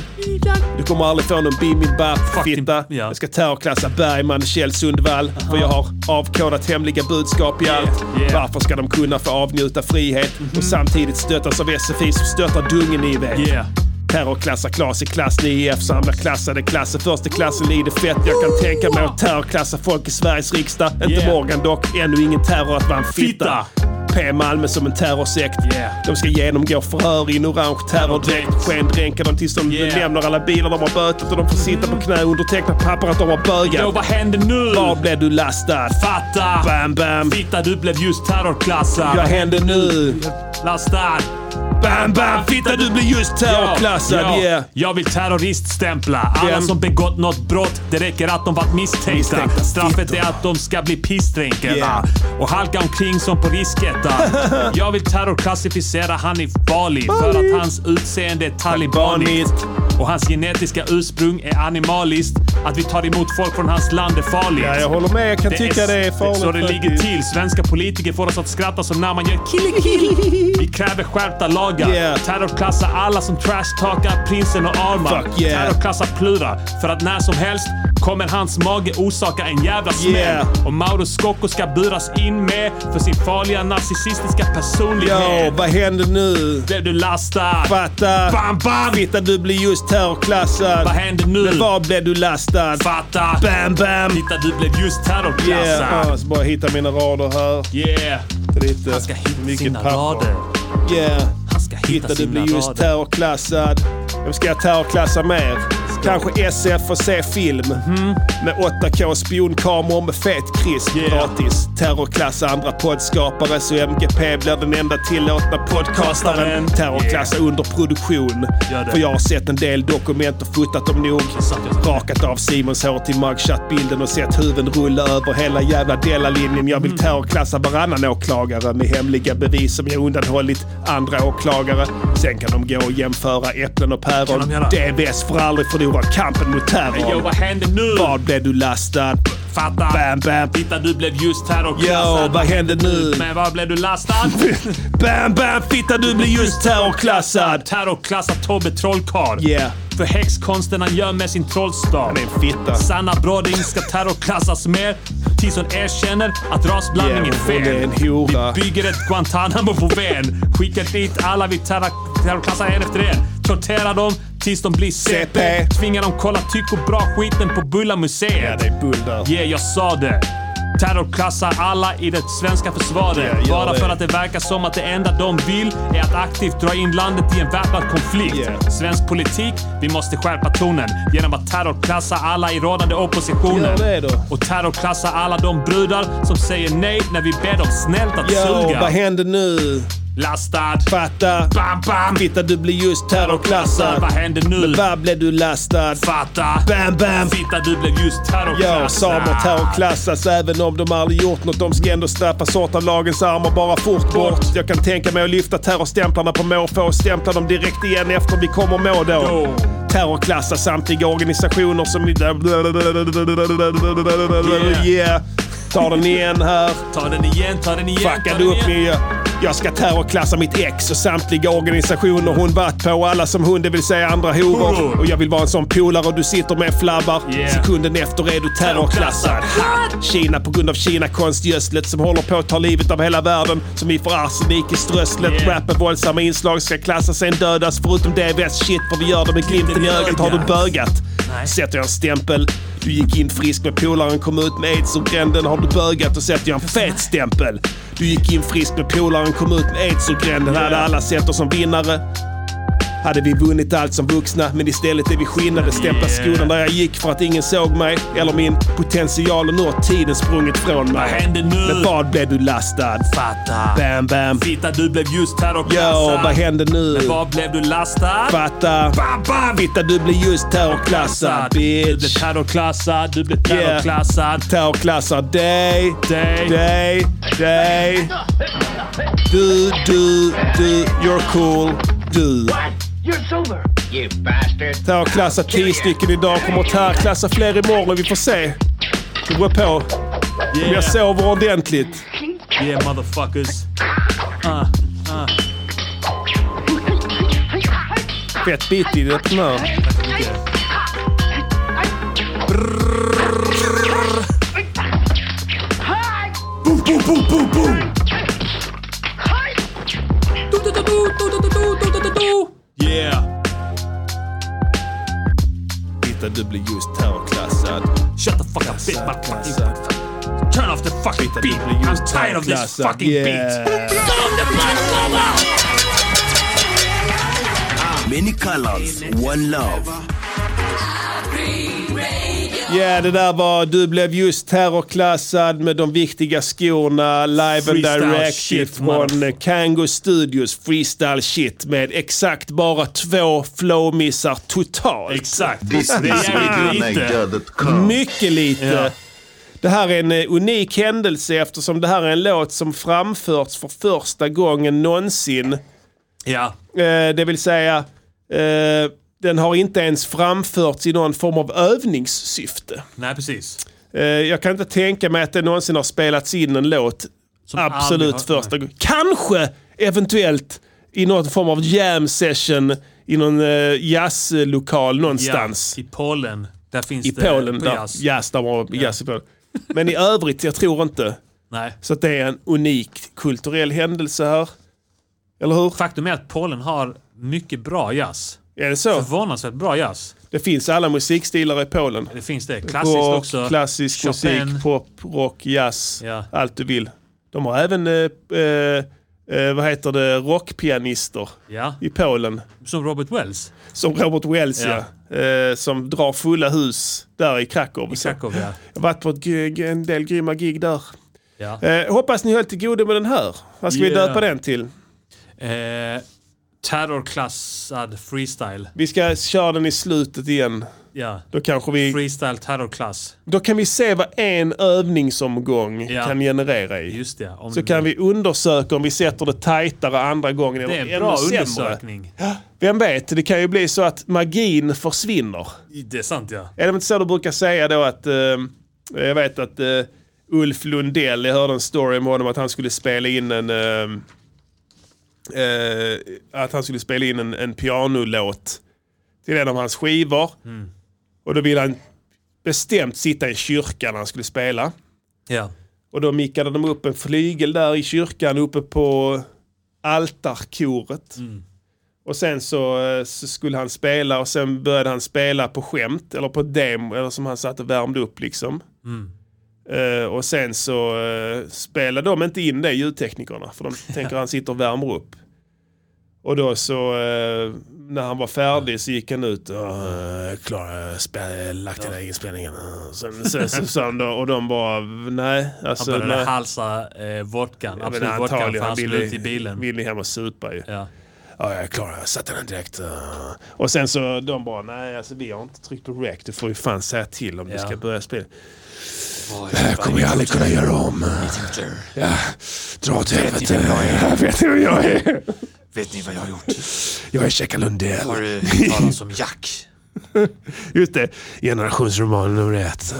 Speaker 2: Du kommer aldrig få någon bimbap-fitta.
Speaker 1: ja.
Speaker 2: Jag ska terrorklassa Bergman, Kjell Sundvall. För jag har avkodat hemliga budskap i allt.
Speaker 1: yeah.
Speaker 2: Varför ska de kunna få avnjuta frihet och samtidigt stöttas av SFI som stöttar dungen i vet?
Speaker 1: Yeah.
Speaker 2: Terrorklassar klass i klass E, 9F, samlarklassade klasser. Första klassen lider fett. Jag kan tänka mig att terrorklassa folk i Sveriges riksdag. Inte
Speaker 1: Yeah.
Speaker 2: Morgan dock, ännu ingen terror att vara en fitta.
Speaker 1: Fitta.
Speaker 2: P Malmö som en terrorsekt.
Speaker 1: Yeah.
Speaker 2: De ska genomgå förhör i en orange terrordräkt. Skendränka dem tills de
Speaker 1: Yeah.
Speaker 2: lämnar alla bilar de har bötit och de får sitta på knä och underteckna papper att de har
Speaker 1: Då
Speaker 2: bögat.
Speaker 1: vad händer nu?
Speaker 2: Var blev du lastad?
Speaker 1: Fatta!
Speaker 2: Bam, bam.
Speaker 1: Fitta, du blev just terrorklassad.
Speaker 2: Jag händer nu.
Speaker 1: Lastad.
Speaker 2: Bam, bam! Fitta, du blir just terrorklassad.
Speaker 1: Ja, ja.
Speaker 2: Yeah.
Speaker 1: Jag vill terroriststämpla alla
Speaker 2: Vem?
Speaker 1: som begått något brott. Det räcker att de varit misstänkta.
Speaker 2: Misstänkta
Speaker 1: Straffet
Speaker 2: fittor.
Speaker 1: är att de ska bli pissdränkarna
Speaker 2: Yeah.
Speaker 1: och halka omkring som på risketta. jag vill terrorklassificera Hanif Bali för
Speaker 2: Bali.
Speaker 1: att hans utseende är talibaniskt
Speaker 2: Talibaniskt.
Speaker 1: och hans genetiska ursprung är animaliskt. Att vi tar emot folk från hans land är farligt.
Speaker 2: Ja, jag håller med. Jag kan tycka det är farligt.
Speaker 1: Så det ligger
Speaker 2: faktiskt.
Speaker 1: till. Svenska politiker får oss att skratta som när man gör kill, kill. Vi kräver skärpta lagar.
Speaker 2: Yeah.
Speaker 1: Terrorklassa alla som trashtalkar prinsen och Arman.
Speaker 2: Fuck yeah.
Speaker 1: Terrorklassa Plura. För att när som helst kommer hans mage orsaka en jävla smäll.
Speaker 2: Yeah.
Speaker 1: Och Mauro Scocco ska buras in med för sin farliga narcissistiska personlighet.
Speaker 2: Ja, vad händer nu?
Speaker 1: Blev du lastad?
Speaker 2: Fatta!
Speaker 1: Bam, bam!
Speaker 2: Fitta, du blir just terrorklassad.
Speaker 1: Vad händer nu?
Speaker 2: Men var blev du lastad?
Speaker 1: Fatta!
Speaker 2: Bam, bam!
Speaker 1: Titta, du blev just
Speaker 2: Yeah,
Speaker 1: terrorklassad.
Speaker 2: jag ska bara hitta mina rader här.
Speaker 1: Yeah.
Speaker 2: Det är lite
Speaker 10: Han ska hitta
Speaker 2: mycket
Speaker 10: sina
Speaker 2: papper.
Speaker 10: rader.
Speaker 2: Yeah.
Speaker 10: Han ska hitta,
Speaker 2: Hitta, du
Speaker 10: sina
Speaker 2: blir just
Speaker 10: rader.
Speaker 2: terrorklassad. Vem ska jag terrorklassa mer? Kanske SF och se film.
Speaker 10: Mhm.
Speaker 2: Med 8K spionkameror med fet krisp
Speaker 1: Yeah.
Speaker 2: gratis. Terrorklassa andra poddskapare så MGP blir den enda tillåtna podcastaren. Terrorklassa underproduktion.
Speaker 10: Gör det.
Speaker 2: För jag har sett en del dokument och fotat dem nog.
Speaker 10: sant, det är sant.
Speaker 2: Rakat av Simons hår till mugshot-bilden och sett huvuden rulla över hela jävla Della-linjen. Jag vill terrorklassa varannan åklagare med hemliga bevis som jag undanhållit andra åklagare. Sen kan de gå och jämföra äpplen och
Speaker 10: Kan
Speaker 2: päron.
Speaker 10: de göra?
Speaker 2: DBS får aldrig förlora kampen mot
Speaker 1: Yo,
Speaker 2: terrorn.
Speaker 1: vad händer nu?
Speaker 2: Vad blev du lastad?
Speaker 1: Fatta!
Speaker 2: Bam, bam.
Speaker 1: Titta, du blev just
Speaker 2: Yo,
Speaker 1: terrorklassad.
Speaker 2: vad händer nu?
Speaker 1: Men vad blev du lastad?
Speaker 2: Bam, bam, fitta du blir just terrorklassad!
Speaker 1: terrorklassad Tobbe Trollkarl.
Speaker 2: Yeah,
Speaker 1: För häxkonsten han gör med sin trollstav.
Speaker 2: han är en fitta.
Speaker 1: Sanna Broding ska terrorklassas mer tills hon erkänner att rasblandning
Speaker 2: Yeah,
Speaker 1: är
Speaker 2: hon är en
Speaker 1: fel.
Speaker 2: hora.
Speaker 1: Vi bygger ett Guantanamo på Ven. Skickar dit alla vi terror- terrorklassar en efter en. Torterar dem tills de blir CP.
Speaker 2: CP.
Speaker 1: Tvingar dem kolla tycko bra skiten på
Speaker 2: Ja,
Speaker 1: Bulla-museet.
Speaker 2: det är bull där.
Speaker 1: Yeah, jag sa det. Terrorklassar alla i det svenska försvaret.
Speaker 2: Yeah, gör
Speaker 1: bara
Speaker 2: det.
Speaker 1: för att det verkar som att det enda de vill är att aktivt dra in landet i en väpnad konflikt.
Speaker 2: Yeah.
Speaker 1: Svensk politik, vi måste skärpa tonen genom att terrorklassa alla i rådande oppositionen.
Speaker 2: Gör det då.
Speaker 1: Och terrorklassa alla de brudar som säger nej när vi ber dem snällt att
Speaker 2: Yo,
Speaker 1: suga.
Speaker 2: vad händer nu?
Speaker 1: Lastad.
Speaker 2: Fatta!
Speaker 1: Bam, bam!
Speaker 2: Fitta du blir just
Speaker 1: Terrorklassad. Vad
Speaker 2: terrorklassad.
Speaker 1: händer nu?
Speaker 2: Men vad blev du lastad?
Speaker 1: Fatta!
Speaker 2: Bam, bam!
Speaker 1: Fitta, du blev just
Speaker 2: Ja,
Speaker 1: terrorklassad.
Speaker 2: samer terrorklassas även om de aldrig gjort något. De ska ändå straffas hårt av lagens armar, bara fort bort. Jag kan tänka mig att lyfta terrorstämplarna på måfå och stämpla dem direkt igen efter vi kommer må då.
Speaker 1: Yo.
Speaker 2: Terrorklassa samtliga organisationer som...
Speaker 1: Yeah.
Speaker 2: Yeah. Tar den igen här.
Speaker 1: Ta den igen, ta den igen, ta
Speaker 2: Fuckade
Speaker 1: den
Speaker 2: upp
Speaker 1: igen.
Speaker 2: nya. Jag ska terrorklassa mitt ex och samtliga organisationer hon varit på och alla som hon, det vill säga andra horor.
Speaker 1: Horor.
Speaker 2: Och jag vill vara en sån polare du sitter med flabbar.
Speaker 1: Yeah.
Speaker 2: Sekunden efter är du terrorklassad. Kina på grund av Kina-konstgödslet som håller på att ta livet av hela världen. Som vi får arsenik i strösslet.
Speaker 1: Yeah.
Speaker 2: Rap med våldsamma inslag ska klassas sen dödas. Förutom DVS shit för vi gör det med glimten i ögat. Har du bögat? Sätter jag en stämpel. Du gick in frisk med polaren, kom ut med aids och gränden. Har du bögat och sätter jag en fet stämpel. Du gick in frisk med polaren, kom ut med aids och gränden. Hade alla sett oss som vinnare. Hade vi vunnit allt som vuxna, men istället är vi skinnade. Stämpla skolan där jag gick för att ingen såg mig. Eller min potential och nu har tiden sprungit från mig.
Speaker 1: Vad händer nu?
Speaker 2: Med vad blev du lastad?
Speaker 1: Fatta.
Speaker 2: Bam, bam.
Speaker 1: Fitta, du blev just
Speaker 2: Yo,
Speaker 1: terrorklassad.
Speaker 2: vad händer nu?
Speaker 1: Men vad blev du lastad?
Speaker 2: Fatta.
Speaker 1: Bam, bam!
Speaker 2: Fitta, du blir just terrorklassad,
Speaker 1: Du blev
Speaker 2: bitch.
Speaker 1: terrorklassad, du blev terrorklassad.
Speaker 2: Terrorklassar dig,
Speaker 1: Dig.
Speaker 2: dig, dig. Du, du, du. You're cool, du.
Speaker 11: You're sober, you bastard.
Speaker 2: Terrorklassar tio stycken idag, kommer att terrorklassa fler imorgon. Vi får se. Det beror på. Om jag sover ordentligt.
Speaker 1: Yeah, motherfuckers. Ah,
Speaker 2: Fett bit i det nu.
Speaker 1: Yeah.
Speaker 2: Fitta, du blir just terrorklassad.
Speaker 1: Shut the fuck up, bitch. My fucking Turn off the fucking
Speaker 2: Fitta, du
Speaker 1: beat.
Speaker 2: blir
Speaker 1: I'm
Speaker 2: just
Speaker 1: tired of this
Speaker 2: terrorklassad.
Speaker 1: fucking
Speaker 2: Yeah.
Speaker 1: beat.
Speaker 12: Many colors, one love.
Speaker 2: Ja, det där var Du blev just terrorklassad med de viktiga skorna live
Speaker 1: Freestyle
Speaker 2: and direct
Speaker 1: shit,
Speaker 2: från
Speaker 1: motherfucker.
Speaker 2: Kango Studios freestyle shit med exakt bara två flowmissar totalt.
Speaker 1: Exakt. Det är jävligt lite.
Speaker 2: Mycket lite.
Speaker 1: Ja.
Speaker 2: Det här är en eh, unik händelse eftersom det här är en låt som framförts för första gången någonsin. Eh,
Speaker 1: Ja.
Speaker 2: det vill säga, eh, den har inte ens framförts i någon form av övningssyfte.
Speaker 1: Nej, precis.
Speaker 2: Eh, Jag kan inte tänka mig att det någonsin har spelats in en låt.
Speaker 1: aldrig har-
Speaker 2: absolut första gången. Kanske, eventuellt, i någon form av jam session i någon eh, jazzlokal
Speaker 1: Ja,
Speaker 2: någonstans.
Speaker 1: I Polen. Där finns
Speaker 2: I
Speaker 1: det
Speaker 2: Polen,
Speaker 1: på
Speaker 2: där,
Speaker 1: jazz.
Speaker 2: jazz, där var jazz i Polen. Men i övrigt, jag tror inte.
Speaker 1: Nej.
Speaker 2: Så att det är en unik kulturell händelse här. Eller hur?
Speaker 1: Faktum är att Polen har mycket bra jazz.
Speaker 2: Är det så?
Speaker 1: Förvånansvärt bra jazz.
Speaker 2: Det finns alla musikstilar i Polen.
Speaker 1: Det finns det. Klassiskt också.
Speaker 2: Rock, klassisk
Speaker 1: Chopin.
Speaker 2: musik, pop, rock, jazz,
Speaker 1: Ja.
Speaker 2: allt du vill. De har även, eh, eh, eh, vad heter det, rockpianister
Speaker 1: Ja,
Speaker 2: i Polen.
Speaker 1: som Robert Wells.
Speaker 2: Som Robert Wells, ja. Eh, som drar fulla hus där i Krakow.
Speaker 1: I
Speaker 2: och så.
Speaker 1: Krakow, ja.
Speaker 2: Jag har varit på ett, gig- en del grymma gig där.
Speaker 1: ja.
Speaker 2: Eh, hoppas ni höll till godo med den här. Vad ska vi
Speaker 1: Yeah.
Speaker 2: döpa den till?
Speaker 1: Eh, terrorklassad freestyle.
Speaker 2: Vi ska köra den i slutet igen.
Speaker 1: Ja.
Speaker 2: Då kanske vi...
Speaker 1: Freestyle terrorklass.
Speaker 2: Då kan vi se vad en övningsomgång
Speaker 1: Ja.
Speaker 2: kan generera i.
Speaker 1: Just det. Om
Speaker 2: Så
Speaker 1: du
Speaker 2: kan
Speaker 1: vill.
Speaker 2: vi undersöka om vi sätter det tajtare andra gången
Speaker 1: Det
Speaker 2: eller
Speaker 1: är
Speaker 2: ännu
Speaker 1: en bra
Speaker 2: sämre.
Speaker 1: undersökning.
Speaker 2: Vem vet, det kan ju bli så att magin försvinner.
Speaker 1: Det är sant ja.
Speaker 2: Är det inte så du brukar säga då att, eh, jag vet att eh, Ulf Lundell, jag hörde en story om honom att han skulle spela in en eh, eh, att han skulle spela in en, en pianolåt till en av hans skivor.
Speaker 1: Mm.
Speaker 2: Och då ville han bestämt sitta i kyrkan när han skulle spela.
Speaker 1: ja.
Speaker 2: Och då mickade de upp en flygel där i kyrkan uppe på altarkoret.
Speaker 1: Mm.
Speaker 2: Och sen så, eh, så skulle han spela och sen började han spela på skämt eller på demo eller som han satt och värmde upp liksom.
Speaker 1: Mm.
Speaker 2: Eh, och sen så uh, spelade de inte in det ljudteknikerna för de tänker han sitter och värmer upp. Och då så eh, när han var färdig så gick han ut och uh, klar, jag spel, lagt den här inspelningen. Eh, Sen så, så, så, han då, och de bara nej.
Speaker 1: Han
Speaker 2: Alltså,
Speaker 1: började
Speaker 2: nej.
Speaker 1: halsa eh, vodkan.
Speaker 2: Ja, men
Speaker 1: Absolut vodkan för
Speaker 2: antagligen,
Speaker 1: han skulle ut i bilen.
Speaker 2: Ville hem och supa ju. Ja.
Speaker 1: Ja.
Speaker 2: jag är klar, jag satte den direkt. eh. Och sen så de bara, nej alltså vi har inte tryckt på rec. Du får ju fan säga till om du
Speaker 1: Ja.
Speaker 2: ska börja spela. Det här kommer jag aldrig kunna göra om. Ja, dra åt helvete. Jag vet hur jag är.
Speaker 4: Vet ni vad jag har gjort?
Speaker 2: Jag är Checka Lundell.
Speaker 4: Har du hört talas om Jack?
Speaker 2: Just det, generationsroman nummer ett.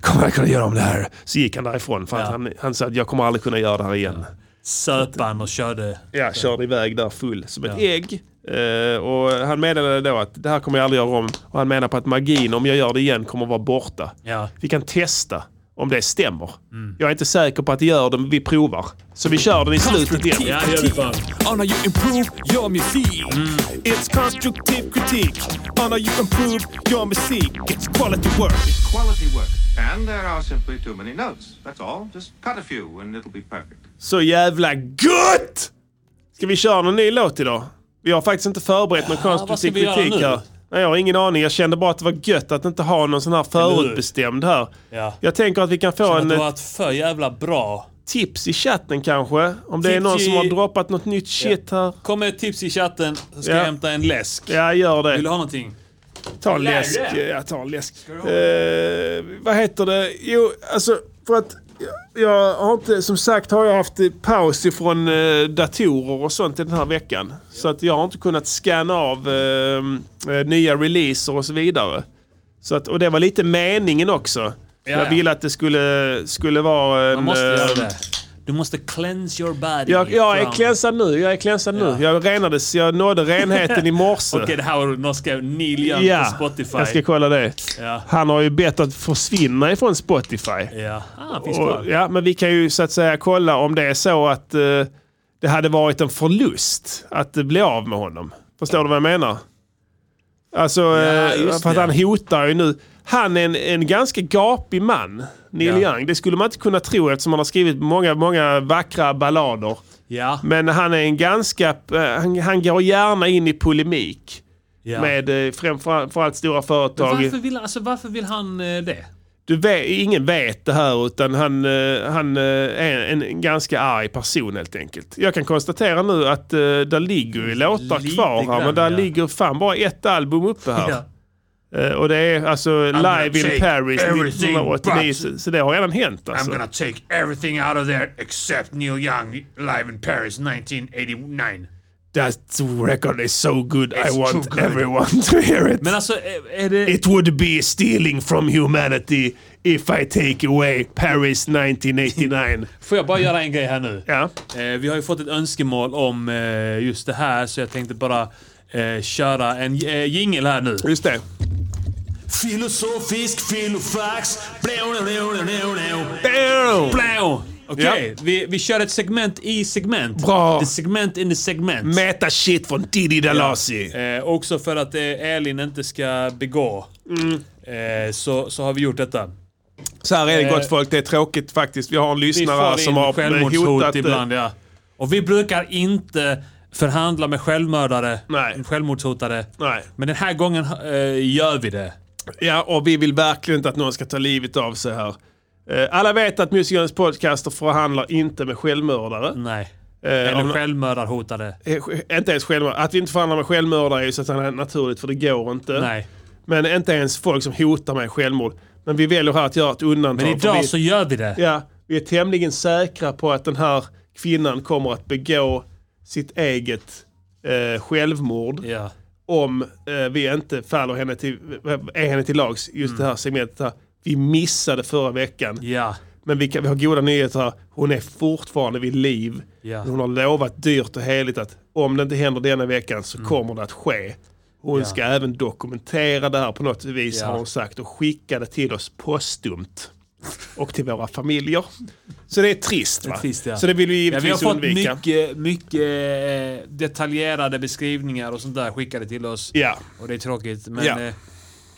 Speaker 2: Kommer jag kunna göra om det här? Så gick han därifrån för att
Speaker 1: Ja.
Speaker 2: han, han sa att jag kommer aldrig kunna göra det här igen.
Speaker 1: Söp han och körde.
Speaker 2: Ja, körde iväg där full som ett
Speaker 1: Ja.
Speaker 2: ägg. Eh, och han menade då att det här kommer jag aldrig göra om. Och han menar på att magin om jag gör det igen kommer vara borta.
Speaker 1: Ja. Mm.
Speaker 2: Vi kan testa om det stämmer. Jag är inte säker på att det gör det, men vi provar. Så vi kör den i slutet igen.
Speaker 1: Ja, det gör vi fan.
Speaker 4: On how you improve your music. It's constructive critique. On how you improve your music. It's quality work.
Speaker 6: quality work. And there are simply too many notes. That's all. Just cut a few and it'll be perfect.
Speaker 2: Så jävla gött! Ska vi köra någon ny låt idag? Vi har faktiskt inte förberett någon
Speaker 1: vad ska
Speaker 2: konstruktiv
Speaker 1: vi göra
Speaker 2: kritik
Speaker 1: nu?
Speaker 2: här. Nej, jag har ingen aning. Jag kände bara att det var gött att inte ha någon sån här förutbestämd här.
Speaker 1: Ja.
Speaker 2: Jag tänker att vi kan få
Speaker 1: Men
Speaker 2: en
Speaker 1: det
Speaker 2: eh,
Speaker 1: var ett för jävla bra.
Speaker 2: tips i chatten kanske. Om det är
Speaker 1: Tips
Speaker 2: någon som
Speaker 1: i-
Speaker 2: har droppat något nytt shit här.
Speaker 1: Kom med ett tips i chatten så ska
Speaker 2: Ja.
Speaker 1: jag hämta en läsk.
Speaker 2: Ja, gör det.
Speaker 1: Vill du ha någonting?
Speaker 2: Ta en läsk. Ja, Jag tar en läsk. Eh, vad heter det? Jo, alltså för att jag- jag har inte, som sagt har jag haft eh, paus ifrån eh, datorer och sånt den här veckan. Så att jag har inte kunnat scanna av eh, eh, nya releaser och så vidare. Så att, och det var lite meningen också. Jag
Speaker 1: ja.
Speaker 2: ville att det skulle, skulle vara en...
Speaker 1: Man måste
Speaker 2: eh,
Speaker 1: göra det. Du måste cleanse your body.
Speaker 2: Jag, jag är
Speaker 1: from-
Speaker 2: klänsad nu, jag är klänsad nu.
Speaker 1: Ja.
Speaker 2: Jag renades, jag nådde renheten i morse.
Speaker 1: Okej, det här var någon skrev Neil Young
Speaker 2: Ja,
Speaker 1: på Spotify.
Speaker 2: jag ska kolla det.
Speaker 1: Ja.
Speaker 2: Han har ju bett att försvinna ifrån Spotify.
Speaker 1: Ja, ah, han finns
Speaker 2: Och,
Speaker 1: kvar.
Speaker 2: ja, men vi kan ju så att säga kolla om det är så att eh, det hade varit en förlust att eh, bli av med honom. Förstår du vad jag menar? Alltså, eh,
Speaker 1: just
Speaker 2: för att
Speaker 1: det.
Speaker 2: han hotar ju nu. Han är en, en ganska gapig man, Neil
Speaker 1: Ja.
Speaker 2: Young. Det skulle man inte kunna tro eftersom han har skrivit många, många vackra ballader.
Speaker 1: Ja,
Speaker 2: Men han är en ganska... eh, Han, han går gärna in i polemik
Speaker 1: ja.
Speaker 2: med eh, framförallt stora företag.
Speaker 1: varför, vill, alltså, varför vill han eh, det?
Speaker 2: Du vet, ingen vet det här utan han, eh, han eh, är en, en ganska arg person helt enkelt. Jag kan konstatera nu att eh, där ligger ju låtar
Speaker 1: Lite
Speaker 2: kvar här men
Speaker 1: grann,
Speaker 2: där
Speaker 1: ja.
Speaker 2: ligger fan bara ett album uppe här.
Speaker 1: Ja.
Speaker 2: Eh, och det är alltså Live in
Speaker 6: take
Speaker 2: Paris
Speaker 6: everything
Speaker 2: 1989
Speaker 6: but-
Speaker 2: så, så det har redan hänt
Speaker 6: I'm
Speaker 2: alltså.
Speaker 6: gonna take everything out of there except Neil Young live in Paris 1989.
Speaker 2: That record is so good I
Speaker 6: It's
Speaker 2: want
Speaker 6: too good.
Speaker 2: everyone to hear it.
Speaker 1: Men alltså, är, är det...
Speaker 2: It would be stealing from humanity if I take away Paris 1989.
Speaker 1: Får jag bara göra en grej här nu?
Speaker 2: ja.
Speaker 1: Eh, vi har ju fått ett önskemål om eh, just det här så jag tänkte bara eh, köra en eh, jingel här nu.
Speaker 2: Just det.
Speaker 1: Filosofisk filofax. Blå, blå, blå, blå, blå.
Speaker 13: Blå!
Speaker 1: Blå! Okej,
Speaker 13: Ja.
Speaker 1: vi, vi kör ett segment i segment.
Speaker 2: Bra.
Speaker 1: The segment in the segment.
Speaker 2: Meta shit från Didi Dalasi.
Speaker 1: Eh, också för att eh, Elin inte ska begå.
Speaker 2: Mm.
Speaker 1: Eh, så, så har vi gjort detta.
Speaker 2: Så här är det
Speaker 1: Eh,
Speaker 2: gott folk, det är tråkigt faktiskt. Vi har en
Speaker 1: Vi
Speaker 2: lyssnare
Speaker 1: får
Speaker 2: som
Speaker 1: in
Speaker 2: har
Speaker 1: självmordshot
Speaker 2: hotat... eh,
Speaker 1: ibland, ja. Och vi brukar inte förhandla med självmördare,
Speaker 2: Nej.
Speaker 1: självmordshotade.
Speaker 2: Nej.
Speaker 1: Men den här gången eh, gör vi det.
Speaker 2: Ja, och vi vill verkligen inte att någon ska ta livet av sig här. Eh, Alla vet att Musikerns podcaster förhandlar inte med självmördare.
Speaker 1: Nej.
Speaker 2: Eh,
Speaker 1: Eller
Speaker 2: om-
Speaker 1: självmördarhotade.
Speaker 2: Eh, sj- Inte ens självmördare. Att vi inte förhandlar med självmördare är ju så att säga naturligt, för det går inte.
Speaker 1: Nej.
Speaker 2: Men inte ens folk som hotar med självmord. Men vi väljer här att göra ett undantag.
Speaker 1: Men
Speaker 2: för
Speaker 1: idag
Speaker 2: vi,
Speaker 1: så gör vi det.
Speaker 2: ja, vi är tämligen säkra på att den här kvinnan kommer att begå sitt eget eh, självmord.
Speaker 1: Ja.
Speaker 2: om eh, vi inte faller henne till, eh, är henne till lags just det här segmentet. Här. Vi missade förra veckan,
Speaker 1: Mm. Ja.
Speaker 2: men vi, kan, vi har goda nyheter här. Hon är fortfarande vid liv.
Speaker 1: Ja.
Speaker 2: Hon har lovat dyrt och heligt att om det inte händer denna veckan så kommer det att ske. Hon
Speaker 1: Mm. Ja.
Speaker 2: ska även dokumentera det här på något vis
Speaker 1: Ja.
Speaker 2: har hon sagt och skicka det till oss postumt. Och till våra familjer. Så det är trist va?
Speaker 1: trist, ja.
Speaker 2: Så det vill vi
Speaker 1: Ja,
Speaker 2: givetvis
Speaker 1: vi har fått
Speaker 2: undvika.
Speaker 1: mycket, mycket eh, detaljerade beskrivningar och sånt där skickade till oss.
Speaker 2: Ja.
Speaker 1: Och det är tråkigt. Men,
Speaker 2: Ja.
Speaker 1: eh,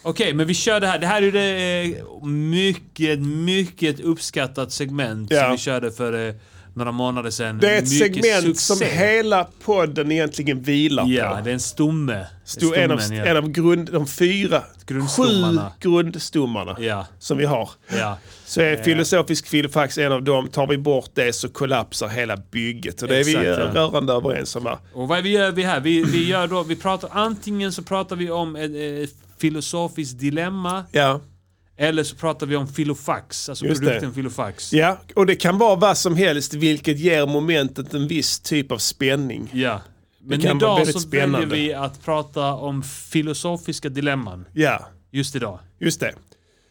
Speaker 1: Okej, men vi kör det här. Det här är ju det eh, mycket, mycket uppskattat segment
Speaker 2: Ja.
Speaker 1: som vi körde för eh, några månader sedan.
Speaker 2: Det är ett
Speaker 1: Mycket
Speaker 2: segment
Speaker 1: succé.
Speaker 2: som hela podden egentligen vilar på.
Speaker 1: Ja, det är en stomme.
Speaker 2: Sto- en av,
Speaker 1: Stommen, ja.
Speaker 2: en av grund, de fyra,
Speaker 1: Grundstommarna.
Speaker 2: sju grundstommarna
Speaker 1: Ja.
Speaker 2: som vi har.
Speaker 1: Ja. Eh.
Speaker 2: Så är filosofisk filofax en av dem. Tar vi bort det så kollapsar hela bygget. Och det är vi
Speaker 1: Exakt,
Speaker 2: eh,
Speaker 1: ja.
Speaker 2: rörande överens om här.
Speaker 1: Och vad vi gör vi här? Vi, vi gör då, vi pratar, antingen så pratar vi om ett, eh, filosofiskt dilemma
Speaker 2: Ja.
Speaker 1: eller så pratar vi om filofax, alltså
Speaker 2: Just det.
Speaker 1: produkten filofax.
Speaker 2: ja, och det kan vara vad som helst vilket ger momentet en viss typ av spänning.
Speaker 1: Ja. Men
Speaker 2: kan vara
Speaker 1: idag
Speaker 2: väldigt
Speaker 1: så
Speaker 2: spännande.
Speaker 1: väljer vi att prata om filosofiska dilemman.
Speaker 2: Ja,
Speaker 1: Just idag.
Speaker 2: just det.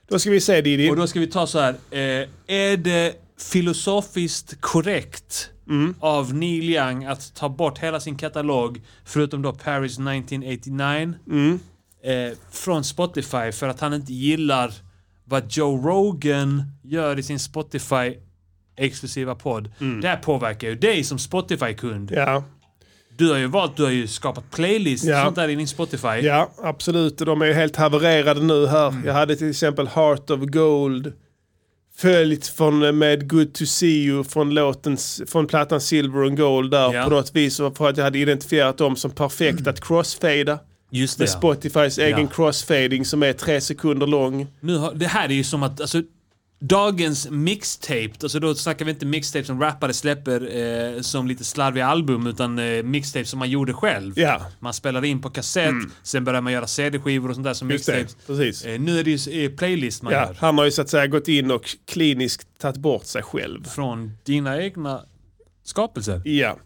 Speaker 2: Då ska vi se Didi.
Speaker 1: Och då ska vi ta så här. Eh, är det filosofiskt korrekt
Speaker 2: Mm.
Speaker 1: av Neil Young att ta bort hela sin katalog, förutom då Paris 1989,
Speaker 2: Mm.
Speaker 1: eh, från Spotify för att han inte gillar vad Joe Rogan gör i sin Spotify-exklusiva podd.
Speaker 2: Mm.
Speaker 1: Det här påverkar ju dig som Spotify-kund.
Speaker 2: Ja,
Speaker 1: Du har ju valt, du har ju skapat playlist och
Speaker 2: Ja.
Speaker 1: sånt där i din Spotify.
Speaker 2: ja, absolut. Och de är ju helt havererade nu här.
Speaker 1: Mm.
Speaker 2: Jag hade till exempel Heart of Gold. följt från, eh, med Good to see you från, låten, från plattan Silver and Gold där
Speaker 1: Ja.
Speaker 2: på något vis och för att jag hade identifierat dem som perfekt att crossfada.
Speaker 1: Just
Speaker 2: Med
Speaker 1: det. ja.
Speaker 2: Spotifys egen crossfading som är tre sekunder lång.
Speaker 1: Nu har, det här är ju som att, alltså, dagens mixtape, alltså då snackar vi inte mixtape som rappare släpper eh, som lite slarviga album, utan eh, mixtape som man gjorde själv.
Speaker 2: Ja.
Speaker 1: Man spelade in på kassett, sen började man göra CD-skivor och sånt där som
Speaker 2: Just det,
Speaker 1: mixtapes.
Speaker 2: precis.
Speaker 1: Eh, nu är det ju s- eh, playlist man
Speaker 2: Ja,
Speaker 1: gör.
Speaker 2: han har ju så att säga gått in och kliniskt tagit bort sig själv.
Speaker 1: Från dina egna skapelser.
Speaker 2: Ja.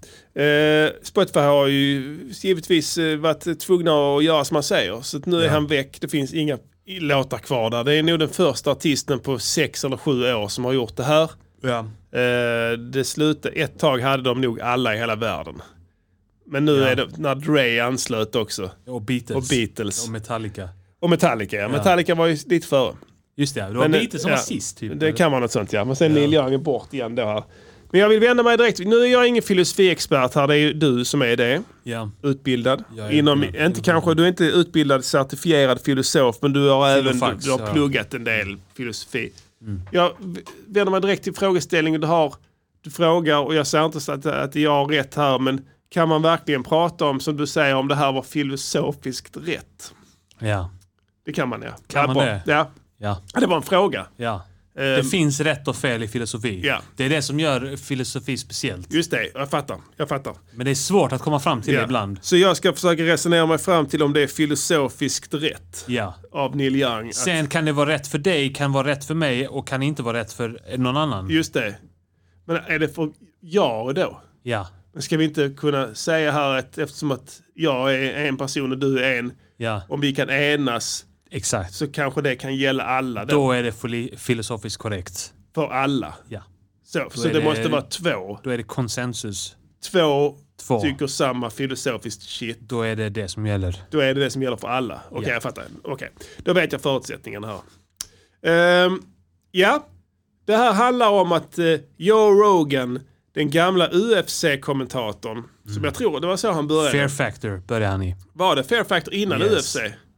Speaker 2: Eh, Spotify har ju givetvis eh, varit tvungna att göra som man säger. Så att nu är han väck. Det finns inga i- låtar kvar där. Det är nog den första artisten på sex eller sju år som har gjort det här.
Speaker 1: Ja.
Speaker 2: Eh, det slutade, ett tag hade de nog alla i hela världen. Men nu är det när Dre anslöt också.
Speaker 1: Och Beatles.
Speaker 2: Och Beatles.
Speaker 1: Och Metallica.
Speaker 2: Och Metallica, ja. Metallica var ju lite före.
Speaker 1: Just det, det var
Speaker 2: Men, eh,
Speaker 1: Beatles som
Speaker 2: ja,
Speaker 1: var sist. Typ.
Speaker 2: Det kan vara något sånt ja. Men sen Neil Young är bort igen då här. Men jag vill vända mig direkt. Nu är jag ingen filosofiexpert här. Det är ju du som är det.
Speaker 1: Ja.
Speaker 2: Utbildad.
Speaker 1: Jag är
Speaker 2: Inom,
Speaker 1: utbildad.
Speaker 2: inte kanske, du är inte utbildad certifierad filosof men du har även
Speaker 1: Filofax,
Speaker 2: du, du har
Speaker 1: ja. Mm.
Speaker 2: pluggat en del filosofi. Jag v- vänder mig direkt till frågeställningen du har. Du frågar och jag säger inte så att, att jag har rätt här men kan man verkligen prata om, som du säger, om det här var filosofiskt rätt?
Speaker 1: Ja.
Speaker 2: Det kan man ja.
Speaker 1: Kan
Speaker 2: ja,
Speaker 1: man
Speaker 2: bra.
Speaker 1: det?
Speaker 2: Ja.
Speaker 1: Ja.
Speaker 2: Ja, det var en fråga.
Speaker 1: ja.
Speaker 2: Ehm,
Speaker 1: Det finns rätt och fel i filosofi.
Speaker 2: Ja.
Speaker 1: Det är det som gör filosofi speciellt.
Speaker 2: Just det, jag fattar. Jag fattar.
Speaker 1: Men det är svårt att komma fram till
Speaker 2: Ja.
Speaker 1: det ibland.
Speaker 2: Så jag ska försöka resonera mig fram till om det är filosofiskt rätt
Speaker 1: Ja.
Speaker 2: av Neil Young. Att,
Speaker 1: Sen kan det vara rätt för dig, kan vara rätt för mig och kan inte vara rätt för någon annan.
Speaker 2: just det. Men är det för jag då?
Speaker 1: Ja.
Speaker 2: Men Ska vi inte kunna säga här att eftersom att jag är en person och du är en,
Speaker 1: Ja,
Speaker 2: om vi kan enas
Speaker 1: exakt.
Speaker 2: så kanske det kan gälla alla då.
Speaker 1: Då är det fili- filosofiskt korrekt.
Speaker 2: För alla.
Speaker 1: Ja.
Speaker 2: Så, så
Speaker 1: är
Speaker 2: det
Speaker 1: det-
Speaker 2: måste vara två.
Speaker 1: Då är det konsensus.
Speaker 2: två,
Speaker 1: Två.
Speaker 2: tycker samma filosofiskt shit,
Speaker 1: Då är det det som gäller.
Speaker 2: då är det det som gäller för alla. Okej,
Speaker 1: Ja.
Speaker 2: jag fattar. Okej, Då vet jag förutsättningarna här. Ehm, ja, det här handlar om att eh, Joe Rogan, den gamla UFC-kommentatorn, som jag tror det var så han började.
Speaker 1: Mm. Fair factor börjar han i.
Speaker 2: Var det Fair Factor innan
Speaker 1: Yes.
Speaker 2: UFC?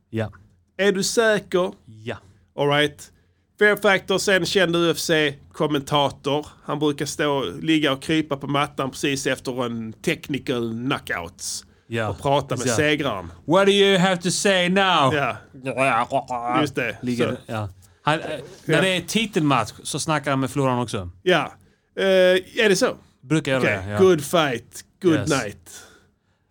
Speaker 1: Ja.
Speaker 2: Är du säker?
Speaker 1: Ja.
Speaker 2: All right. Fair Factor, sen känd UFC-kommentator. Han brukar stå, ligga och krypa på mattan precis efter en technical knockouts.
Speaker 1: Ja.
Speaker 2: Och prata med
Speaker 1: Ja.
Speaker 2: segraren.
Speaker 1: What do you have to say now?
Speaker 2: Ja, just det.
Speaker 1: Ligger,
Speaker 2: Så.
Speaker 1: ja. Han, eh, när det är titelmatch så snackar han med förloraren också.
Speaker 2: Ja. Eh, är det så?
Speaker 1: Brukar göra
Speaker 2: Okej.
Speaker 1: det. Ja.
Speaker 2: Good fight, good
Speaker 1: Yes.
Speaker 2: night.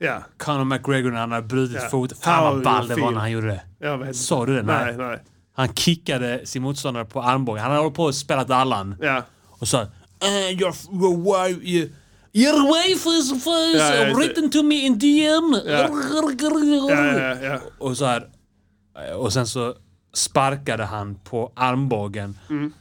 Speaker 2: Ja,
Speaker 1: Conor McGregor när han hade brutit
Speaker 2: Ja.
Speaker 1: foten. Fan
Speaker 2: How
Speaker 1: vad ball
Speaker 2: you
Speaker 1: det var
Speaker 2: feel?
Speaker 1: när han gjorde det.
Speaker 2: jag vet inte.
Speaker 1: Sa du det? Nej.
Speaker 2: Nej, nej.
Speaker 1: Han kickade sin motståndare på armbågen. Han hade hållit på och spelat Allan.
Speaker 2: Ja.
Speaker 1: Och sa "Eh, your, your wife... You, your wife is
Speaker 2: Ja, ja,
Speaker 1: first
Speaker 2: just det.
Speaker 1: written to me in DM.
Speaker 2: Ja, ja, ja.
Speaker 1: Och så här. eh, Och sen så sparkade han på armbågen.
Speaker 2: Mm.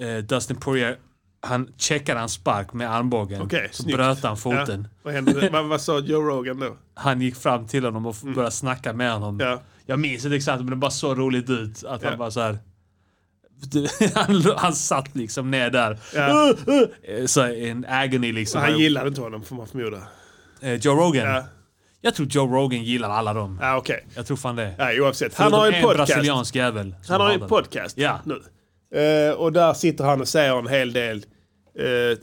Speaker 1: Eh, Dustin Poirier, han checkade hans spark med armbågen.
Speaker 2: Okej,
Speaker 1: så
Speaker 2: snyggt.
Speaker 1: bröt han foten.
Speaker 2: Ja. Vad, hände? vad, vad sa Joe Rogan då?
Speaker 1: han gick fram till honom och f- började snacka med honom.
Speaker 2: Mm. Ja.
Speaker 1: Jag minns inte exakt men det bara så roligt ut att
Speaker 2: Ja.
Speaker 1: han bara så här. han, han satt liksom ner där.
Speaker 2: Ja.
Speaker 1: Uh, uh, eh, Så här, en agony liksom.
Speaker 2: Han gillade inte honom får man förmoda.
Speaker 1: Eh, Joe Rogan.
Speaker 2: Ja.
Speaker 1: Jag tror Joe Rogan gillar alla dem.
Speaker 2: Ja, okej.
Speaker 1: Jag tror fan det.
Speaker 2: Nej, oavsett. Han har ju en podcast.
Speaker 1: brasiliansk jävel. som
Speaker 2: Han har ju en
Speaker 1: den.
Speaker 2: podcast
Speaker 1: Ja.
Speaker 2: nu. Eh, och där sitter han och säger en hel del.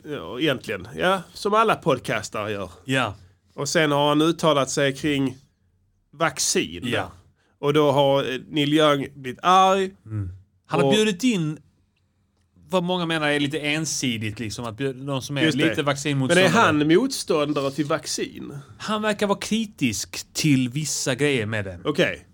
Speaker 2: eh, och egentligen, ja, som alla podcastare gör.
Speaker 1: Ja.
Speaker 2: Och sen har han uttalat sig kring vaccin.
Speaker 1: ja.
Speaker 2: Och då har eh, Neil Young blivit arg.
Speaker 1: Han har
Speaker 2: Och-
Speaker 1: bjudit in vad många menar är lite ensidigt liksom. Att bjuda, de som är
Speaker 2: Just det.
Speaker 1: lite
Speaker 2: Men är
Speaker 1: vaccinmotståndare.
Speaker 2: han motståndare till vaccin?
Speaker 1: han verkar vara kritisk till vissa grejer med det.
Speaker 2: Okej.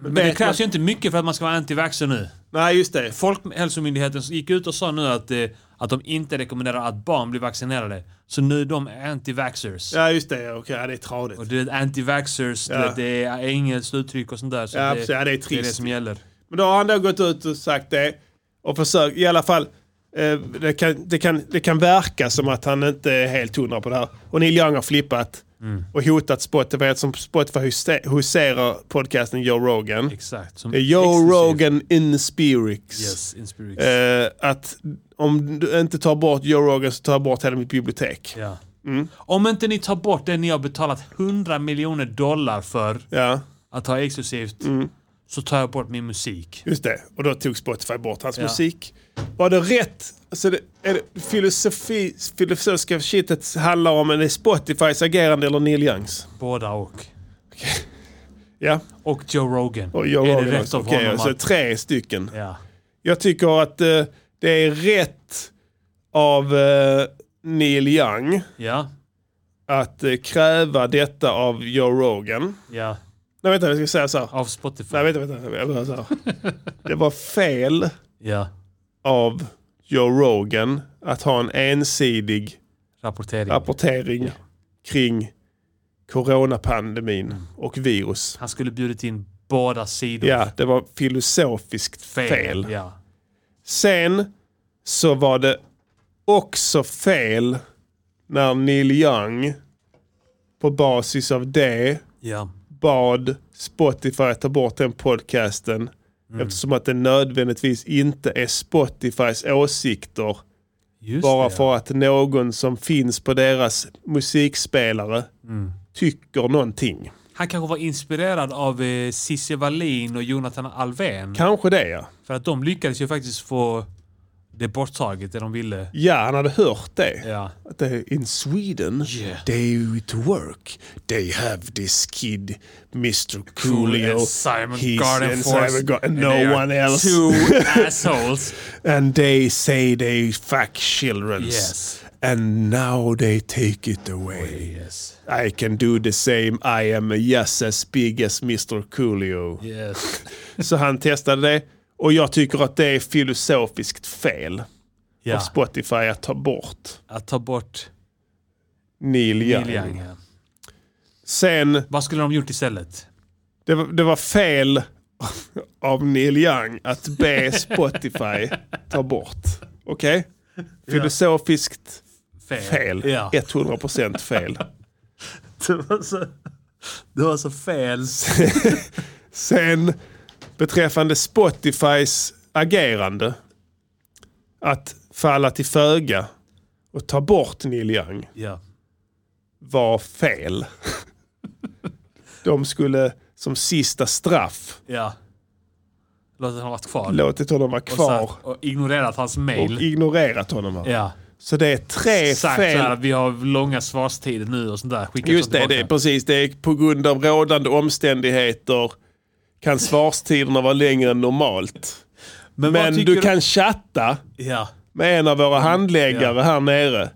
Speaker 1: Men det
Speaker 2: Vet man-
Speaker 1: krävs ju inte mycket för att man ska vara antivaxxer nu.
Speaker 2: Nej, just det.
Speaker 1: Folkhälsomyndigheten gick ut och sa nu att, eh, att de inte rekommenderar att barn blir vaccinerade. Så nu de är antivaxxers.
Speaker 2: Ja, just det. Okej, ja, det är tradigt.
Speaker 1: Och du vet, antivaxxers, du
Speaker 2: Ja.
Speaker 1: vet, det är engelskt uttryck och sånt där. Så
Speaker 2: Ja,
Speaker 1: det,
Speaker 2: precis. Ja, det är
Speaker 1: det är det
Speaker 2: trist.
Speaker 1: som gäller.
Speaker 2: Men då har han då gått ut och sagt det. Och försökt, i alla fall, eh, det, kan, det, kan, det kan verka som att han inte är helt hundra på det här. Och Neil Young har flippat
Speaker 1: Mm.
Speaker 2: och hotat Spotify eftersom Spotify huse- huserar podcasten Joe Rogan.
Speaker 1: Exakt. Som
Speaker 2: Det är Joe
Speaker 1: exklusiv-
Speaker 2: Rogan in Spirits.
Speaker 1: Yes, inspirix.
Speaker 2: Eh, att om du inte tar bort Joe Rogan så tar jag bort hela mitt bibliotek.
Speaker 1: Ja.
Speaker 2: Mm.
Speaker 1: Om inte ni tar bort det ni har betalat 100 miljoner dollar för
Speaker 2: Ja,
Speaker 1: att ha exklusivt
Speaker 2: Mm.
Speaker 1: så tar jag bort min musik.
Speaker 2: just det. Och då tog Spotify bort hans musik. Var det rätt? Alltså det, är det filosofi, filosofiska shitet handlar om är det Spotifys agerande eller Neil Youngs?
Speaker 1: Båda och.
Speaker 2: Ja,
Speaker 1: Och Joe Rogan.
Speaker 2: och Joe
Speaker 1: är
Speaker 2: Rogan
Speaker 1: det rätt
Speaker 2: också.
Speaker 1: av
Speaker 2: Okej,
Speaker 1: honom
Speaker 2: alltså
Speaker 1: att...
Speaker 2: tre stycken.
Speaker 1: Ja.
Speaker 2: Jag tycker att eh, det är rätt av eh, Neil Young
Speaker 1: Ja.
Speaker 2: att eh, kräva detta av Joe Rogan.
Speaker 1: Ja.
Speaker 2: Nej vänta, jag ska säga så här.
Speaker 1: Av Spotify.
Speaker 2: Nej, vänta, vänta. Jag behöver så här. Det var fel
Speaker 1: Ja.
Speaker 2: av Joe Rogan att ha en ensidig
Speaker 1: Rapportering.
Speaker 2: rapportering kring coronapandemin och virus.
Speaker 1: Han skulle bjudit in båda sidor.
Speaker 2: Ja, det var filosofiskt fel.
Speaker 1: Ja.
Speaker 2: Sen så var det också fel när Neil Young på basis av det
Speaker 1: Ja.
Speaker 2: bad Spotify att ta bort den podcasten
Speaker 1: Mm.
Speaker 2: eftersom att det nödvändigtvis inte är Spotifys åsikter
Speaker 1: Just
Speaker 2: bara
Speaker 1: det.
Speaker 2: för att någon som finns på deras musikspelare
Speaker 1: Mm.
Speaker 2: tycker någonting.
Speaker 1: Han kanske var inspirerad av eh, Cissi Wallin och Jonathan Alvén.
Speaker 2: Kanske det ja.
Speaker 1: För att de lyckades ju faktiskt få det borttaget, det de ville.
Speaker 2: Ja, han hade hört det.
Speaker 1: Ja.
Speaker 2: Att det är in Sweden,
Speaker 1: Yeah.
Speaker 2: they do it work. They have this kid, Mr
Speaker 1: Coolio
Speaker 2: Coolio.
Speaker 1: and Simon
Speaker 2: He's and
Speaker 1: Gardenfors.
Speaker 2: Simon Gar- and
Speaker 1: and
Speaker 2: no
Speaker 1: they are
Speaker 2: one else.
Speaker 1: Two assholes.
Speaker 2: And they say they fuck children.
Speaker 1: Yes.
Speaker 2: And now they take it away.
Speaker 1: Yes.
Speaker 2: I can do the same. I am just as big as Mr Coolio.
Speaker 1: Yes.
Speaker 2: Så han testade det. Och jag tycker att det är filosofiskt fel av
Speaker 1: Ja.
Speaker 2: Spotify att ta bort
Speaker 1: Att ta bort
Speaker 2: Neil Young.
Speaker 1: Neil Young. ja.
Speaker 2: Sen,
Speaker 1: Vad skulle de gjort istället?
Speaker 2: det var, det var fel av Neil Young att be Spotify ta bort. Okej? Filosofiskt
Speaker 1: Fel.
Speaker 2: Fel.
Speaker 1: Ja.
Speaker 2: 100% fel.
Speaker 1: Det var så, det var så fel.
Speaker 2: Sen beträffande Spotifys agerande. Att falla till föga och ta bort Neil Young
Speaker 1: Ja.
Speaker 2: var fel. De skulle som sista straff
Speaker 1: Ja. Låtit honom varit kvar.
Speaker 2: låtit honom vara kvar
Speaker 1: Och, satt, och ignorerat hans
Speaker 2: och
Speaker 1: mail.
Speaker 2: ignorerat honom. här.
Speaker 1: ja.
Speaker 2: Så det är tre
Speaker 1: Sagt så här,
Speaker 2: fel.
Speaker 1: vi har långa svarstider nu och sånt där. Skickat
Speaker 2: Just det, det är precis. Det är på grund av rådande omständigheter kan svarstiderna vara längre än normalt.
Speaker 1: Men, vad
Speaker 2: Men
Speaker 1: tycker
Speaker 2: du kan chatta
Speaker 1: Ja.
Speaker 2: med en av våra
Speaker 1: Mm.
Speaker 2: handläggare här nere.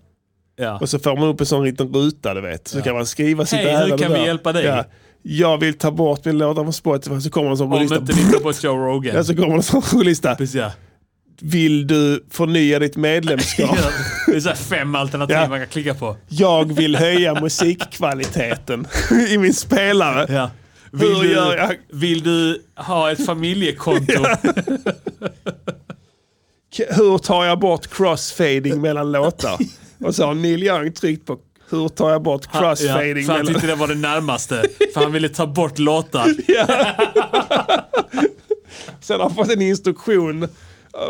Speaker 1: ja.
Speaker 2: Och så får man upp en sån liten ruta, du vet. Så kan man skriva sitt
Speaker 1: Hej, hur
Speaker 2: ärende
Speaker 1: kan vi
Speaker 2: där.
Speaker 1: hjälpa dig?
Speaker 2: Ja. Jag vill ta bort min låda från Spotify. Så kommer en sån
Speaker 1: Om inte
Speaker 2: journalist.
Speaker 1: vi går på Joe Rogan.
Speaker 2: Ja, så kommer en sån journalist. där.
Speaker 1: Precis, ja.
Speaker 2: Vill du förnya ditt medlemskap?
Speaker 1: Ja. Det är så här fem alternativ
Speaker 2: Ja.
Speaker 1: man kan klicka på.
Speaker 2: Jag vill höja musikkvaliteten i min spelare.
Speaker 1: Ja.
Speaker 2: Hur
Speaker 1: Vill, du,
Speaker 2: gör jag?
Speaker 1: vill du ha ett familjekonto?
Speaker 2: K- Hur tar jag bort crossfading mellan låtar? Och så har Neil Young tryckt på hur tar jag bort crossfading
Speaker 1: för han
Speaker 2: mellan...
Speaker 1: tyckte det var det närmaste. För han ville ta bort låtar.
Speaker 2: Sen har han fått en instruktion eh,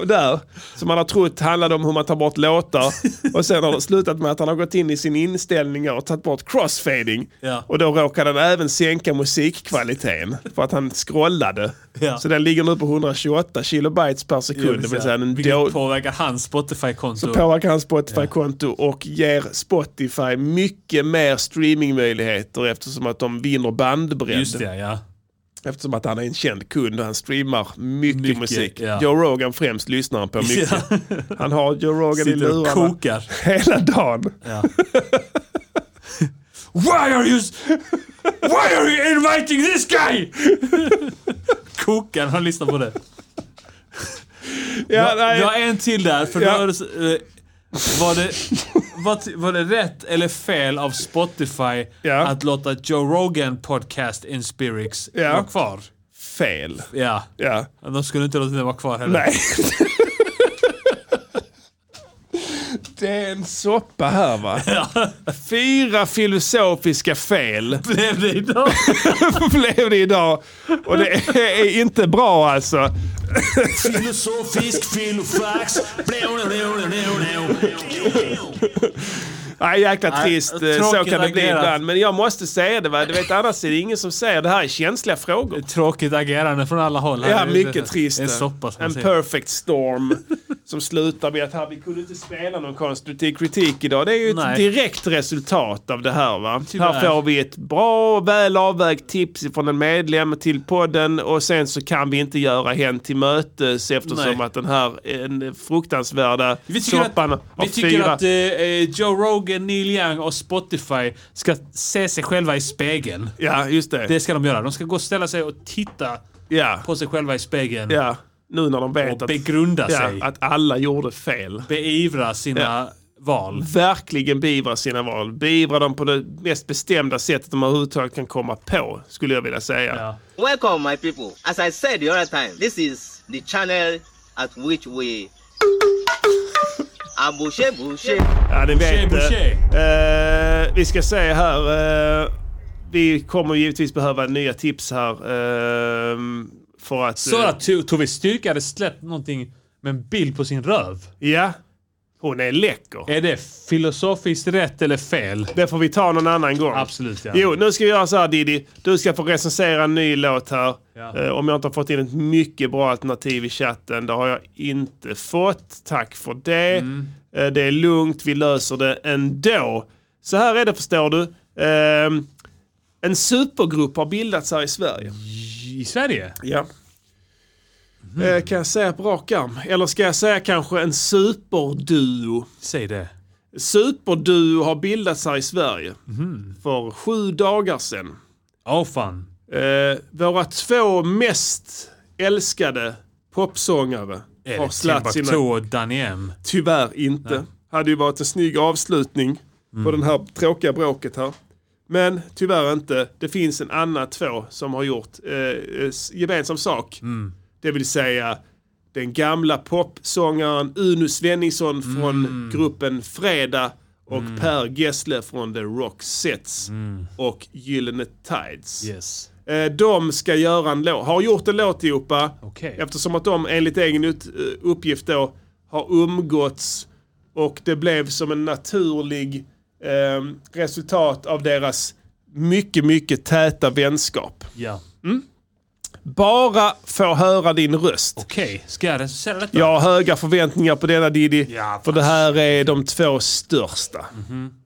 Speaker 2: där som han har trott handlade om hur man tar bort låtar. Och sen har det slutat med att han har gått in i sin inställning och tagit bort crossfading.
Speaker 1: Ja.
Speaker 2: Och då råkade han även sänka musikkvaliteten för att han scrollade.
Speaker 1: Ja.
Speaker 2: Så den ligger nu på 128 kilobytes per sekund. det vill säga en
Speaker 1: Vilket
Speaker 2: då-
Speaker 1: påverkar hans Spotify-konto.
Speaker 2: påverkar hans Spotify-konto och ger Spotify mycket mer streamingmöjligheter eftersom att de vinner bandbredd.
Speaker 1: Just det, ja.
Speaker 2: Eftersom att han är en känd kund och han streamar mycket,
Speaker 1: Mycket,
Speaker 2: musik.
Speaker 1: ja.
Speaker 2: Joe Rogan främst lyssnar han på mycket.
Speaker 1: Ja.
Speaker 2: Han har Joe Rogan i
Speaker 1: Sitter och
Speaker 2: lurarna
Speaker 1: kokar.
Speaker 2: hela dagen.
Speaker 1: Ja. Why are you... Why are you inviting this guy? kokar när han lyssnar på det.
Speaker 2: Ja, nej.
Speaker 1: Jag har en till där. För
Speaker 2: Ja.
Speaker 1: då är det, så- eh, var, det, var, var det rätt eller fel av Spotify
Speaker 2: Ja.
Speaker 1: att låta Joe Rogan podcast Inspirix
Speaker 2: Ja.
Speaker 1: vara kvar?
Speaker 2: Fel.
Speaker 1: Ja.
Speaker 2: Ja.
Speaker 1: De skulle inte låta den vara kvar heller.
Speaker 2: Nej. Det är en soppa här va. Fyra filosofiska fel.
Speaker 1: Blev det idag?
Speaker 2: blev det idag. Och det är inte bra alltså.
Speaker 1: Filosofisk filofax.
Speaker 2: Nej, jäkla
Speaker 1: Nej,
Speaker 2: trist. Eh, Så
Speaker 1: tråkigt
Speaker 2: kan det bli
Speaker 1: agerat.
Speaker 2: ibland. Men jag måste säga det. Va? Du vet, annars är det ingen som säger det här är känsliga frågor.
Speaker 1: Tråkigt agerande från alla håll. här.
Speaker 2: Ja,
Speaker 1: Det är-
Speaker 2: mycket trist.
Speaker 1: En soppa som
Speaker 2: En
Speaker 1: man säger.
Speaker 2: perfect storm som slutar med att här, vi kunde inte spela någon konstruktiv kritik idag. Det är ju ett
Speaker 1: Nej.
Speaker 2: direkt resultat av det här. Va?
Speaker 1: Tyvärr.
Speaker 2: Här får vi ett bra och väl avvägt tips från en medlem till podden och sen så kan vi inte göra hen till mötes eftersom
Speaker 1: Nej.
Speaker 2: att den här en fruktansvärda
Speaker 1: Vi tycker
Speaker 2: soppan
Speaker 1: att,
Speaker 2: av
Speaker 1: vi tycker
Speaker 2: fyra...
Speaker 1: att eh, eh, Joe Rogan, Neil Young och Spotify ska se sig själva i spegeln.
Speaker 2: Ja, just det.
Speaker 1: Det ska de göra. De ska gå och ställa sig och titta
Speaker 2: ja.
Speaker 1: på sig själva i spegeln
Speaker 2: ja, nu när de vet
Speaker 1: och
Speaker 2: att,
Speaker 1: begrunda
Speaker 2: ja,
Speaker 1: sig.
Speaker 2: att alla gjorde fel.
Speaker 1: Beivra sina
Speaker 2: Ja.
Speaker 1: val.
Speaker 2: verkligen beivra sina val. Beivra dem på det mest bestämda sättet de överhuvudtaget kan komma på, skulle jag vilja säga.
Speaker 1: Ja.
Speaker 6: Welcome, my people. As I said the other time, this is the channel at which we. Abushe, bushe.
Speaker 2: Ja, ni vet.
Speaker 1: Boucher,
Speaker 2: eh, eh, vi ska se här. eh, vi kommer givetvis behöva nya tips här. eh, för att...
Speaker 1: Så
Speaker 2: eh,
Speaker 1: att To- Tove Styrka hade släppt någonting med en bild på sin röv.
Speaker 2: eh, ja. Hon är läcker.
Speaker 1: Är det filosofiskt rätt eller fel?
Speaker 2: Det får vi ta någon annan gång.
Speaker 1: Absolut, ja.
Speaker 2: Jo, nu ska vi göra så här Diddy. Du ska få recensera en ny låt här.
Speaker 1: Ja.
Speaker 2: Eh, om jag inte har fått in ett mycket bra alternativ i chatten. Det har jag inte fått. Tack för det.
Speaker 1: Mm.
Speaker 2: Eh, det är lugnt, vi löser det ändå. Så här är det förstår du. Ehm, en supergrupp har bildats här i Sverige.
Speaker 1: Mm. I Sverige?
Speaker 2: Ja.
Speaker 1: Mm.
Speaker 2: Eh, kan jag säga på rak arm? Eller ska jag säga kanske en superduo?
Speaker 1: Säg det.
Speaker 2: Superduo har bildats här i Sverige
Speaker 1: Mm.
Speaker 2: för sju dagar sedan.
Speaker 1: Åh fan.
Speaker 2: Eh, våra två mest älskade popsångare
Speaker 1: Är
Speaker 2: har
Speaker 1: det
Speaker 2: slatt sina...
Speaker 1: Timbuktu och Danny M?
Speaker 2: Tyvärr inte. Hade ju varit en snygg avslutning
Speaker 1: Mm.
Speaker 2: på den här tråkiga bråket här. Men tyvärr inte. Det finns en annan två som har gjort eh, eh, gemensam sak.
Speaker 1: Mm.
Speaker 2: Det vill säga
Speaker 1: Mm.
Speaker 2: den gamla popsångaren Uno Svenningsson från gruppen Fredag och
Speaker 8: Mm.
Speaker 2: Per Gessle från The Roxettes
Speaker 1: Mm.
Speaker 2: och Gyllene Tides.
Speaker 8: Yes.
Speaker 2: Eh, De ska göra en låt, har gjort en låt ihop eh,
Speaker 8: Okej.
Speaker 2: eftersom att de enligt egen ut- eh, uppgift då har umgåtts och det blev som en naturlig ehm, resultat av deras mycket, mycket täta vänskap.
Speaker 8: Ja.
Speaker 2: Bara får höra din röst.
Speaker 8: Okej, ska jag recensera detta?
Speaker 2: Jag har höga förväntningar på denna Diddy.
Speaker 8: Ja, Mhm.
Speaker 2: för det här är de två största.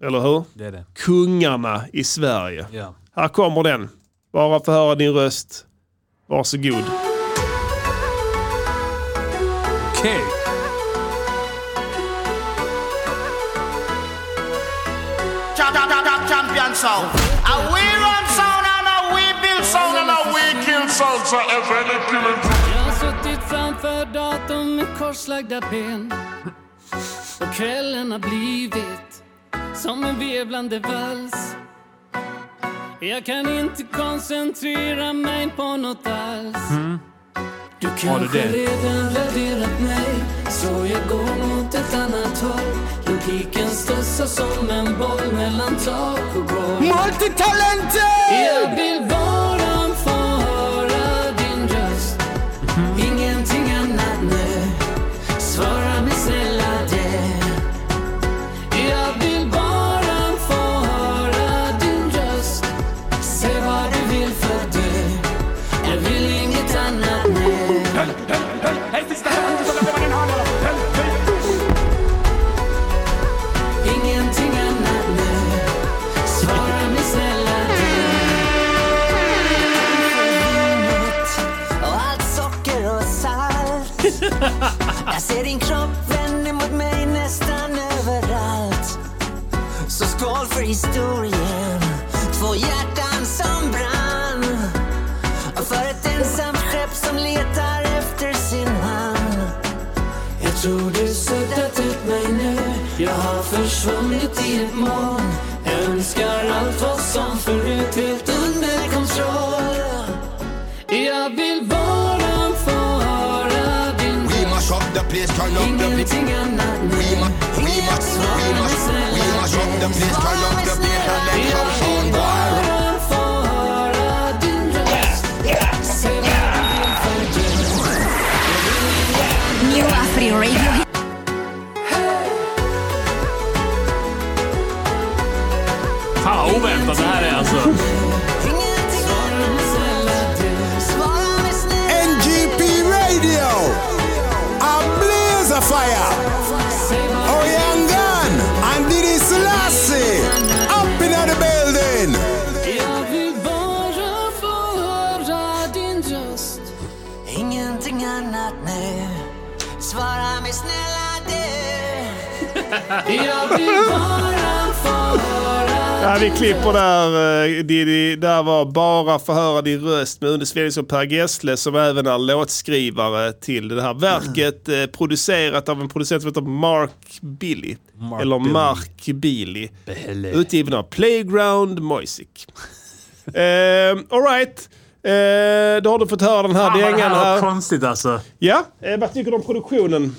Speaker 2: Eller hur?
Speaker 8: Det är det.
Speaker 2: Kungarna i Sverige.
Speaker 8: Ja.
Speaker 2: Här kommer den. Bara få höra din röst. Varsågod.
Speaker 8: Okej.
Speaker 9: Champion sound. A we run sound and a we build sound and a we kill sound. So every killing
Speaker 14: Jag har suttit framför datorn med korslagda ben Och kvällen har blivit som en veblande vals Jag kan inte koncentrera mig på något alls
Speaker 8: Mm.
Speaker 14: Du
Speaker 8: Har du
Speaker 14: kanske
Speaker 8: det?
Speaker 14: redan raderat mig Så jag går mot ett annat håll Logiken studsar som en boll mellan tak och golv
Speaker 9: Multitalenter!
Speaker 14: Jag vill bara få höra din röst Ingenting annat nu Svara mig snälla det Jag vill bara få höra din röst Säg vad du vill för du Jag vill inget annat nu Ingenting annat nu Svara mig snälla
Speaker 15: Och allt socker och salt Jag ser din kropp vänd emot mig nästan överallt Så skål för historien Två hjärtan som brann Och för ett ensamt skepp som letar efter sin man
Speaker 14: Jag tror du suddat ut mig nu Jag har försvunnit i ett moln Jag önskar allt var som förut helt under kontroll Jag vill bara få höra din
Speaker 16: We mash up the place, turn up the beat.
Speaker 14: Ingenting annat nu
Speaker 16: We mash, we mash, we mash, we mash up the place, turn up the beat and let some sound wild.
Speaker 14: Bara få höra din röst Säg vad du vill för du
Speaker 17: New Afri Radio.
Speaker 8: Fan vad oväntat det här är alltså.
Speaker 3: NGP Radio. A blaze of fire. Oyangan and Didi Selassie. Up in the building.
Speaker 14: Jag vill bara få höra din röst
Speaker 15: Ingenting annat nu Svara mig snälla du
Speaker 14: Jag vill bara få höra
Speaker 2: Ja, vi klipper där. eh, Diddy. Där var Bara få höra din röst med Une Svenningsson och Per Gessle som även är låtskrivare till det här verket. eh, Producerat av en producent som heter Mark Billy.
Speaker 8: Mark
Speaker 2: eller
Speaker 8: Billy.
Speaker 2: Mark Billy.
Speaker 8: Billy.
Speaker 2: Utgiven av Playground Moisic. uh, Alright. Uh, då har du fått höra den här
Speaker 8: Fan, vad det
Speaker 2: dängan
Speaker 8: här var
Speaker 2: här.
Speaker 8: konstigt alltså.
Speaker 2: Ja, eh, vad tycker du om produktionen?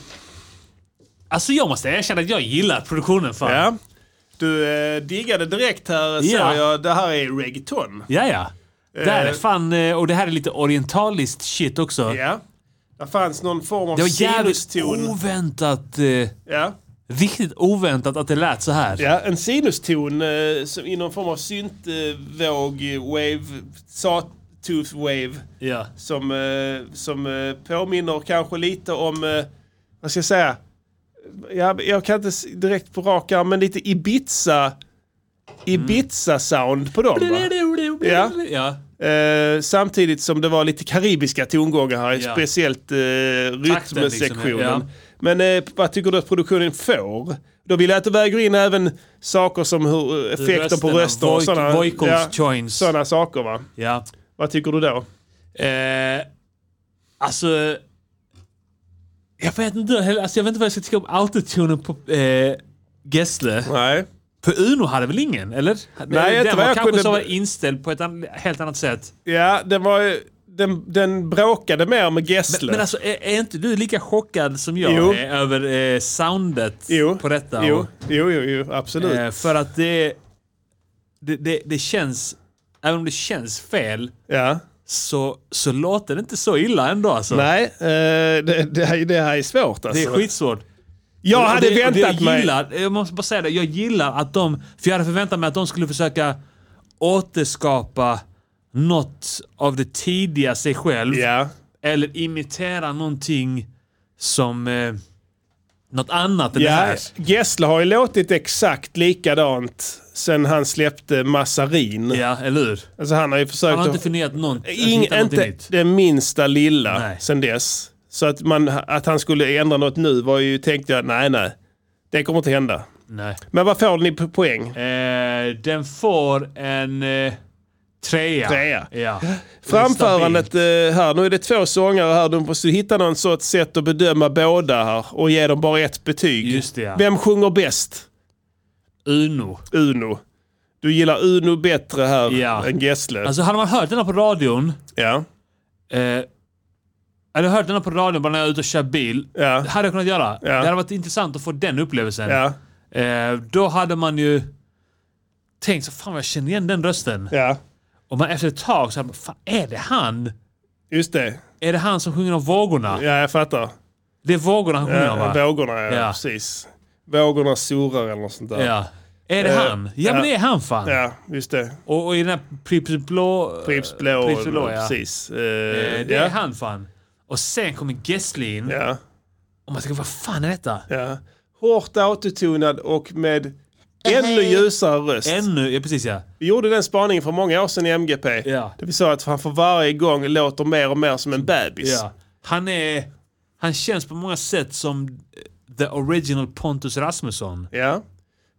Speaker 8: Alltså jag måste erkänna att jag gillar produktionen fan.
Speaker 2: Ja. Du eh, diggade direkt här såg
Speaker 8: Ja.
Speaker 2: jag. Det här är reggaeton.
Speaker 8: Ja, ja. Det här är
Speaker 2: Eh.
Speaker 8: fan, eh, och det här är lite orientaliskt shit också.
Speaker 2: Ja. Det fanns någon form av
Speaker 8: Det var jävligt
Speaker 2: sinuston.
Speaker 8: oväntat. eh,
Speaker 2: Ja.
Speaker 8: Riktigt oväntat att det lät så här.
Speaker 2: Ja, en sinuston eh, som i någon form av syntvåg, wave, sawtooth wave.
Speaker 8: Ja.
Speaker 2: Som, eh, som eh, påminner kanske lite om, eh, vad ska jag säga? Jag, jag kan inte s- direkt på rak arm, men lite Ibiza, Ibiza-sound på dem va? Ja.
Speaker 8: Ja.
Speaker 2: Eh, samtidigt som det var lite karibiska tongångar här,
Speaker 8: Ja.
Speaker 2: speciellt eh,
Speaker 8: Takten
Speaker 2: rytmsektionen.
Speaker 8: liksom, ja.
Speaker 2: Men eh, vad tycker du att produktionen får? Då vill jag att du väger in även saker som hur, eh, effekter på
Speaker 8: Rösterna,
Speaker 2: röster och
Speaker 8: voic-
Speaker 2: sådana
Speaker 8: vocals joints.
Speaker 2: såna saker. Va?
Speaker 8: Ja.
Speaker 2: Vad tycker du då?
Speaker 8: Eh, alltså... Jag vet inte heller, alltså jag vet inte vad jag ska tycka om autotunen på eh, Gessle.
Speaker 2: Nej.
Speaker 8: För Uno hade väl ingen, eller?
Speaker 2: Nej, inte
Speaker 8: den
Speaker 2: vad
Speaker 8: var
Speaker 2: jag
Speaker 8: kanske
Speaker 2: kunde-
Speaker 8: så var inställd på ett an- helt annat sätt.
Speaker 2: Ja, det var, ju- den, den bråkade mer med Gessle.
Speaker 1: Men, men alltså, är, är inte du lika chockad som jag
Speaker 2: Jo.
Speaker 1: är över eh, soundet på detta?
Speaker 2: Jo,
Speaker 1: Och,
Speaker 2: jo, jo, jo absolut.
Speaker 1: eh, för att det, det, det, det känns, även om det känns fel, så, så låter det inte så illa ändå alltså.
Speaker 2: Nej, eh, det, det, här, det här är svårt alltså.
Speaker 1: Det är skitsvårt.
Speaker 2: Jag
Speaker 1: Och
Speaker 2: hade
Speaker 1: det, och det
Speaker 2: väntat
Speaker 1: jag
Speaker 2: mig-
Speaker 1: gillar, mig... Jag måste bara säga det, jag gillar att de... För jag hade förväntat mig att de skulle försöka återskapa något av det tidiga sig själv. Eller imitera någonting som... Eh, något annat än det
Speaker 2: Ja,
Speaker 1: här.
Speaker 2: Gessle har ju låtit exakt likadant sen han släppte Massarin.
Speaker 1: Ja, eller hur?
Speaker 2: Alltså han har ju försökt
Speaker 1: Han har
Speaker 2: att-
Speaker 1: inte förnyat någon, att
Speaker 2: Ing,
Speaker 1: hitta någonting
Speaker 2: inte
Speaker 1: nytt.
Speaker 2: det minsta lilla sen dess. Så att, man, att han skulle ändra något nu var ju, tänkte jag, nej nej. Det kommer inte hända.
Speaker 1: Nej.
Speaker 2: Men vad får ni på poäng?
Speaker 1: Eh, den får en eh, trea.
Speaker 2: Trea.
Speaker 1: Ja.
Speaker 2: Framförandet eh, här, nu är det två sångare här. Du måste hitta någon sorts sätt att bedöma båda här och ge dem bara ett betyg.
Speaker 1: Just det, ja.
Speaker 2: Vem sjunger bäst?
Speaker 1: Uno.
Speaker 2: Uno. Du gillar Uno bättre här
Speaker 1: Ja.
Speaker 2: än Gessle.
Speaker 1: Alltså hade man hört den här på radion.
Speaker 2: Ja.
Speaker 1: Eh, hade jag hört den här på radion bara när jag är ute och kör bil. Det hade jag kunnat göra. Det hade varit intressant att få den upplevelsen. Eh, då hade man ju tänkt så fan vad jag känner igen den rösten. Och man efter ett tag så hade man, fan är det han?
Speaker 2: Just det.
Speaker 1: Är det han som sjunger om vågorna?
Speaker 2: Ja, jag fattar.
Speaker 1: Det är vågorna han sjunger om va?
Speaker 2: Ja, vågorna, ja,
Speaker 1: Ja.
Speaker 2: Precis. Vågorna surrar eller något sånt där.
Speaker 1: Ja. Är det
Speaker 2: Eh,
Speaker 1: han? Ja, men det är han fan.
Speaker 2: Ja, just det.
Speaker 1: Och, och i den här Pripps blå...
Speaker 2: Pripps blå,
Speaker 1: Pripps Eh, blå,
Speaker 2: ja,
Speaker 1: ja.
Speaker 2: precis. Eh,
Speaker 1: Eh, det
Speaker 2: ja.
Speaker 1: är han fan. Och sen kommer Gessle in. Och man tänker, vad fan är detta?
Speaker 2: Ja. Hårt autotunad och med ännu ljusare röst.
Speaker 1: Ännu, ja precis ja.
Speaker 2: Vi gjorde den spaningen för många år sedan i MGP.
Speaker 1: Ja.
Speaker 2: Där vi sa att han för varje gång låter mer och mer som en bebis.
Speaker 1: Ja. Han är... Han känns på många sätt som eh, the original Pontus Rasmusson.
Speaker 2: Ja.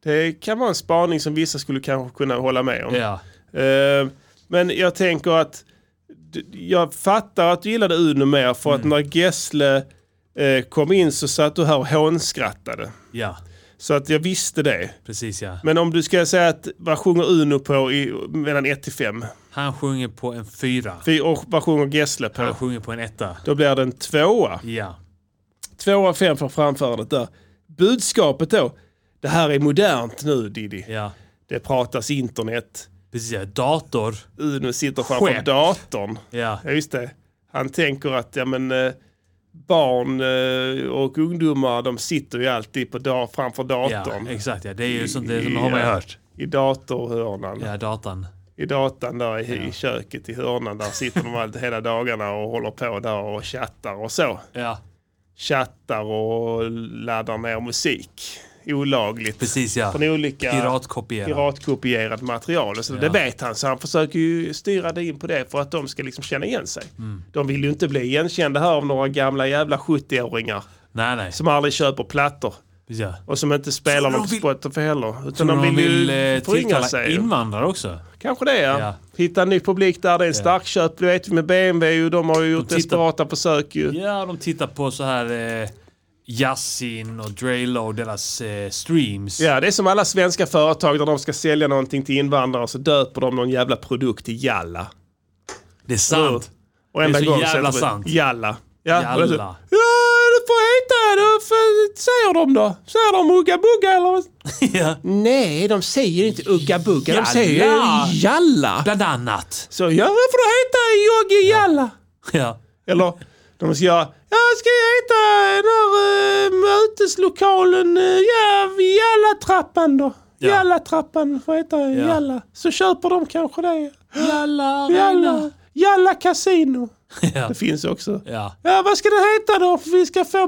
Speaker 2: Det kan vara en spaning som vissa skulle kanske kunna hålla med om.
Speaker 1: Ja.
Speaker 2: Eh, men jag tänker att d- jag fattar att du gillade Uno mer för att när Gessle eh, kom in så satt du här och hånskrattade.
Speaker 1: Ja,
Speaker 2: Så att jag visste det.
Speaker 1: precis ja.
Speaker 2: Men om du ska säga att vad sjunger Uno på i, mellan 1 till 5?
Speaker 1: Han sjunger på en fyra.
Speaker 2: Och vad sjunger Gessle på?
Speaker 1: Han sjunger på en etta.
Speaker 2: Då blir det en tvåa.
Speaker 1: Ja.
Speaker 2: Två av fem för framförandet där. Budskapet då. Det här är modernt nu Diddy.
Speaker 1: Ja.
Speaker 2: Det pratas internet.
Speaker 1: Precis ja. Dator.
Speaker 2: Uno sitter framför
Speaker 1: Skepp.
Speaker 2: datorn.
Speaker 1: Ja.
Speaker 2: Ja, just det. Han tänker att ja, men, eh, barn eh, och ungdomar de sitter ju alltid på da- framför datorn.
Speaker 1: Ja, exakt ja. Det är ju sånt det som
Speaker 2: I- eh,
Speaker 1: har man ju hört.
Speaker 2: I datorhörnan.
Speaker 1: Ja, datan.
Speaker 2: I datan där i, i köket i hörnan där sitter de alltid hela dagarna och håller på där och chattar och så.
Speaker 1: Ja.
Speaker 2: Chattar och laddar ner musik olagligt.
Speaker 1: Precis ja.
Speaker 2: Från olika
Speaker 1: Piratkopierat.
Speaker 2: piratkopierat material. Och så.
Speaker 1: Ja.
Speaker 2: Det vet han så han försöker ju styra det in på det för att de ska liksom känna igen sig.
Speaker 1: Mm.
Speaker 2: De vill ju inte bli igenkända här av några gamla jävla 70-åringar.
Speaker 1: Nej, nej.
Speaker 2: Som aldrig köper plattor.
Speaker 1: Precis, ja.
Speaker 2: Och som inte spelar
Speaker 1: Tror de
Speaker 2: något
Speaker 1: vill-
Speaker 2: Spotify heller. Utan
Speaker 1: Tror
Speaker 2: de vill,
Speaker 1: eh,
Speaker 2: ju föryngra
Speaker 1: tilltala
Speaker 2: sig.
Speaker 1: invandrare också?
Speaker 2: Kanske det ja.
Speaker 1: Ja.
Speaker 2: Hitta en ny publik där. Det är en starkköp. Du vet med BMW ju. De har ju gjort
Speaker 1: tittar-
Speaker 2: desperata försök ju.
Speaker 1: Ja, de tittar på så här eh, Yasin och Drelo och deras eh, streams.
Speaker 2: Ja, det är som alla svenska företag där de ska sälja någonting till invandrare så döper de någon jävla produkt till Jalla.
Speaker 1: Det är sant.
Speaker 2: Och enda
Speaker 1: det är så
Speaker 2: gång
Speaker 1: jävla
Speaker 2: sätter vi-
Speaker 1: sant.
Speaker 2: Jalla. Ja, och det är så-
Speaker 1: Jalla.
Speaker 2: Ja, det får heta det. För, säger de då? Säger de Ugga Bugga eller? Nej, de säger inte Ugga Bugga. De säger Jalla.
Speaker 1: Bland annat.
Speaker 2: Så ja, det får det heta Jogge Jalla.
Speaker 1: Ja.
Speaker 2: Eller de ska göra Ja, ska jag heta den här eh, möteslokalen? eh, ja, vid Jalla-trappan då.
Speaker 18: Ja.
Speaker 2: Jalla-trappan får heta Jalla. Så köper de kanske det.
Speaker 1: Jalla,
Speaker 2: Jalla, Jalla Casino.
Speaker 1: Ja.
Speaker 2: Det finns också.
Speaker 1: Ja.
Speaker 2: Ja, vad ska det heta då? För vi ska få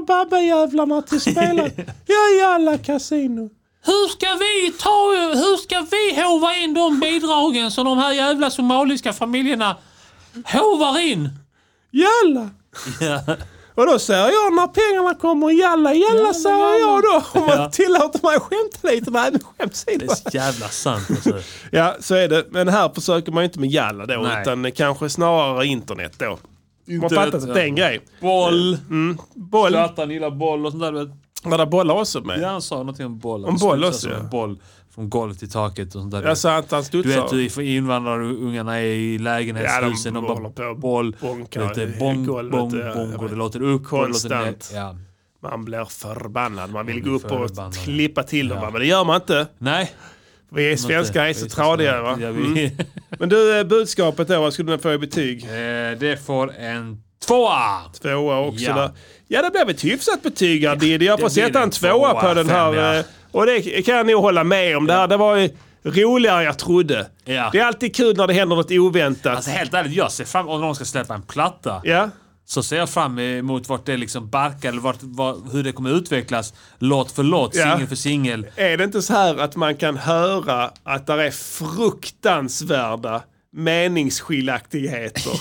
Speaker 2: babbajävlarna till spela. ja, Jalla Casino.
Speaker 1: Hur ska vi ta, hur ska vi hova in de bidragen som de här jävla somaliska familjerna hovar in?
Speaker 2: Jalla. Och då säger jag när pengarna kommer, jalla, jalla, säger jag då. Om man
Speaker 1: Ja.
Speaker 2: tillåter mig att skämta lite. Nej, men skämtsida.
Speaker 1: Det är så jävla sant alltså.
Speaker 2: Ja, så är det. Men här försöker man ju inte med jalla då,
Speaker 1: Nej.
Speaker 2: utan kanske snarare internet då. man
Speaker 1: Internet,
Speaker 2: fattar att det är en
Speaker 1: ja.
Speaker 2: grej.
Speaker 1: Boll.
Speaker 2: Mm, boll.
Speaker 1: Zlatan gillar boll och sånt där. du vet.
Speaker 2: Var det bollar också med?
Speaker 1: Ja, han sa någonting om boll.
Speaker 2: Om boll
Speaker 1: Snusar
Speaker 2: också,
Speaker 1: som
Speaker 2: ja.
Speaker 1: en boll. Från golvet till taket och sånt där.
Speaker 2: Jag sa att han
Speaker 1: du
Speaker 2: studsar.
Speaker 1: vet hur invandrarungarna är i lägenhetshusen.
Speaker 2: Ja,
Speaker 1: de,
Speaker 2: de
Speaker 1: bara
Speaker 2: håller på och
Speaker 1: boll,
Speaker 2: bonkar
Speaker 1: lite
Speaker 2: i
Speaker 1: bong,
Speaker 2: golvet,
Speaker 1: bong,
Speaker 2: ja,
Speaker 1: bong,
Speaker 2: jag
Speaker 1: och det
Speaker 2: vet.
Speaker 1: låter upp och det låter ner.
Speaker 2: Konstant.
Speaker 1: Ja.
Speaker 2: Man blir förbannad. Man vill
Speaker 1: blir
Speaker 2: gå upp
Speaker 1: förbannad.
Speaker 2: och klippa till dem.
Speaker 1: Ja.
Speaker 2: va? Men det gör man inte.
Speaker 1: Nej.
Speaker 2: Vi är
Speaker 1: Inte.
Speaker 2: svenskar är
Speaker 1: Vi
Speaker 2: så
Speaker 1: är så
Speaker 2: tradiga va?
Speaker 1: tradiga, vi-
Speaker 2: Mm. Men du, eh, budskapet då. Vad skulle den få i betyg?
Speaker 1: Eh, det får en tvåa.
Speaker 2: Tvåa också
Speaker 1: Ja.
Speaker 2: där. Ja, det blev ett hyfsat betyg här Diddy. Jag får
Speaker 1: det blir
Speaker 2: sätta en
Speaker 1: en
Speaker 2: tvåa
Speaker 1: tvåa,
Speaker 2: på den här.
Speaker 1: fem, ja.
Speaker 2: eh, Och det kan jag nog hålla med om. Det här det var ju roligare än jag trodde.
Speaker 1: Ja.
Speaker 2: Det är alltid kul när det händer något oväntat.
Speaker 1: Alltså helt ärligt, jag ser fram om någon ska släppa en platta.
Speaker 2: Ja.
Speaker 1: Så ser jag fram emot vart det liksom barkar eller vart, vad, hur det kommer utvecklas låt för låt,
Speaker 2: Ja.
Speaker 1: singel för singel.
Speaker 2: Är det inte så här att man kan höra att det är fruktansvärda meningsskiljaktigheter?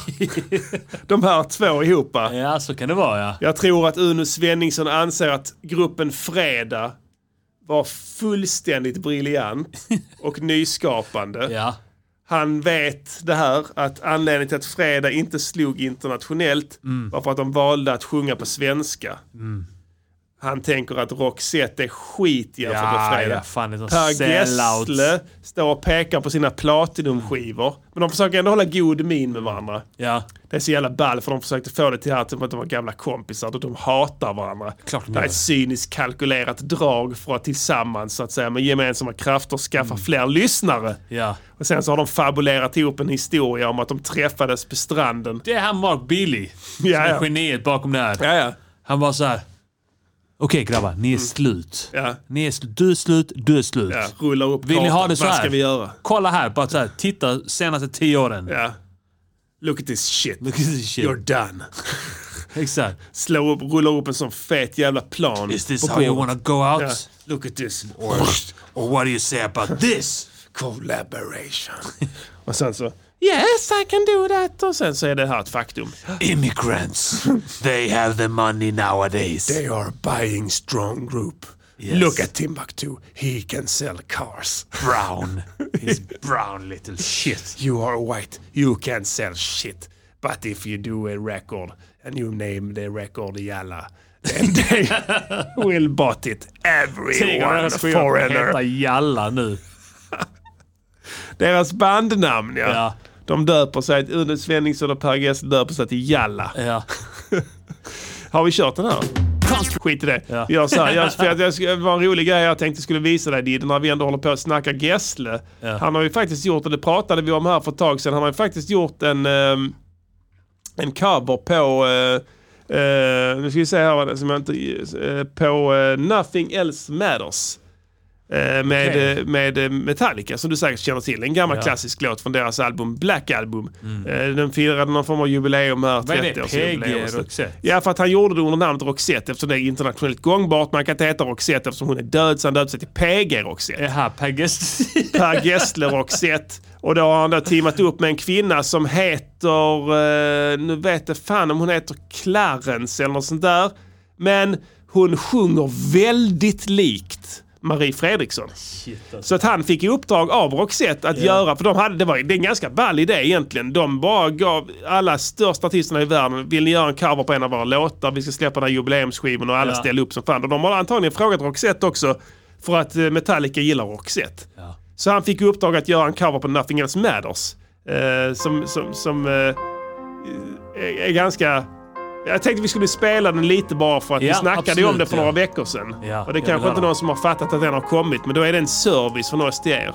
Speaker 2: De här två ihop.
Speaker 1: Ja, så kan det vara ja.
Speaker 2: Jag tror att Uno Svenningsson anser att gruppen Fredag var fullständigt briljant och nyskapande. Han vet det här att anledningen till att Fredag inte slog internationellt
Speaker 1: Mm.
Speaker 2: var för att de valde att sjunga på svenska. Han tänker att Roxette är skit jämfört
Speaker 1: Ja,
Speaker 2: med Fredag.
Speaker 1: ja, fan, det är sån
Speaker 2: per
Speaker 1: sellout.
Speaker 2: Gessle står och pekar på sina platinumskivor. Men de försöker ändå hålla god min med varandra.
Speaker 1: Ja.
Speaker 2: Det är så jävla ball för de försökte få det till att de var gamla kompisar och de hatar varandra.
Speaker 1: Klart de
Speaker 2: det
Speaker 1: gör
Speaker 2: är
Speaker 1: det.
Speaker 2: ett cyniskt kalkylerat drag för att tillsammans så att säga med gemensamma krafter skaffa
Speaker 1: Mm.
Speaker 2: fler lyssnare.
Speaker 1: Ja.
Speaker 2: Och sen så har de fabulerat ihop en historia om att de träffades på stranden.
Speaker 1: Det är han Mark Billy som
Speaker 2: Ja, ja.
Speaker 1: är geniet bakom det här. Han var så här. Okej grabbar, ni är slut. Ni är slut. Du är slut, du är slut.
Speaker 2: Mm. Ja, rullar upp
Speaker 1: Vill ni ha
Speaker 2: kartan.
Speaker 1: det så här?
Speaker 2: Vad ska vi göra?
Speaker 1: Kolla här, bara så här. Titta senaste tio åren.
Speaker 2: Ja. Look at this shit.
Speaker 1: Look at this shit.
Speaker 2: You're done.
Speaker 1: Exakt.
Speaker 2: Slå upp, rullar upp en sån fet jävla plan.
Speaker 1: Is this
Speaker 2: på
Speaker 1: how you
Speaker 2: bordet.
Speaker 1: wanna go out?
Speaker 2: Ja. Look at this.
Speaker 1: Or, or what do you say about this?
Speaker 2: Collaboration. Och sen så... Yes, I can do that. Och sen så är det här ett faktum.
Speaker 1: Immigrants. They have the money nowadays.
Speaker 2: They are buying strong group.
Speaker 1: Yes.
Speaker 2: Look at Timbuktu. He can sell cars.
Speaker 1: Brown. He's brown little shit.
Speaker 2: You are white. You can sell shit. But if you do a record and you name the record Jalla, then they will bought it. Everyone foreigner.
Speaker 1: heta Jalla nu.
Speaker 2: Deras bandnamn ja.
Speaker 1: Ja.
Speaker 2: De döper sig, Uno Svenningsson och Per Gessle döper sig till Jalla.
Speaker 1: Ja.
Speaker 2: Har vi kört den här? Skit i det. Vi gör så här, jag, för att jag, ska- det var en rolig grej jag tänkte skulle visa dig Didde när vi ändå håller på att snacka Gessle. Han har ju faktiskt gjort, och det pratade vi om här för ett tag sedan, han har ju faktiskt gjort en, ehm, en cover på, eh, eh, nu ska vi se här vad det som jag inte, eh, på eh, Nothing Else Matters. Eh, med,
Speaker 1: Okej.
Speaker 2: eh, med eh, Metallica som du säkert känner till. En gammal
Speaker 1: Ja. Mm.
Speaker 2: klassisk låt från deras album Black Album. Eh, Den firade någon form av jubileum här.
Speaker 1: Vad är det?
Speaker 2: 30-årsjubileum
Speaker 1: PG
Speaker 2: och så.
Speaker 1: Roxette?
Speaker 2: Ja, för att han gjorde det under namnet Roxette eftersom det är internationellt gångbart. Man kan inte heta Roxette eftersom hon är död, så han döpte sig till PG Roxette.
Speaker 1: Jaha, Per Gessle.
Speaker 2: Per Gessle Roxette. Och då har han då teamat upp med en kvinna som heter, eh, nu vet jag fan om hon heter Clarence eller något sånt där. Men hon sjunger väldigt likt Marie Fredriksson. Så att han fick i uppdrag av Roxette att göra, för de hade, det, var, det är en ganska ball idé egentligen. De bara gav alla största artisterna i världen, vill ni göra en cover på en av våra låtar? Vi ska släppa den här jubileumsskivan och alla
Speaker 1: Ja.
Speaker 2: ställde upp som fan. Och de har antagligen frågat Roxette också, för att eh, Metallica gillar Roxette. Så han fick i uppdrag att göra en cover på Nothing Else Matters. Eh, som som, som eh, är, är ganska... Jag tänkte vi skulle spela den lite bara för att vi
Speaker 1: Ja,
Speaker 2: snackade
Speaker 1: absolut,
Speaker 2: om det för
Speaker 1: ja.
Speaker 2: några veckor sedan.
Speaker 1: Ja,
Speaker 2: och det är
Speaker 1: jag vill
Speaker 2: kanske inte
Speaker 1: höra.
Speaker 2: någon som har fattat att den har kommit, men då är det en service från oss till er.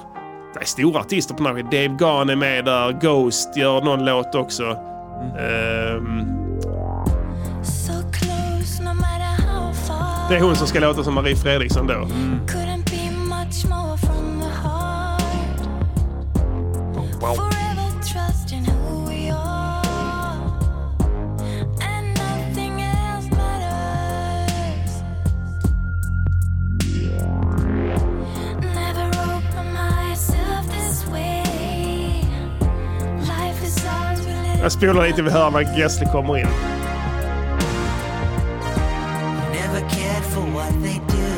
Speaker 2: Det är stora artister på den här. Dave Garn är med där, Ghost gör någon låt också.
Speaker 1: Mm.
Speaker 2: Ehm,
Speaker 15: So close, no matter how far.
Speaker 2: det är hon som ska låta som Marie Fredriksson då.
Speaker 15: Couldn't be much more from the heart. Forever trusting who we are. And nothing else matters. Never open myself this way. Life is ours, we live.
Speaker 2: Jag spolar lite, vi hör när Gessle kommer in.
Speaker 14: never cared for what they do.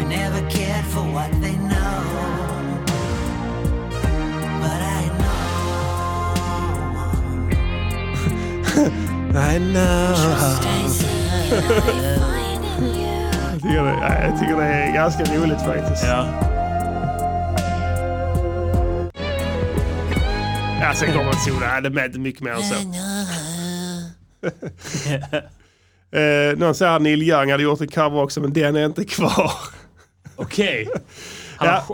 Speaker 14: I never cared for what they know. But I
Speaker 2: I know. Jag tycker det, ja, jag tycker det är ganska roligt faktiskt.
Speaker 1: Ja.
Speaker 2: Ja, sen kommer inte solen. Nej, Det är inte mycket mer än så. Eh, någon säger att Neil Young hade gjort en cover också, men den är inte kvar.
Speaker 1: Okej.
Speaker 2: Ja.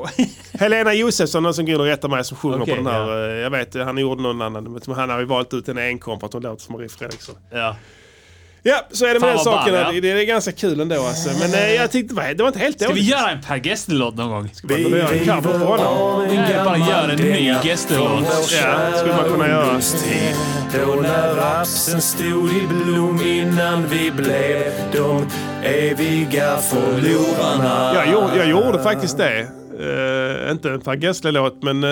Speaker 2: Helena Josefsson, någon som går in och rättar mig, som sjunger
Speaker 1: Okej,
Speaker 2: på den här. eh, Jag vet, han gjorde någon annan, men som han har ju valt ut en enkom för att hon låter som Marie Fredriksson.
Speaker 1: Ja.
Speaker 2: Ja, så är det med
Speaker 1: Fan
Speaker 2: den
Speaker 1: vad
Speaker 2: saken.
Speaker 1: ball, ja.
Speaker 2: det, det är ganska kul ändå alltså. Men eh, jag tyckte det var- det var inte helt
Speaker 1: Ska vi
Speaker 2: dåligt.
Speaker 1: göra en Per Gessle-låt någon gång? Ska
Speaker 2: vi göra en cover på honom?
Speaker 1: Nej, bara göra en ny Gessle-låt.
Speaker 2: Ja, skulle man kunna göra.
Speaker 3: Då när rapsen stod i blom innan vi blev de eviga förlorarna.
Speaker 2: Jag gjorde, jag gjorde faktiskt det. Eh, inte en Per Gessle-låt, men eh,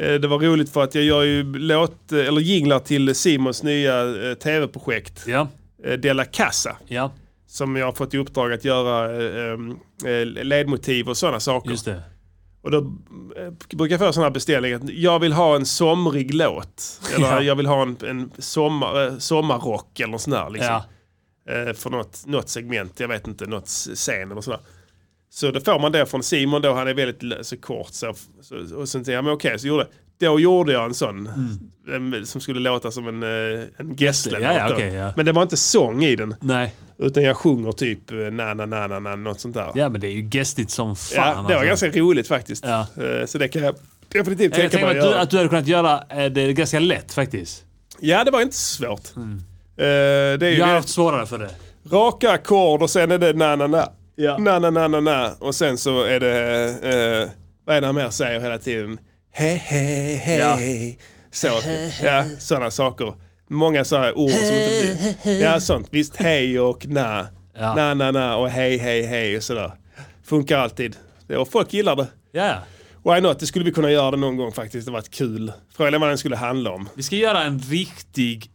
Speaker 2: eh, det var roligt för att jag gör ju låt, eller jinglar till Simons nya eh, tv-projekt.
Speaker 1: Ja.
Speaker 2: Eh, Della Casa.
Speaker 1: Ja.
Speaker 2: Som jag har fått i uppdrag att göra eh, eh, ledmotiv och sådana saker. Just
Speaker 1: det.
Speaker 2: Och då eh, brukar jag få sådana här beställningar. att Jag vill ha en somrig låt. Eller
Speaker 1: Ja.
Speaker 2: jag vill ha en, en sommar, eh, sommarrock eller sån där. Liksom.
Speaker 1: Ja.
Speaker 2: Eh, för något, något segment, jag vet inte, något s- scen eller sådär. Så då får man det från Simon då, han är väldigt l- så kort. Så, så, och sen tänkte jag, men okej, så gjorde, då gjorde jag en sån en, som skulle låta som en, eh, en gessle
Speaker 1: Mm. Ja, ja, okej, ja.
Speaker 2: Men det var inte sång i den.
Speaker 1: Nej.
Speaker 2: Utan jag sjunger typ eh, na na na na na något sånt där.
Speaker 1: Ja, men det är ju gestigt som fan.
Speaker 2: Ja, det var
Speaker 1: alltså.
Speaker 2: ganska roligt faktiskt.
Speaker 1: Ja.
Speaker 2: Eh, Så det kan jag definitivt
Speaker 1: Jag
Speaker 2: tänka
Speaker 1: tänker
Speaker 2: mig
Speaker 1: mig att
Speaker 2: att
Speaker 1: du,
Speaker 2: göra.
Speaker 1: att du hade kunnat göra eh, det ganska lätt faktiskt.
Speaker 2: Ja, det var inte så svårt.
Speaker 1: Mm.
Speaker 2: Eh, Det är ju
Speaker 1: Jag har
Speaker 2: det-
Speaker 1: haft svårare för det.
Speaker 2: raka ackord och sen är det na na na. Na na na na na. Och sen så är det, eh, vad är det han mer säger hela tiden? Hej hej hej. Så, ja, sådana saker. Många sådana ord som inte blir. Ja, sånt. Visst, hej och na.
Speaker 1: Ja.
Speaker 2: Na na na och hej hej hej och sådär. Funkar alltid. Det- Och folk gillar det.
Speaker 1: Ja.
Speaker 2: Why not? Det skulle vi kunna göra det någon gång faktiskt. Det var varit kul. Frågan är vad den skulle handla om.
Speaker 1: Vi ska göra en riktig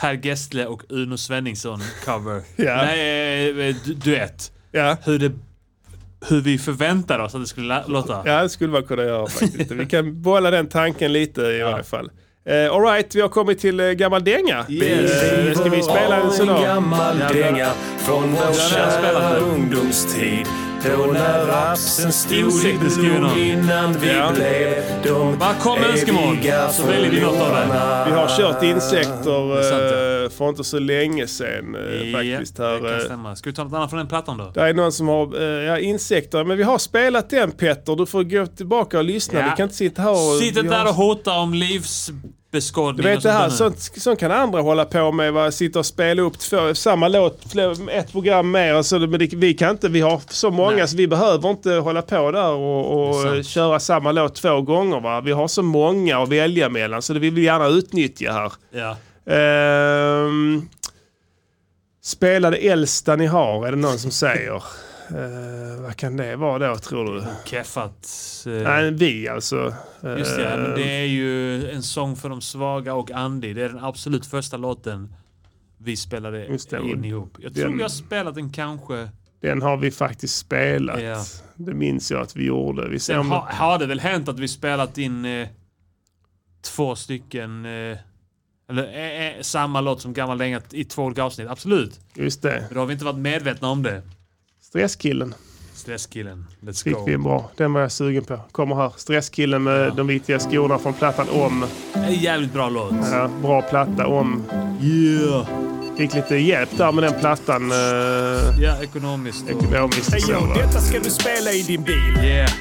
Speaker 1: Per Gessle och Uno Svenningsson cover.
Speaker 2: Ja.
Speaker 1: Nej, eh, du- duett.
Speaker 2: Ja.
Speaker 1: Hur, det, hur vi förväntar oss att det skulle la- låta.
Speaker 2: Ja, det skulle man kunna göra faktiskt. Vi kan bolla den tanken lite i varje fall. Eh, all right, vi har kommit till eh, gammal dänga. Eh, ska vi spela en sån
Speaker 3: en
Speaker 2: här?
Speaker 3: gammal dänga från
Speaker 2: Ja,
Speaker 3: vår
Speaker 2: den har jag
Speaker 3: kära
Speaker 2: spelat nu.
Speaker 3: ungdomstid. Då när rapsen stod i
Speaker 1: Insekter ska vi
Speaker 3: blom
Speaker 1: ha.
Speaker 3: innan vi
Speaker 1: Ja.
Speaker 3: blev de
Speaker 1: Bara kom med önskemål,
Speaker 3: eviga
Speaker 1: så väljer vi något av det.
Speaker 3: förlorarna.
Speaker 2: Vi har kört insekter
Speaker 1: Det är sant,
Speaker 2: eh, för inte så länge sedan eh, faktiskt.
Speaker 1: Ja, det kan
Speaker 2: Här, eh,
Speaker 1: stämma. Ska vi ta något annat från den plattan då?
Speaker 2: det är någon som har eh, ja, insekter, men vi har spelat den Petter. Du får gå tillbaka och lyssna.
Speaker 1: Ja.
Speaker 2: Vi kan inte sitta här och...
Speaker 1: Sitt inte
Speaker 2: vi har-
Speaker 1: där och hota om livsbeskådning
Speaker 2: Du
Speaker 1: och
Speaker 2: vet
Speaker 1: sånt
Speaker 2: det
Speaker 1: där
Speaker 2: här,
Speaker 1: nu.
Speaker 2: sånt, sånt kan andra hålla på med. Va? Sitta och spela upp två, samma låt, fler- ett program mer. och Så, men det, vi kan inte, vi har så många så vi behöver inte hålla på där och, och köra samma låt två gånger. Va? Vi har så många att välja mellan så det vill vi gärna utnyttja här.
Speaker 1: Ja.
Speaker 2: Ehm, spela det äldsta ni har, är det någon som säger. Ehm, vad kan det vara då tror du?
Speaker 1: Keffat. eh,
Speaker 2: Nej, vi alltså.
Speaker 1: Just det, ja, men
Speaker 2: Ehm,
Speaker 1: det är ju en sång för de svaga och Andy. Det är den absolut första låten vi spelade
Speaker 2: Just det, och
Speaker 1: in ihop. Jag tror
Speaker 2: den-
Speaker 1: vi har spelat den kanske...
Speaker 2: Den har vi faktiskt spelat.
Speaker 1: Ja.
Speaker 2: Det minns jag att vi gjorde. Vi ser
Speaker 1: Sen
Speaker 2: om
Speaker 1: ha, har det väl hänt att vi spelat in eh, två stycken... Eh, eller eh, eh, samma låt som Gammal länge i två olika avsnitt. Absolut.
Speaker 2: Just det.
Speaker 1: Men då har vi inte varit medvetna om det.
Speaker 2: Stresskillen
Speaker 1: Stresskillen. Let's
Speaker 2: fick
Speaker 1: go.
Speaker 2: vi en bra. Den var jag sugen på. Kommer här. Stresskillen med de viktiga skorna från plattan Om.
Speaker 1: En jävligt bra låt.
Speaker 2: Ja, bra platta Om.
Speaker 1: Yeah.
Speaker 2: Fick lite hjälp där med den plattan. eh,
Speaker 1: Ja, ekonomiskt. och-
Speaker 2: Ekonomiskt och så.
Speaker 14: Ejo,
Speaker 2: va?
Speaker 14: detta ska du spela i din bil.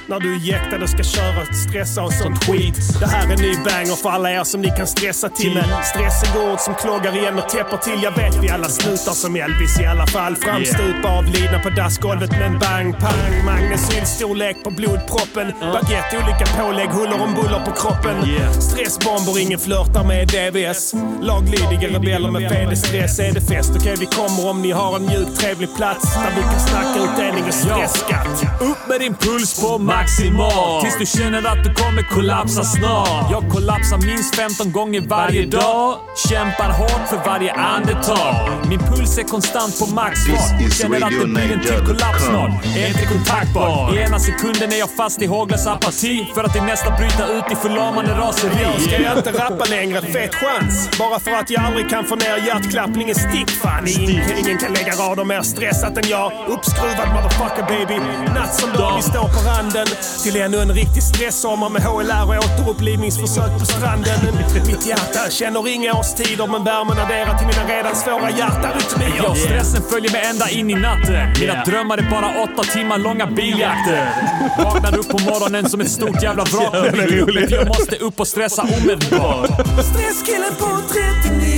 Speaker 14: När du är jäktad och ska köra, stressa och sånt skit. Det här är en ny banger för alla er som ni kan stressa till med. Stress är ord som kloggar igen och täpper till. Jag vet vi alla slutar som Elvis i alla fall. Framstupa avlidna på dassgolvet med en bang pang. Magnesyl storlek på blodproppen. Baguette, olika pålägg, huller om buller på kroppen. Stressbomber, ingen flörtar med DVS. Laglydiga rebeller med fedestress. Är det fest, okej vi kommer om ni har en mjuk trevlig plats. Där vi kan snacka utdelning och stressskatt.
Speaker 3: Upp med din puls på maximal Tills du känner att du kommer kollapsa snart Jag kollapsar minst 15 gånger varje dag Kämpar hårt för varje andetag Min puls är konstant på maxfart
Speaker 19: is
Speaker 3: Känner att det blir en till kollaps snart Är inte kontaktbar I ena sekunden är jag fast i håglös apati För att i nästa bryta ut i förlamande raseri
Speaker 14: Jag ska jag inte rappa längre, fet chans. Bara för att jag aldrig kan få ner hjärtklappningen
Speaker 2: ingen stickfan. Ingen kan lägga rader mer stressat än jag. Uppskruvad motherfucker baby. Natt som dag, vi står på randen. Till ännu en riktig stresssommar med HLR och återupplivningsförsök på stranden. Mitt hjärta känner inga årstider men värmen adderar till mina redan svåra hjärtarytmier.
Speaker 1: Ja, stressen följer mig ända in i natten. Mina drömmar är bara åtta timmar långa biljakter. Vaknar upp på morgonen som ett stort jävla vrak.
Speaker 14: Jävla roligt.
Speaker 1: För Jag måste upp och stressa omedelbart.
Speaker 14: Stresskillen på 39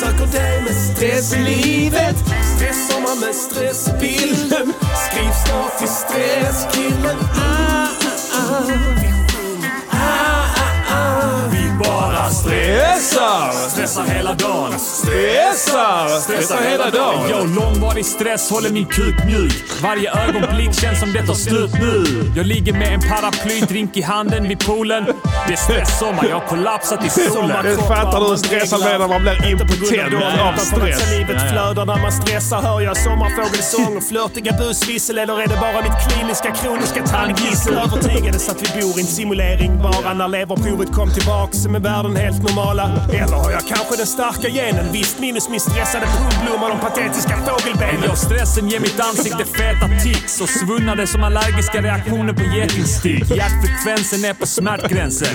Speaker 14: söker dig med stress i livet. Stressommar med stress i bilden. Skriv snart till stresskillen. Ah, ah, ah. Vision. Ah, ah, ah. Vi bara
Speaker 1: Stressar! Stressar hela dagen.
Speaker 14: Stressar! Stressar hela dagen.
Speaker 1: Yo, långvarig stress håller min kuk mjuk. Varje ögonblick känns som det tar slut nu. Jag ligger med en paraplydrink i handen vid poolen. Det är stressommar, jag har kollapsat i solen.
Speaker 20: Det fattar du hur stressad man är när man blir impotent av stress.
Speaker 2: Livet flödar när man stressar hör jag sommarfågelsång Flörtiga busvissel eller är det bara mitt kliniska kroniska tandgissel? Övertygades att vi bor i en simulering bara när leverprovet kom tillbaks med världen helt normala. Eller har jag kanske den starka genen? Visst minus min stressade pungblomma, de patetiska fågelbenen.
Speaker 1: Jag stressen ger mitt ansikte feta tics och svullnader som allergiska reaktioner på getingstick. Hjärtfrekvensen är på smärtgränsen.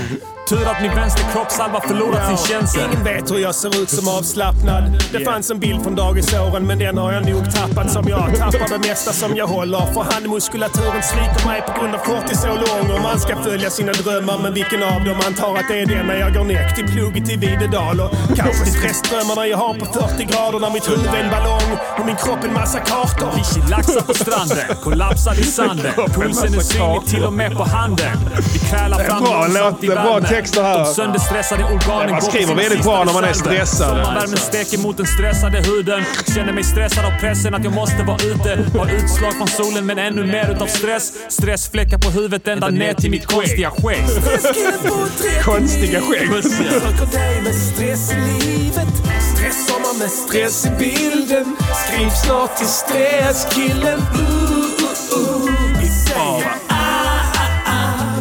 Speaker 1: Tur att min vänster kroppshalva förlorat sin känsel.
Speaker 2: Ingen vet hur jag ser ut som avslappnad. Det fanns en bild från dagisåren men den har jag nog tappat som jag tappar det mesta som jag håller. För handmuskulaturen sviker mig på grund av kortisolånger. Man ska följa sina drömmar men vilken av dem antar att det är den när jag går näck till plugget i Videdal. Och kanske stressdrömmarna jag har på 40 grader när mitt huvud är en ballong och min kropp en massa kartor.
Speaker 1: Vi chillaxar på stranden, kollapsar i sanden. Pulsen är synlig till och med på handen. Vi krälar
Speaker 20: Det är
Speaker 1: fram
Speaker 20: bra
Speaker 1: långsamt
Speaker 20: låt,
Speaker 1: i
Speaker 20: det är bra
Speaker 1: värmen.
Speaker 20: texter här.
Speaker 1: De sönderstressade organen
Speaker 20: Man
Speaker 1: går
Speaker 20: skriver
Speaker 1: på sina
Speaker 20: väldigt
Speaker 1: sista
Speaker 20: bra när man är
Speaker 1: reserver.
Speaker 20: stressad.
Speaker 1: Sommarvärmen steker mot den stressade huden. Känner mig stressad av pressen att jag måste vara ute. Har utslag från solen men ännu mer utav stress. Stressfläckar på huvudet ända ner till mitt konstiga skägg.
Speaker 14: Stresskillen på 39
Speaker 1: Konstiga skägg.
Speaker 14: söker dig med stress i livet. Stressommar med stress i bilden. Skriv snart till stresskillen. Uh, Ooh, ooh, ooh. uh. Vi säger ah,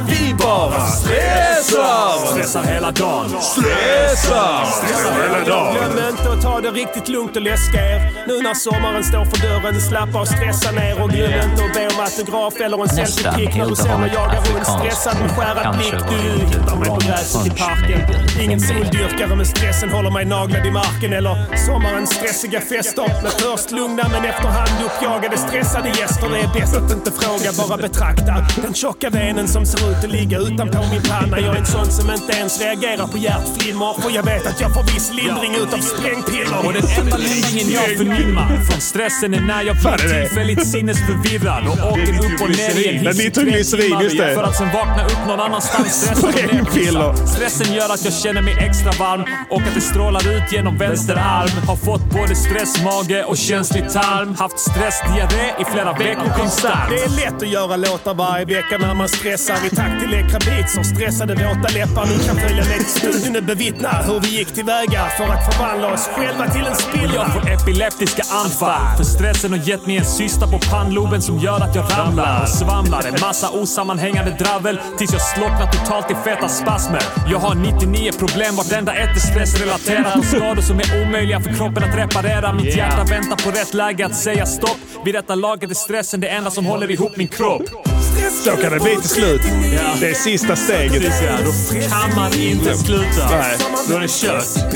Speaker 1: Vi bara
Speaker 14: stressar.
Speaker 1: Stressar hela dagen.
Speaker 14: Stressar.
Speaker 1: Stressar hela dagen.
Speaker 2: Glöm inte att ta det riktigt lugnt och läska er. Nu när sommaren står för dörren, slappa och stressa ner. Och glöm inte att be om autograf eller en
Speaker 14: Nästan
Speaker 2: selfie-pick när du
Speaker 14: helt och
Speaker 2: ser mig
Speaker 14: hållet
Speaker 2: jaga runt
Speaker 14: afrikanskt.
Speaker 2: stressad med skärad
Speaker 14: Kanske
Speaker 2: blick.
Speaker 14: var det
Speaker 2: Du hittar mig på
Speaker 14: wrong
Speaker 2: gräset i
Speaker 14: punch,
Speaker 2: parken.
Speaker 14: maybe.
Speaker 2: Ingen
Speaker 14: Vem vet?
Speaker 2: soldyrkare men stressen håller mig naglad i marken. Eller sommarens stressiga fester. Med först lugna men efterhand uppjagade stressade gäster. Det är bäst att inte fråga, bara betrakta. Den tjocka venen som ser ut att ligga utanpå min panna. Jag är en sån som inte ens reagerar på hjärtflimmer. För jag vet att jag får viss lindring utav sprängpiller.
Speaker 1: Och den enda lindringen jag förnimmar från stressen är när jag
Speaker 2: Fan,
Speaker 1: blir
Speaker 2: det är det.
Speaker 1: tillfälligt sinnesförvirrad och åker upp och ner i
Speaker 20: nitroglycerin.
Speaker 1: en hiss i
Speaker 20: Det är nitroglycerin,
Speaker 1: tre timmar
Speaker 20: just det.
Speaker 1: För att sen vakna upp någon annanstans stressad och
Speaker 20: Sprängpiller.
Speaker 1: nervös. Stressen gör att jag känner mig extra varm och att det strålar ut genom vänster arm. Har fått både stressmage och känslig tarm. Haft stressdiarré i flera veckor konstant.
Speaker 2: Det är lätt att göra låtar varje vecka när man stressar i takt till läckra beats och stressade våta läppar. Nu kan följa med till studion och bevittna hur vi gick tillväga för att förvandla oss själva till en spillra.
Speaker 1: Jag får epileptiska anfall. För stressen har gett mig en cysta på pannloben som gör att jag ramlar och svamlar. En massa osammanhängande dravel tills jag slocknar totalt i feta spasmer. Jag har 99 problem, vartenda ett är stressrelaterat och skador som är omöjliga för kroppen att reparera. Mitt hjärta väntar på rätt läge att säga stopp. Vid detta laget är stressen det enda som håller ihop min kropp.
Speaker 20: Så kan det bli till slut.
Speaker 1: Ja.
Speaker 20: Det är sista steget.
Speaker 1: Precis, ja. Då kan man inte sluta.
Speaker 20: Nej.
Speaker 1: Då är det kört.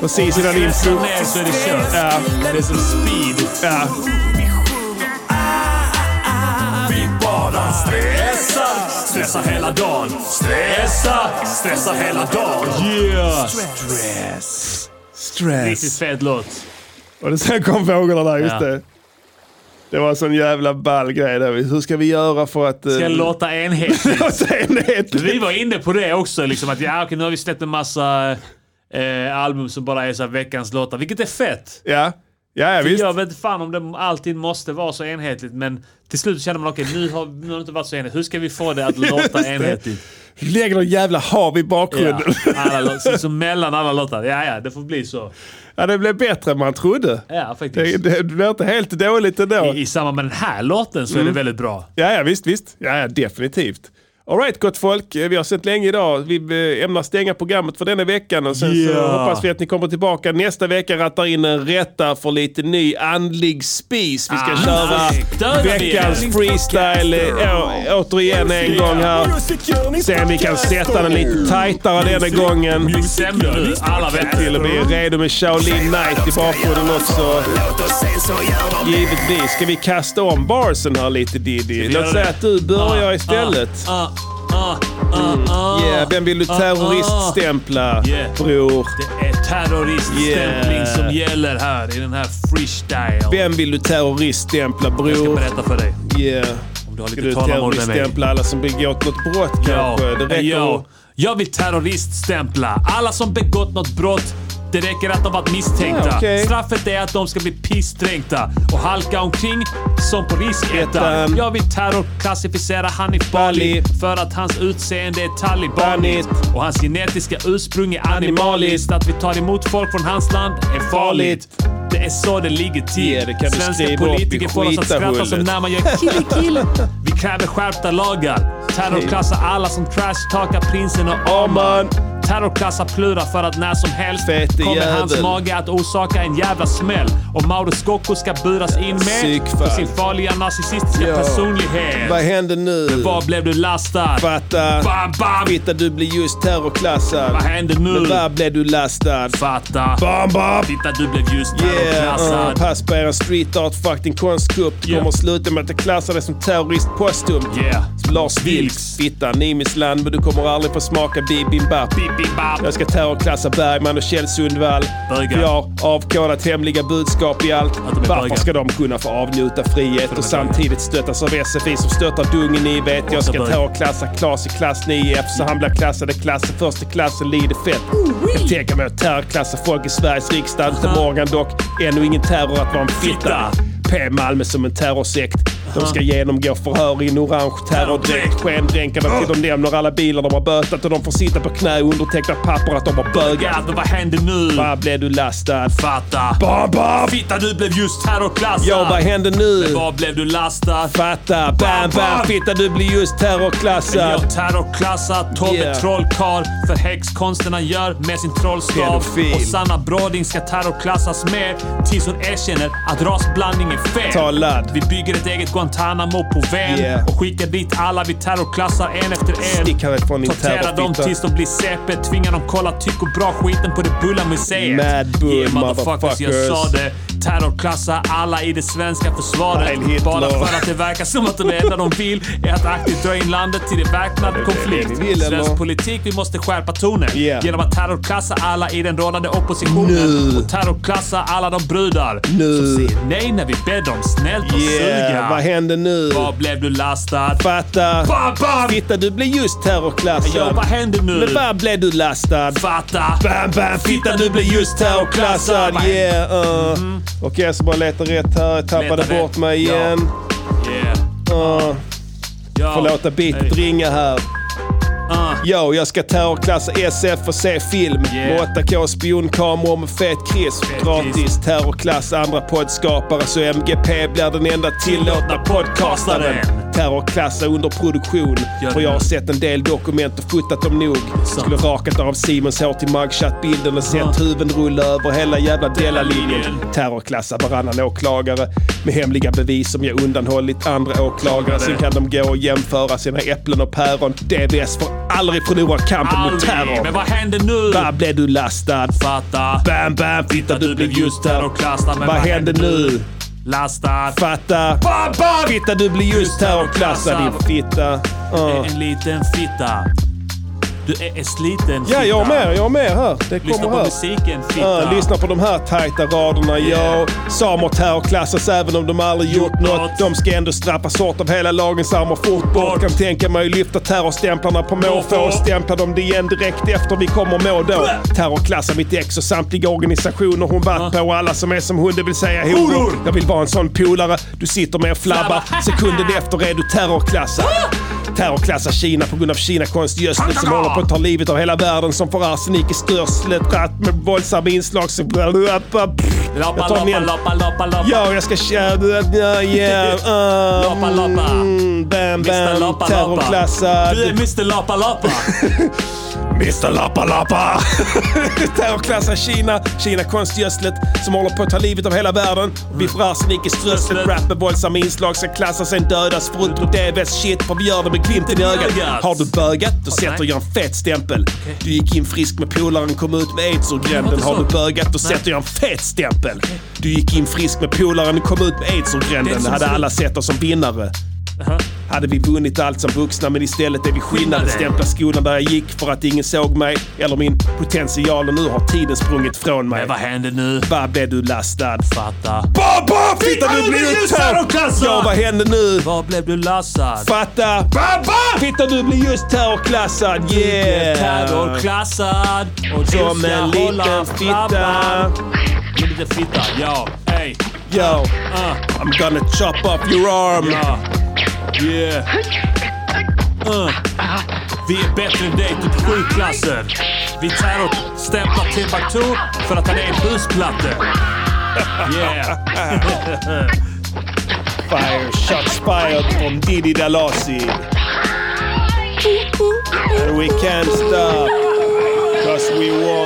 Speaker 20: Precis innan
Speaker 1: Stressar
Speaker 20: intro.
Speaker 1: ner så är det kört.
Speaker 21: Äh,
Speaker 20: Ja.
Speaker 1: Det är som speed.
Speaker 20: Ja.
Speaker 1: Vi bara stressar, stressar hela dagen. Stressar, stressar hela dagen. Yeah! Stress.
Speaker 20: Stress.
Speaker 1: Riktigt fet låt.
Speaker 20: Och det sen kom fåglarna där, just
Speaker 1: Ja.
Speaker 20: det. Det var en sån jävla ball grej där. Hur ska vi göra för att... eh,
Speaker 21: Ska låta enhetligt.
Speaker 20: låta enhetligt.
Speaker 21: Vi var inne på det också. Liksom, att, ja, okej, nu har vi släppt en massa eh, album som bara är så här veckans låtar, vilket är fett.
Speaker 20: Ja, ja, ja
Speaker 21: För
Speaker 20: visst.
Speaker 21: Jag vet inte fan om det alltid måste vara så enhetligt, men till slut känner man okej, nu, har, nu har det inte varit så enhetligt. Hur ska vi få det att
Speaker 20: Just
Speaker 21: låta
Speaker 20: det.
Speaker 21: enhetligt?
Speaker 20: Lägg någon jävla hav i
Speaker 21: Ja,
Speaker 20: bakgrunden.
Speaker 21: alla, lå- så, så mellan alla låtar. Ja, ja, det får bli så.
Speaker 20: Ja, det blev bättre än man trodde.
Speaker 21: Ja, faktiskt.
Speaker 20: Det, det, det blev inte helt dåligt ändå.
Speaker 2: Mm.
Speaker 21: I, I samband med den här låten så är det väldigt bra.
Speaker 20: Ja, ja visst, visst. Ja, ja definitivt.
Speaker 2: Alright gott folk, eh, vi har sett länge idag. Vi eh, ämnar stänga programmet för denna veckan och sen så
Speaker 1: Ja.
Speaker 2: hoppas vi att ni kommer tillbaka nästa vecka, rattar in en rätta för lite ny andlig spis. Vi ska
Speaker 1: Andlig.
Speaker 2: köra
Speaker 1: Döda
Speaker 2: veckans
Speaker 1: del.
Speaker 2: freestyle eh, å- återigen en gång här. Se om vi kan sätta den lite tajtare denna gången.
Speaker 22: Sämre nu, alla vet
Speaker 2: Till och vi är redo med Shaolin Knight i bakgrunden också. Givetvis ska vi kasta om barsen här lite Diddy. Låt säga att du börjar istället. Mm.
Speaker 1: Ah, ah, ah, ah.
Speaker 2: Yeah, vem vill du
Speaker 1: Ah, ah.
Speaker 2: terroriststämpla
Speaker 1: Yeah.
Speaker 2: bror?
Speaker 1: Det är terroriststämpling
Speaker 2: Yeah.
Speaker 1: som gäller här i den här freestyle.
Speaker 2: Vem vill du terroriststämpla bror?
Speaker 1: Jag ska berätta för dig.
Speaker 2: Yeah.
Speaker 1: Om du har
Speaker 2: Ska
Speaker 1: lite
Speaker 2: du
Speaker 1: tålamod med mig.
Speaker 2: terroriststämpla alla som begått något brott kanske? Det räcker
Speaker 1: ja. Jag vill terroriststämpla alla som begått något brott. Det räcker att de varit misstänkta.
Speaker 2: Ja, okej.
Speaker 1: Straffet är att de ska bli pissdränkta och halka omkring som på riskettan. Jag vill terrorklassificera Hanif Bali för att hans utseende är talibaniskt och hans genetiska ursprung är animaliskt. Att vi tar emot folk från hans land är farligt. Det är så det ligger till.
Speaker 2: Ja, det kan du
Speaker 1: Svenska
Speaker 2: skriva upp i
Speaker 1: politiker får oss att skratta som
Speaker 2: skitahullet.
Speaker 1: när man gör kill, kill. Vi kräver skärpta lagar. Terrorklassa alla som trashtalkar prinsen och Arman. Terrorklassa Plura för att när som helst
Speaker 2: Fete
Speaker 1: kommer hans
Speaker 2: jävel.
Speaker 1: mage att orsaka en jävla smäll. Och Mauro Scocco ska buras in med
Speaker 2: Psykfall.
Speaker 1: för sin farliga narcissistiska personlighet.
Speaker 2: Vad händer nu?
Speaker 1: Men vad blev du lastad?
Speaker 2: Fatta.
Speaker 1: Bam, bam!
Speaker 2: Fitta, du blir just terrorklassad.
Speaker 1: Vad händer nu?
Speaker 2: Men vad blev du lastad?
Speaker 1: Fatta.
Speaker 2: Bam, bam.
Speaker 1: Titta, du blev just
Speaker 2: Yeah,
Speaker 1: terrorklassad.
Speaker 2: uh, pass på er street art fucking konstgrupp. Det
Speaker 1: Yeah.
Speaker 2: kommer sluta med att jag klassar dig som terrorist postum.
Speaker 1: Yeah.
Speaker 2: Som Lars Vilks. Fitta, Nimisland, men du kommer aldrig få smaka bibimbap.
Speaker 1: Bibimbap.
Speaker 2: Jag ska terrorklassa Bergman och Kjell Sundvall.
Speaker 1: Bögar.
Speaker 2: För Jag har avkodat hemliga budskap i allt.
Speaker 1: de är
Speaker 2: Varför
Speaker 1: bögar.
Speaker 2: ska de kunna få avnjuta frihet och samtidigt stöttas av SFI som stöttar dungen ni vet. Jag ska
Speaker 1: bögar.
Speaker 2: terrorklassa Klas i klass 9F så han blir klassad i klassen första klassen lider fett. Jag tänker mig att terrorklassa folk i Sveriges riksdag. Inte Morgan dock. Ännu ingen terror att vara en fitta. P Malmö som en terrorsekt. De ska genomgå förhör i en orange terrordräkt. Skendränkar dem till de lämnar alla bilar de har bötat och de får sitta på knä och underteckna papper att de har bögat.
Speaker 1: Men vad händer nu?
Speaker 2: Vad blev du lastad?
Speaker 1: Fatta.
Speaker 2: Bam, bam!
Speaker 1: Fitta, du blev just terrorklassad.
Speaker 2: Ja, vad händer nu?
Speaker 1: Men vad blev du lastad?
Speaker 2: Fatta! Ah. Bam, bam! Fitta, du blir just
Speaker 1: Men
Speaker 2: terrorklassad.
Speaker 1: jag terrorklassar Tobbe
Speaker 2: Yeah.
Speaker 1: Trollkarl för häxkonsten han gör med sin trollstav.
Speaker 2: Pedofil.
Speaker 1: Och Sanna Broding ska terrorklassas mer tills hon erkänner att rasblandning är fel.
Speaker 2: Ta ladd.
Speaker 1: Vi bygger ett eget Guantanamo på Ven
Speaker 2: Yeah.
Speaker 1: och skickar dit alla vi terrorklassar en efter en.
Speaker 2: Stick härifrån din
Speaker 1: Tortera dem
Speaker 2: terrorfitta.
Speaker 1: tills de blir CP. Tvinga dem kolla tyck och bra skiten på det Bulla-museet.
Speaker 2: Mad bull,
Speaker 1: yeah, motherfuckers. Jag
Speaker 2: motherfuckers.
Speaker 1: sa det. Terrorklassa alla i det svenska försvaret.
Speaker 2: Heil Hitler.
Speaker 1: Bara för att det verkar som att det enda de vill är att aktivt dra in landet till en väpnad
Speaker 2: det
Speaker 1: konflikt.
Speaker 2: vi vill, eller?
Speaker 1: Svensk politik, vi måste skärpa tonen.
Speaker 2: Yeah.
Speaker 1: Genom att terrorklassa alla i den rådande oppositionen.
Speaker 2: Nu.
Speaker 1: Och terrorklassa alla de brudar som
Speaker 2: Nu.
Speaker 1: säger nej när vi ber dem snällt att
Speaker 2: Yeah, vad
Speaker 1: suga.
Speaker 2: händer nu?
Speaker 1: Vad blev du lastad?
Speaker 2: Fatta!
Speaker 1: Bam, bam!
Speaker 2: Fitta, du blir just terrorklassad.
Speaker 1: Ja, vad händer nu?
Speaker 2: Men vad blev du lastad?
Speaker 1: Fatta!
Speaker 2: Bam, bam! Fitta, du blir just terrorklassad.
Speaker 1: Vad händer?
Speaker 2: Yeah, uh. Okej, jag ska bara leta rätt här. Jag tappade
Speaker 1: Leta
Speaker 2: bort
Speaker 1: rätt.
Speaker 2: mig
Speaker 1: Ja.
Speaker 2: igen.
Speaker 1: Yeah.
Speaker 2: Uh.
Speaker 1: Ja.
Speaker 2: Får låta beatet
Speaker 1: Hej.
Speaker 2: ringa här.
Speaker 1: Ah.
Speaker 2: Yo, jag ska terrorklassa SF och se film.
Speaker 1: Yeah.
Speaker 2: Med 8K spionkameror med fet krisp. Gratis terrorklass andra poddskapare så MGP blir den enda tillåtna podcastaren. Terrorklassa under produktion.
Speaker 1: Gör
Speaker 2: För
Speaker 1: det.
Speaker 2: jag har sett en del dokument och fotat dem nog. Skulle rakat av Simons hår till mugshot-bilden och sett huvuden rulla över hela jävla Della-linjen. Terrorklassa varannan åklagare med hemliga bevis som jag undanhållit andra åklagare. Sen kan de gå och jämföra sina äpplen och päron. DVS får aldrig förlora kampen mot
Speaker 1: Aldrig! Men
Speaker 2: terror.
Speaker 1: vad händer nu?
Speaker 2: Där blev du lastad.
Speaker 1: Fatta!
Speaker 2: Bam, bam, fitta du blev just
Speaker 1: terrorklassad. Men
Speaker 2: Vad händer nu?
Speaker 1: Lastad!
Speaker 2: Fatta!
Speaker 1: Bam, bam!
Speaker 2: Fitta du blir just terrorklassad din fitta.
Speaker 1: Du
Speaker 2: Uh.
Speaker 1: är en liten fitta. Du är en sliten fitta.
Speaker 2: Ja, jag har mer. Jag har mer här. Det kommer
Speaker 1: Lyssna på
Speaker 2: här.
Speaker 1: musiken, fitta.
Speaker 2: Ja, lyssna på de här tajta raderna.
Speaker 1: Yeah.
Speaker 2: Yeah. Samer terrorklassas även om de aldrig gjort något. De ska ändå straffas hårt av hela lagens armar fort bort. Kan tänka mig att lyfta terrorstämplarna på måfå och stämpla dem igen direkt efter vi kommer må då. Terrorklassa mitt ex och samtliga organisationer hon varit på och alla som är som hon, det vill säga horor.
Speaker 1: Ah!
Speaker 2: Jag vill vara en sån polare du sitter med och flabbar. Sekunden efter är du terrorklassad. terrorklassar Kina på grund av Kina konstgödsel som håller på att ta livet av hela världen som får arsenik i störslet. Ratt med våldsamma inslag som... Jag
Speaker 1: Loppa,
Speaker 2: tar
Speaker 1: loppa,
Speaker 2: ner
Speaker 1: loppa, loppa, loppa.
Speaker 2: Ja, jag ska tjäna... Ja, yeah.
Speaker 1: Loppa, loppa.
Speaker 2: Mm, bam,
Speaker 1: Mr.
Speaker 2: bam.
Speaker 1: Loppa, loppa.
Speaker 2: Terrorklassad.
Speaker 1: Du är Mr. Loppa, loppa.
Speaker 2: Mr Lappa Lappa! Terrorklassar Kina, Kina konstgödslet som håller på att ta livet av hela världen. Vi får arsenik i strösslet, rap med våldsamma inslag ska klassas, sen dödas. Förutom det är bäst shit för vi gör det med glimten i ögat. Har du bögat, då sätter jag en fet stämpel. Du gick in frisk med polaren, kom ut med aids ur gränden. Har du bögat, då sätter jag en fet stämpel. Du gick in frisk med polaren, kom ut med aids ur
Speaker 1: Det är
Speaker 2: gränden.
Speaker 1: som
Speaker 2: Hade
Speaker 1: ser
Speaker 2: alla sett oss som vinnare. Hade vi vunnit allt som vuxna men istället är vi skinnade.
Speaker 1: Skinnade.
Speaker 2: Stämpla skolan där jag gick för att ingen såg mig eller min potential och nu har tiden sprungit från mig. Men vad hände nu? Vad blev du lastad? Fatta. Baba! Fitta du blir just terrorklassad! Ja, vad hände nu? Vad blev du lastad? Fatta! Baba! Fitta du blir just terrorklassad! Yeah!
Speaker 1: Terrorklassad. Och du
Speaker 2: Som
Speaker 1: ska
Speaker 2: en liten
Speaker 1: hålla
Speaker 2: fitta.
Speaker 1: flabban. En liten fitta, ja. Hey.
Speaker 2: Yo, I'm gonna chop off your arm.
Speaker 1: Ja. Yeah. Uh. Vi är bättre än dig, typ sju klasser. Vi terrorstämplar Timbuktu för att han är en busplatte. Yeah.
Speaker 2: Fire shots fired from Didi Dalasi. And we can't stop. Cause we want